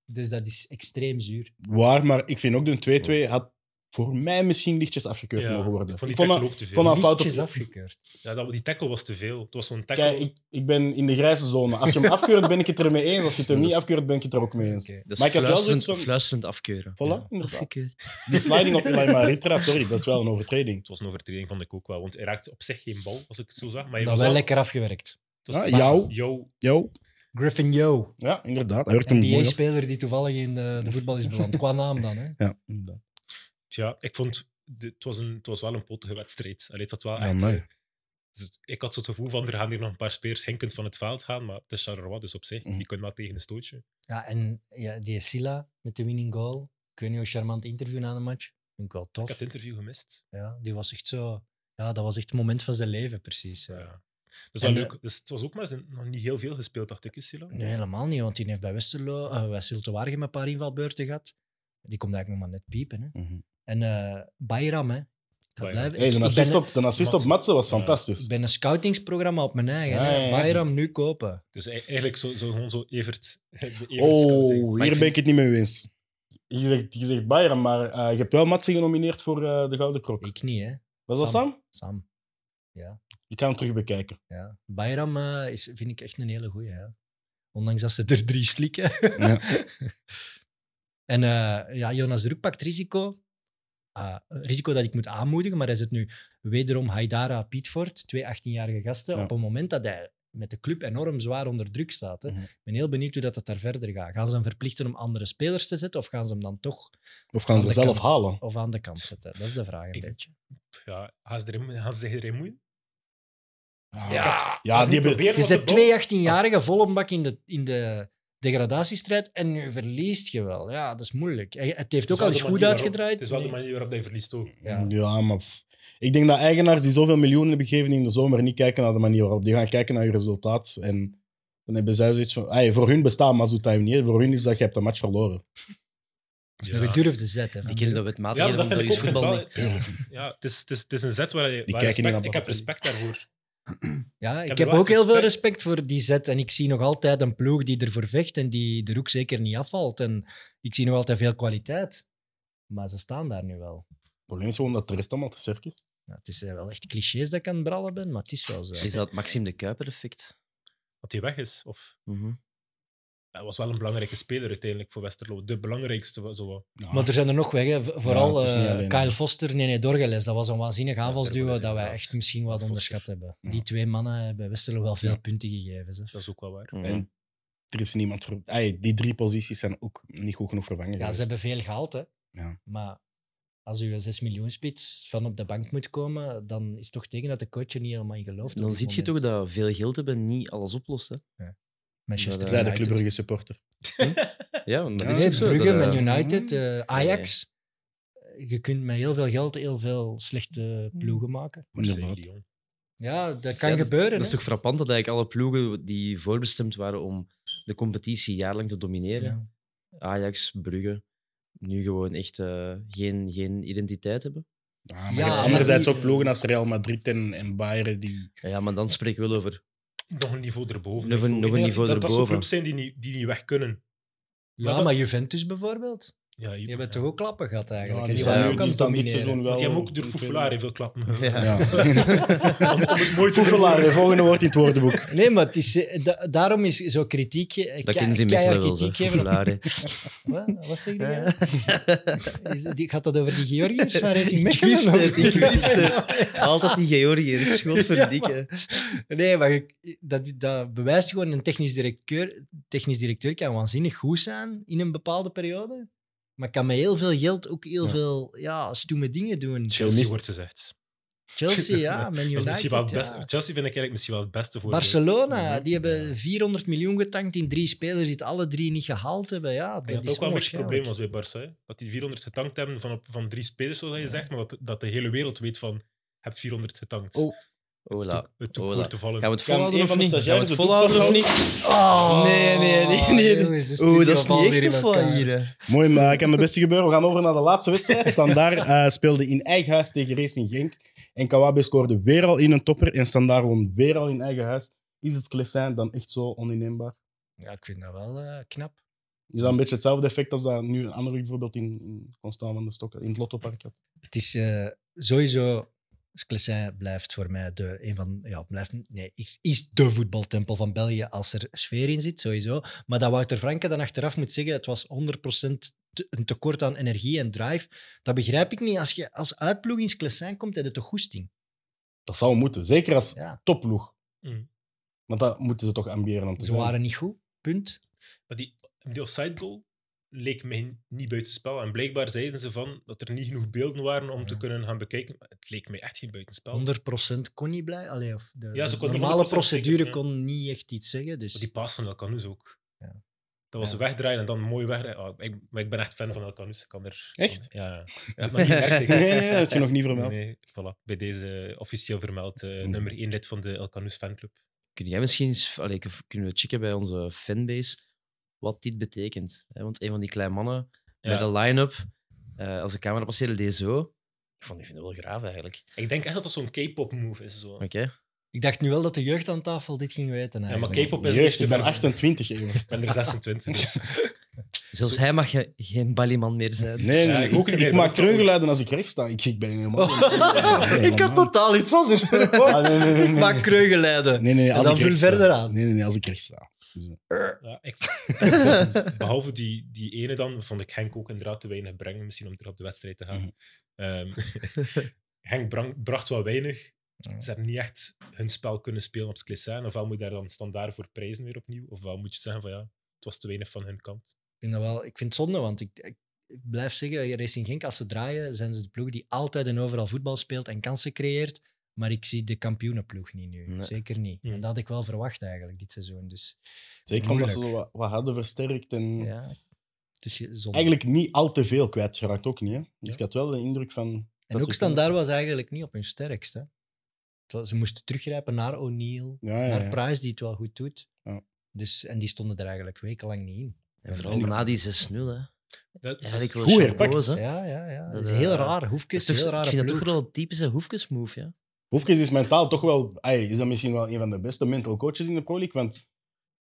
D: Dus dat is extreem zuur.
A: Waar, maar ik vind ook de 2-2 had voor mij misschien lichtjes afgekeurd
B: ja.
A: mogen worden.
B: Ik vond
A: Ik
B: die
A: vond dat-
B: tackle ook te veel.
A: vond dat- fout op-
D: Lichtjes afgekeurd.
B: Ja, dat, die tackle was te veel. Het was zo'n tackle...
A: Kijk, ik, ik ben in de grijze zone. Als je hem afkeurt, ben ik het ermee eens. Als je het er niet afkeurt, ben ik het er ook mee eens.
D: Oké.
C: Dat is
A: Maar ik had wel
C: fluisterend,
A: zoiets van...
C: fluisterend afkeuren.
A: Voilà,
C: Ja.
A: inderdaad.
C: Afgekeurd.
A: Die sliding op Eli Maritra, sorry, dat is wel een overtreding.
B: Het was een overtreding, vond ik ook wel. Want hij raakte op zich geen bal, als ik het zo zag. Maar hij
D: Maar
B: was
D: wel lekker afgewerkt.
B: het was-
A: Ja, jou.
B: jou.
A: Yo.
D: Griffin Yo,
A: Ja, inderdaad. Hij werd hem mooi af.
D: NBA-speler die toevallig in de, de voetbal is beland. Qua naam dan, hè?
A: Ja, inderdaad.
B: Tja, ik vond... de- het, was een, het was wel een potige wedstrijd. Allee, het had wel
A: Ja,
B: echt,
A: mooi.
B: eh, dus ik had zo het gevoel van, er gaan hier nog een paar speers hinkend van het veld gaan, maar het is Charleroi, dus op zich.
A: Mhm.
B: Die kunnen wel tegen een stootje.
D: Ja, en ja, die Silla met de winning goal. Ik weet niet hoe charmant interview na de match. Vind ik wel
B: Ik
D: tof.
B: had het interview gemist.
D: Ja, die was echt zo. Ja, dat was echt het moment van zijn leven, precies. ja.
B: Ja. Dat is wel
D: En,
B: leuk. Dus het was ook maar eens nog niet heel veel gespeeld, dacht ik, is Silla.
D: Nee, helemaal niet, want die heeft bij Westerlo, eh bij Zulte Waregem een paar invalbeurten gehad. Die komt eigenlijk nog maar net piepen. Hè.
A: Mhm.
D: En eh Bayram, hè. Ik, ga
B: Bayram.
D: blijven.
A: Hey,
D: ik,
A: de
D: ik ben,
A: assist op, de assist op
B: Matsen.
A: Matsen was
B: Ja.
A: fantastisch.
D: ik ben een scoutingsprogramma op mijn eigen.
A: Ja,
D: hè.
A: ja, ja.
D: Bayram nu kopen.
B: Dus ei- eigenlijk zo, zo, gewoon zo Evert. De Evert scouting.
A: Oh,
C: Maar ik
A: hier ben ik het niet mee eens. Je zegt, je zegt Bayern, maar eh, je hebt wel Matsen genomineerd voor eh, de Gouden Krok.
D: Ik niet, hè.
A: Was dat
D: Sam.
A: Sam?
D: Sam.
A: Ik ga hem terug bekijken.
D: Ja. Bayram eh, is, vind ik echt een hele goeie. Hè. Ondanks dat ze er drie slikken.
A: Ja.
D: en eh, ja, Jonas Druk pakt risico. Ah, risico dat ik moet aanmoedigen, maar hij zit nu wederom Haidara Pietvoort, twee 18-jarige gasten,
A: Ja.
D: op een moment dat hij met de club enorm zwaar onder druk staat. Hè.
A: Mhm.
D: Ik ben heel benieuwd hoe dat, dat daar verder gaat. Gaan ze hem verplichten om andere spelers te zetten of gaan ze hem dan toch
A: Of gaan
D: aan
A: ze
D: de
A: hem zelf
D: kant-
A: halen?
D: Of aan de kant zetten? Dat is de vraag een
B: Ik-
D: beetje.
B: Ja, gaan ze, erin, gaan ze zich erin moeien?
A: Ja,
B: Gaan ze
A: die
B: niet
A: hebben...
B: proberen
D: Je
B: op de
D: zet
B: bal?
D: twee 18-jarigen vol een bak in de, in de degradatiestrijd en nu verliest je wel. Ja, dat is moeilijk. En Het heeft
B: Het is
D: ook
B: wel
D: al
B: de
D: eens goed
B: manier waarop-
D: uitgedraaid.
B: Het is wel de
D: Nee.
B: manier waarop hij verliest ook.
A: Ja.
D: Ja.
A: maar pff. ik denk dat eigenaars die zoveel miljoenen hebben gegeven in de zomer niet kijken naar de manier waarop. Die gaan kijken naar je resultaat. En dan hebben zij zoiets van... "Ey, voor hun bestaat Mazutime niet. hè. Voor hun is dat je hebt de match verloren.
D: Dat is
B: Ja.
D: een gedurfde zet. Hè, van
C: Die kennen
D: Druk.
C: dat
B: Ja,
C: wetmatigheden
B: maar dat
C: van
B: vind ik
C: Belgisch
B: ook. vind het
C: voetbal
B: wel,
C: niet.
B: het is- ja, het, is, het, is, het is een zet waar je.
A: Die
B: waar
A: kijken niet
B: respect-
A: naar
B: ik
A: Balotelli.
B: heb respect daarvoor.
D: Ja, ik
B: heb
D: heb,
B: er wel
D: ook heel veel
B: respect-
D: respect voor die zet. En ik zie nog altijd een ploeg die ervoor vecht en die er ook zeker niet afvalt. En ik zie nog altijd veel kwaliteit. Maar ze staan daar nu wel.
A: probleem is gewoon dat de rest allemaal te sterk is.
D: Ja, het is eh, wel echt clichés dat ik aan het brallen ben, maar het is wel zo.
C: Is dat het Maxime de Kuiper effect?
B: Dat hij weg is. Of,
C: Mhm.
B: hij was wel een belangrijke speler uiteindelijk voor Westerlo. De belangrijkste. wa- Zo. wat.
A: Ja.
D: Maar er zijn er nog weg, hè. V- vooral
A: het is niet
D: eh,
A: alleen, hè.
D: Kyle Foster, nee, nee, Dorgeles. Dat was een waanzinnig aanvalsduo
B: Dorgeles
D: dat wij
B: inderdaad.
D: echt misschien wat
B: Foster.
D: onderschat hebben.
A: Ja.
D: Die twee mannen hebben Westerlo wel veel
A: Ja.
D: punten gegeven. Zeg.
B: Dat is ook wel waar.
C: Mhm.
A: En er is niemand voor... Ay, die drie posities zijn ook niet goed genoeg vervangen.
D: Ja,
A: geweest.
D: ze hebben veel gehaald, hè.
A: Ja.
D: Maar als u een 6 miljoen spits van op de bank moet komen, dan is het toch tegen dat de coach er niet helemaal in gelooft. op
C: Dan
D: dit
C: zie je toch
D: moment.
C: dat veel geld hebben niet alles oplost. Hè?
D: Manchester
C: dat, eh,
A: Zij de
D: United.
A: Club Brugge supporter.
C: Ja, maar dat
A: Ja,
C: is
D: Nee,
C: ook zo.
D: Brugge,
C: dat, eh,
D: Man United,
A: Mm.
D: eh, Ajax. Je kunt met heel veel geld heel veel slechte ploegen maken.
B: Marseille,
A: Inderdaad.
B: Lyon.
D: Ja, dat
C: ja,
D: kan
C: dat-
D: gebeuren.
C: Dat is
D: hè.
C: toch frappant dat eigenlijk alle ploegen die voorbestemd waren om de competitie jaarlang te domineren,
D: Ja.
C: Ajax, Brugge, nu gewoon echt eh, geen, geen identiteit hebben.
A: Ja, maar
D: Ja,
A: je hebt
D: maar
A: anderzijds
D: die-
A: ook ploegen als Real Madrid en, en Bayern die...
C: Ja, maar dan spreek ik wel over.
B: Nog een niveau erboven.
C: Nog een-
B: Ik
C: nog een
B: denk
C: niveau
B: dat, Dat dat
C: erboven.
B: zo clubs zijn die niet, die niet weg kunnen.
D: Ja, maar Juventus bijvoorbeeld.
B: Ja,
D: Je hebt toch ook klappen gehad eigenlijk.
A: die
D: en die
C: zijn
D: waren
C: nu-
D: ook aan
A: die
D: het
A: staan dit
D: domineren.
A: seizoen wel...
B: Want die hebben ook door
A: in
B: Foufelaar heel veel klappen gehad.
C: Ja.
A: Ja.
B: Om, om het mooi te
A: Foufelaar, hè, volgende woord in het woordenboek.
D: Nee, maar het is, eh, da- daarom is zo kritiek... eh,
C: Dat
D: kei-
C: kennen ze in Mechelen
D: keihard
C: wel,
D: kritiek
C: hè.
D: geven op-
C: Foufelaar, hè.
D: Wat, wat zeg je?
C: Ja.
D: nou? Is, die, gaat dat over die Georgiërs van Racing
C: Ik
D: Mechelen?
C: wist
D: of-
C: het, ik wist het. Altijd die Georgiërs, godverdikke.
D: Nee, maar je- dat, dat bewijst gewoon een technisch directeur. Technisch directeur kan waanzinnig goed zijn in een bepaalde periode, maar kan met heel veel geld ook heel
A: Ja.
D: veel ja, stoeme dingen doen.
B: Chelsea wordt gezegd.
D: Chelsea, ja, Man
B: Dat is misschien wel het
D: United.
B: beste.
D: ja.
B: Chelsea vind ik eigenlijk misschien wel het beste voor.
D: Barcelona, die hebben 400 miljoen getankt in drie spelers die het alle drie niet gehaald hebben. Ja, dat
B: Ik denk
D: is
B: dat ook wel een beetje het probleem
D: onwaarschijnlijk.
B: was bij Barça. hè. Dat die 400 getankt hebben van, op- van drie spelers, zoals je zegt, maar dat, dat de hele wereld weet van je hebt 400 getankt.
D: Oh,
C: Ola,
B: Toe- Het
C: Ola.
B: toekomst te vallen.
C: Gaan we het
A: Kan
C: volhouden
A: een
C: of
A: van de
C: niet? Gaan we
A: stagiaires
C: het
A: het
C: volhouden of niet?
D: Oh,
C: Nee, nee, nee, nee.
D: jongens, de
C: Oeh,
D: studio
C: dat is
D: valt
C: niet
D: weer
C: echt
D: in
C: of wat
D: elkaar.
C: hier. hè?
A: Mooi, maar ik kan mijn beste gebeuren. We gaan over naar de laatste wedstrijd. Standaard eh speelde in eigen huis tegen Racing Genk. En Kawabe scoorde weer al in een topper. En Standaard won weer al in eigen huis. Is het Klessijn dan echt zo oninneembaar?
D: Ja, ik vind dat wel eh, knap.
A: Is dat een beetje hetzelfde effect als dat nu een andere bijvoorbeeld in, in Constant van de Stokken, in het Lottopark had?
D: Het is eh, sowieso. Sclessin blijft voor mij de, een van. Ja, blijft, nee, is- is de voetbaltempel van België als er sfeer in zit, sowieso. Maar dat Wouter Franke dan achteraf moet zeggen: het was 100% te- een tekort aan energie en drive. Dat begrijp ik niet. Als je als uitploeg in Sclessin komt, heb je toch goesting?
A: Dat zou moeten. Zeker als
D: Ja.
A: topploeg.
B: Mm.
A: Want dat moeten ze toch ambiëren om te
D: Ze
A: zijn.
D: waren niet goed, punt.
B: Maar die, die offside goal leek mij niet buitenspel. En blijkbaar zeiden ze van dat er niet genoeg beelden waren om te
D: Ja.
B: kunnen gaan bekijken. Maar Het leek mij echt geen buitenspel.
D: 100% kon niet blij. Allee, of de,
B: Ja, ze
D: de
B: konden
D: normale
B: 100%
D: procedure
B: zeker, ja.
D: kon niet echt iets zeggen. Dus.
B: Maar die paas van Elkanus ook.
D: Ja.
B: Dat was
D: Ja.
B: wegdraaien en dan mooi wegdraaien. Ah, ik, maar ik ben echt fan van Elkanus. Ik kan er,
A: Echt?
B: Ja. ja. Dat mag niet werken, zeker?
A: Nee, nee, dat heb je nog niet vermeld. Mm.
B: Nee, voilà. Bij deze officieel vermeld eh, nummer 1 lid van de Elkanus fanclub.
C: Kun jij misschien eens, allee, k- kunnen we checken bij onze fanbase wat dit betekent? hè? Want een van die kleine mannen bij
B: Ja.
C: de line-up, eh, als de camera passeerde, deed zo. Ik vond die vind het wel graaf eigenlijk.
B: Ik denk echt dat dat zo'n K-pop move is. Zo.
C: Oké.
D: Ik dacht nu wel dat de jeugd aan tafel dit ging weten.
B: Ja, maar
D: eigenlijk.
B: K-pop is
A: Jeugd,
B: juist
A: ik ben 28
B: Ik ben er 26. Dus.
C: Zelfs hij mag ge- geen balieman meer
D: Eh,
C: zijn.
A: Nee,
D: dus-
B: Ja,
A: nee,
B: ik
A: ik,
B: ook niet meer,
A: ik
B: dat
A: maak
B: moet toch
A: kreungeluiden als ik recht sta. Ik, ik ben helemaal...
D: ik had totaal iets anders.
A: Ah, nee, nee, nee, nee.
D: Maar kreugeleiden.
A: Nee, nee, nee,
D: En
A: als
D: dan
A: ik recht
D: vul verder
A: sta.
D: aan.
A: Nee, nee, nee, als ik recht sta.
B: Ja, ik, behalve die, die ene dan, vond ik Henk ook inderdaad te weinig brengen, misschien om terug op de wedstrijd te gaan.
A: Mhm.
B: Ehm, Henk brang- bracht wat weinig.
D: Ja.
B: Ze hebben niet echt hun spel kunnen spelen op Sclessin. Ofwel moet je daar dan standaard voor prijzen weer opnieuw. Ofwel moet je zeggen van ja, het was te weinig van hun kant.
D: Ik vind, dat wel, ik vind het zonde, want ik, ik blijf zeggen, Racing Genk, als ze draaien, zijn ze de ploeg die altijd en overal voetbal speelt en kansen creëert. Maar ik zie de kampioenenploeg niet nu.
C: Nee.
D: Zeker niet.
B: Hm.
D: En dat had ik wel verwacht eigenlijk dit seizoen. Dus
A: Zeker omdat
D: Moeilijk.
A: ze zo wat, wat hadden versterkt en
D: ja, het is zonde.
A: eigenlijk niet al te veel kwijtgeraakt ook niet. Hè? Dus ik had wel de indruk van... dat
D: en ook
A: ze-
D: Standaard was eigenlijk niet op hun sterkst. Hè. Het was- Ze moesten teruggrijpen naar O'Neill,
A: Ja, ja,
D: naar
A: ja.
D: Price, die het wel goed doet.
A: Ja.
D: Dus, en die stonden er eigenlijk wekenlang niet in.
C: En vooral na die 6-0. hè.
B: Dat, dat
C: Eigenlijk
B: is,
C: wel
A: Goed
C: chapeau,
A: herpakt.
C: hè.
D: Ja, ja, ja.
C: Dat
D: Dat is
C: is,
D: heel
C: eh,
D: raar. Hoefkes,
C: Dat is
D: heel
C: toch-
D: raar.
C: ik vind dat toch wel een typische hoefkesmove, ja.
A: Hoefkes is mentaal toch wel... Ay, is dat misschien wel een van de beste mental coaches in de Pro League? Want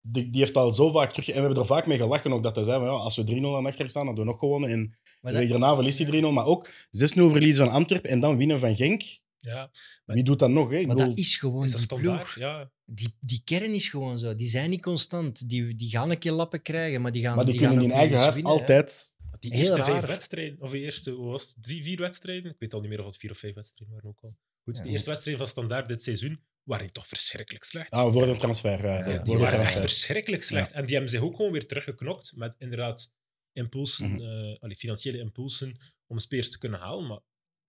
A: die, die heeft al zo vaak terug... En we hebben er vaak mee gelachen ook, dat hij zei van, ja, als we 3-0 aan achter staan, hadden we nog gewonnen. En
D: Maar
A: de week
D: dat,
A: daarna verliest hij 3-0, maar ook 6-0 verliezen van Antwerpen en dan winnen van Genk.
B: Ja,
A: Wie doet dat nog? Hè? Ik
D: maar
A: bedoel,
D: dat is gewoon
B: is dat
D: die
B: standaard?
D: ploeg.
B: Ja.
D: Die, die kern is gewoon zo. Die zijn niet constant. Die, die gaan een keer lappen krijgen, maar die gaan
A: maar die,
D: gaan
A: kunnen in
D: ook
A: eigen
D: eens
A: huis
D: dus winnen, hè.
A: altijd...
B: Die
D: Heel
B: eerste vijf
D: raar.
B: wedstrijden, of de eerste, hoe was het? Drie, vier wedstrijden? Ik weet al niet meer of het vier of vijf wedstrijden waren ook al. Goed,
D: Ja.
B: de eerste wedstrijd van Standaard dit seizoen waren die toch verschrikkelijk slecht.
A: Ah, voor de transfer. ja,
D: Ja,
A: ja,
B: Eh, Die
A: voor de
B: waren echt
A: transfer.
B: verschrikkelijk slecht. En die hebben zich ook gewoon weer teruggeknokt met inderdaad impulsen,
A: Mhm.
B: eh, allee, financiële impulsen om spelers te kunnen halen. Maar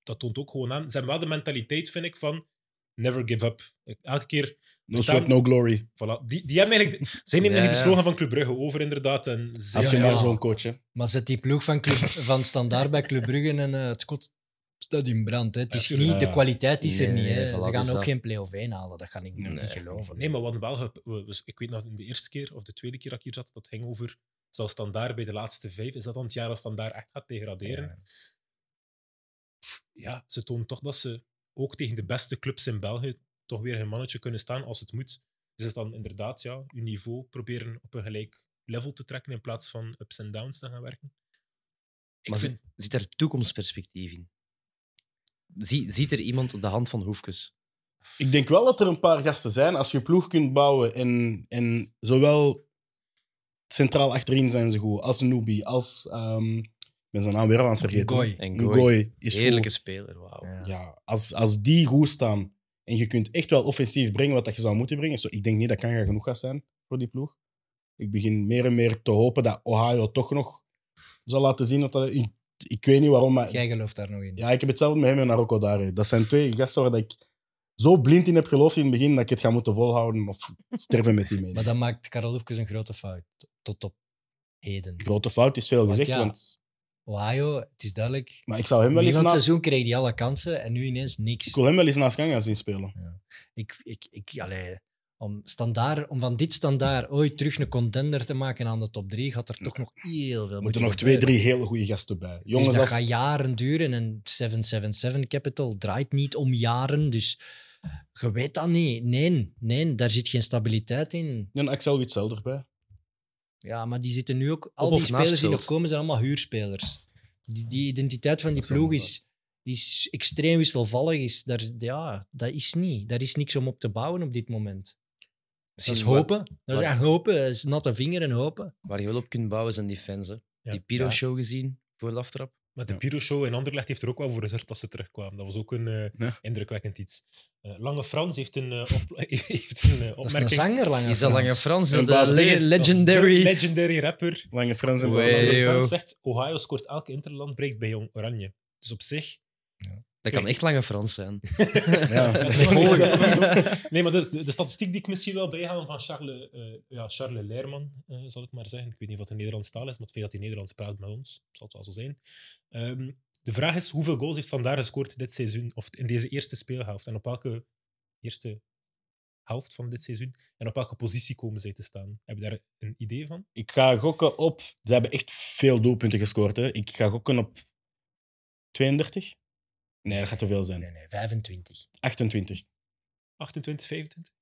B: dat toont ook gewoon aan. Ze hebben wel de mentaliteit, vind ik, van never give up. Elke keer,
A: No sweat, no glory.
B: voilà. Die, die hebben eigenlijk, zij nemen eigenlijk
C: Ja.
B: de slogan van Club Brugge over, inderdaad. En ze,
A: Had je
D: ja.
A: maar zo'n coach, hè?
D: Maar zet die ploeg van, Club, van Standaard bij Club Brugge en eh, het schot staat in brand. Hè. Het is
B: Ja,
D: niet,
A: ja.
D: De kwaliteit is er
C: Nee,
D: niet. Hè.
C: voilà,
D: Ze
C: dus
D: gaan ook
C: dat-
D: geen play-off 1 halen. Dat ga ik
A: Nee.
D: niet geloven.
B: Nee, maar we hadden wel... gep- we- we- ik weet nog, de eerste keer of de tweede keer dat ik hier zat, dat ging over... Zou Standaard bij de laatste vijf... Is dat dan het jaar als Standaard echt gaat degraderen? Ja. ze tonen toch dat ze ook tegen de beste clubs in België toch weer hun mannetje kunnen staan als het moet. Dus is dan inderdaad, ja, hun niveau proberen op een gelijk level te trekken in plaats van ups en downs te gaan werken. Ik
C: Maar ze-
B: vind...
C: Zit er toekomstperspectief in? Zie, ziet er iemand op de hand van Hoefkes?
A: Ik denk wel dat er een paar gasten zijn. Als je ploeg kunt bouwen en, en zowel centraal achterin zijn ze goed, als Nubi, als... ehm, ik ben zijn naam weer al aan het vergeten.
D: Gooi.
A: hè.
C: En
A: Ngoy is goed.
C: Heerlijke speler, wauw.
D: Ja.
A: Ja, als, als die goed staan en je kunt echt wel offensief brengen wat dat je zou moeten brengen, zo, ik denk niet dat kan genoeg gaan zijn voor die ploeg. Ik begin meer en meer te hopen dat Ohio toch nog zal laten zien dat dat... Ik, ik weet niet waarom, maar
D: Jij gelooft daar nog in.
A: Ja, ik heb hetzelfde met hem en Narocco daar. Dat zijn twee gasten waar ik zo blind in heb geloofd in het begin dat ik het ga moeten volhouden of sterven met die mee.
D: Maar dan maakt Karel Hoefkes een grote fout. Tot op heden.
A: Grote fout is veel
D: Want
A: gezegd,
D: ja.
A: want,
D: Ohio, het is duidelijk.
A: maar ik zou hem wel
D: Begin
A: eens
D: van het
A: naast,
D: seizoen kreeg hij alle kansen en nu ineens niks.
A: ik wil hem wel eens naast gang gaan zien spelen.
D: Ik, ik, ik, allee, om, standaard, om van dit standaard ooit terug een contender te maken aan de top 3, gaat er toch nog heel veel
A: Er
D: moeten
A: moeten nog twee,
D: gebeuren.
A: drie hele goede gasten bij. Jongens,
D: dus dat
A: als-
D: gaat jaren duren en 777 Capital draait niet om jaren, dus je weet dat niet. Nee, nee, daar zit geen stabiliteit in.
A: een nou, Axel Witsel erbij.
D: Ja, maar die zitten nu ook... Al
C: Op
D: die
C: of
D: spelers die
C: naastschuld.
D: nog komen, zijn allemaal huurspelers. Die, die identiteit van die
A: Dat is
D: ploeg
A: allemaal
D: is, die is extreem wisselvallig. Is, daar, ja, dat is niet. Daar is niks om op te bouwen op dit moment. Dat is
C: Misschien wa-
D: hopen. Dat is
C: wat-
D: echt hopen. Dat is natte vinger en hopen.
C: Waar je wel op kunt bouwen zijn die fans. Hè.
B: Ja.
C: Die Piro-show gezien voor de aftrap.
B: Maar de
A: Ja.
B: Piro-show in Anderlecht heeft er ook wel voor gezorgd dat ze terugkwamen. Dat was ook een eh,
A: Ja.
B: indrukwekkend iets. Eh, Lange Frans heeft een, eh, op- heeft een eh,
D: Dat is een
B: opmerking.
D: zanger langer.
C: Is dat Lange
D: Frans.
C: Frans?
A: En
C: Dat
A: Bas
C: eh, le-
A: Beer.
B: De
C: legendary.
B: legendary rapper.
A: Lange Frans en
C: Wee,
A: Frans.
B: Lange
C: joh.
B: Frans zegt, Ohio scoort elke interland break bij Jong Oranje. Dus op zich...
C: Dat kan echt Lange Frans zijn.
A: Ja.
B: Nee, maar de, de, de statistiek die ik misschien wel bijhaal van Charles, eh, ja, Charles Leerman, eh, zal ik maar zeggen. Ik weet niet wat de Nederlands taal is, maar het feit dat hij Nederlands praat met ons, zal het wel zo zijn. Ehm, de vraag is, hoeveel goals heeft Standaard gescoord dit seizoen, of in deze eerste speelhelft? En op welke eerste helft van dit seizoen? En op welke positie komen zij te staan? Heb je daar een idee van?
A: Ik ga gokken op... Ze hebben echt veel doelpunten gescoord. Hè. Ik ga gokken op 32. Nee, dat gaat te veel zijn.
D: Nee, nee, 25.
A: 28.
B: 28, 25,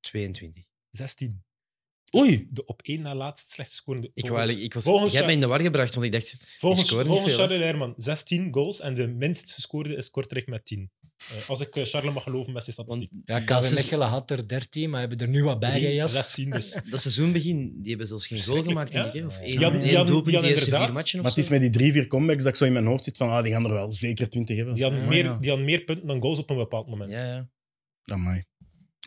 C: 22.
B: 16.
A: Oei.
B: De op één na laatst slecht scorende.
C: Ik, wou
B: volgens-
C: eigenlijk- ik was,
B: volgens
C: jij hebt
B: Char-
C: mij in de war gebracht, want ik dacht...
B: Volgens,
C: Die scoren niet
B: volgens
C: veel, hè?
B: Charles Leerman, 16 goals en de minst gescoorde is Kortrijk met 10. Eh, als ik eh, Charles mag geloven met zijn
C: Want
B: statistiek.
D: Ja,
C: is-
D: KV Mechelen had er 13, maar hebben er nu wat bij
B: Drie,
D: gejast.
B: 16 dus.
C: dat seizoenbegin, die hebben zelfs geen goal
B: Verschrikkelijk,
C: gemaakt, denk ik. hè? Of
D: ja. Ja.
C: één,
B: Die hadden-
C: één
B: die hadden-
C: doelpunt
B: die
C: in de eerste
B: hadden
C: vier matchen of
A: Maar het is
C: zo.
A: met die drie, vier comebacks dat ik zo in mijn hoofd zit van ah, die gaan er wel zeker 20 hebben.
B: Die hadden,
C: Ja.
B: meer, die hadden meer punten dan goals op een bepaald moment.
C: Ja, ja.
A: Amai.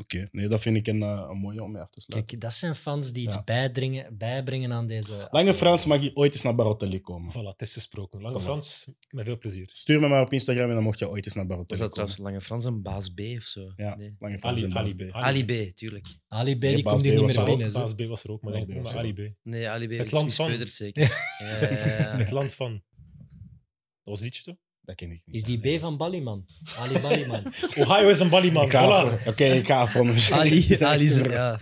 A: Oké, nee, dat vind ik een, eh, een mooie om mee af te sluiten.
D: Kijk, dat zijn fans die iets
A: Ja.
D: bijdringen, bijbrengen aan deze...
A: Lange
D: aflevering.
A: Frans mag je ooit eens naar Barotelli komen.
B: Voilà, het is gesproken. Lange
A: Voilà.
B: Frans, met veel plezier.
A: Stuur me maar op Instagram en dan mocht je ooit eens naar Barotelli
C: Was dat
A: komen.
C: trouwens Lange Frans en Baas B of zo?
A: Ja.
C: Nee.
A: Lange Frans
B: Ali,
A: en Bas B.
B: Ali,
C: Ali B, tuurlijk.
D: Ali B,
A: Nee,
D: die
A: Baas
D: komt hier
A: B
D: niet
A: was
D: meer
A: er ook.
D: binnen. dus
B: Baas,
D: zo.
B: Baas B was er ook, maar
A: Baas
B: denk
A: B
B: ik,
A: was
B: maar
A: er
B: Ali B.
C: Nee, Ali B.
B: Het
C: is
B: land
C: Guus
B: van.
C: Peuters zeker. Eh, Ja, ja,
B: Het
C: ja.
B: land van... Dat was een liedje, toch?
A: Dat ken ik niet.
D: Is die B van Ballyman? Ali Ballyman.
B: Ohio is een ballyman.
A: Ik ga
B: Voilà.
A: afronden. Oké, ik ga afronden.
C: Ali, Ali is er, ja.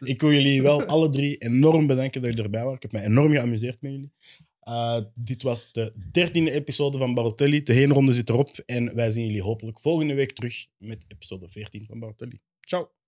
A: Ik wil jullie wel alle drie enorm bedanken dat jullie erbij waren. Ik heb me enorm geamuseerd met jullie. Eh, dit was de dertiende episode van Barotelli. De heenronde zit erop. En wij zien jullie hopelijk volgende week terug met episode 14 van Barotelli. Ciao.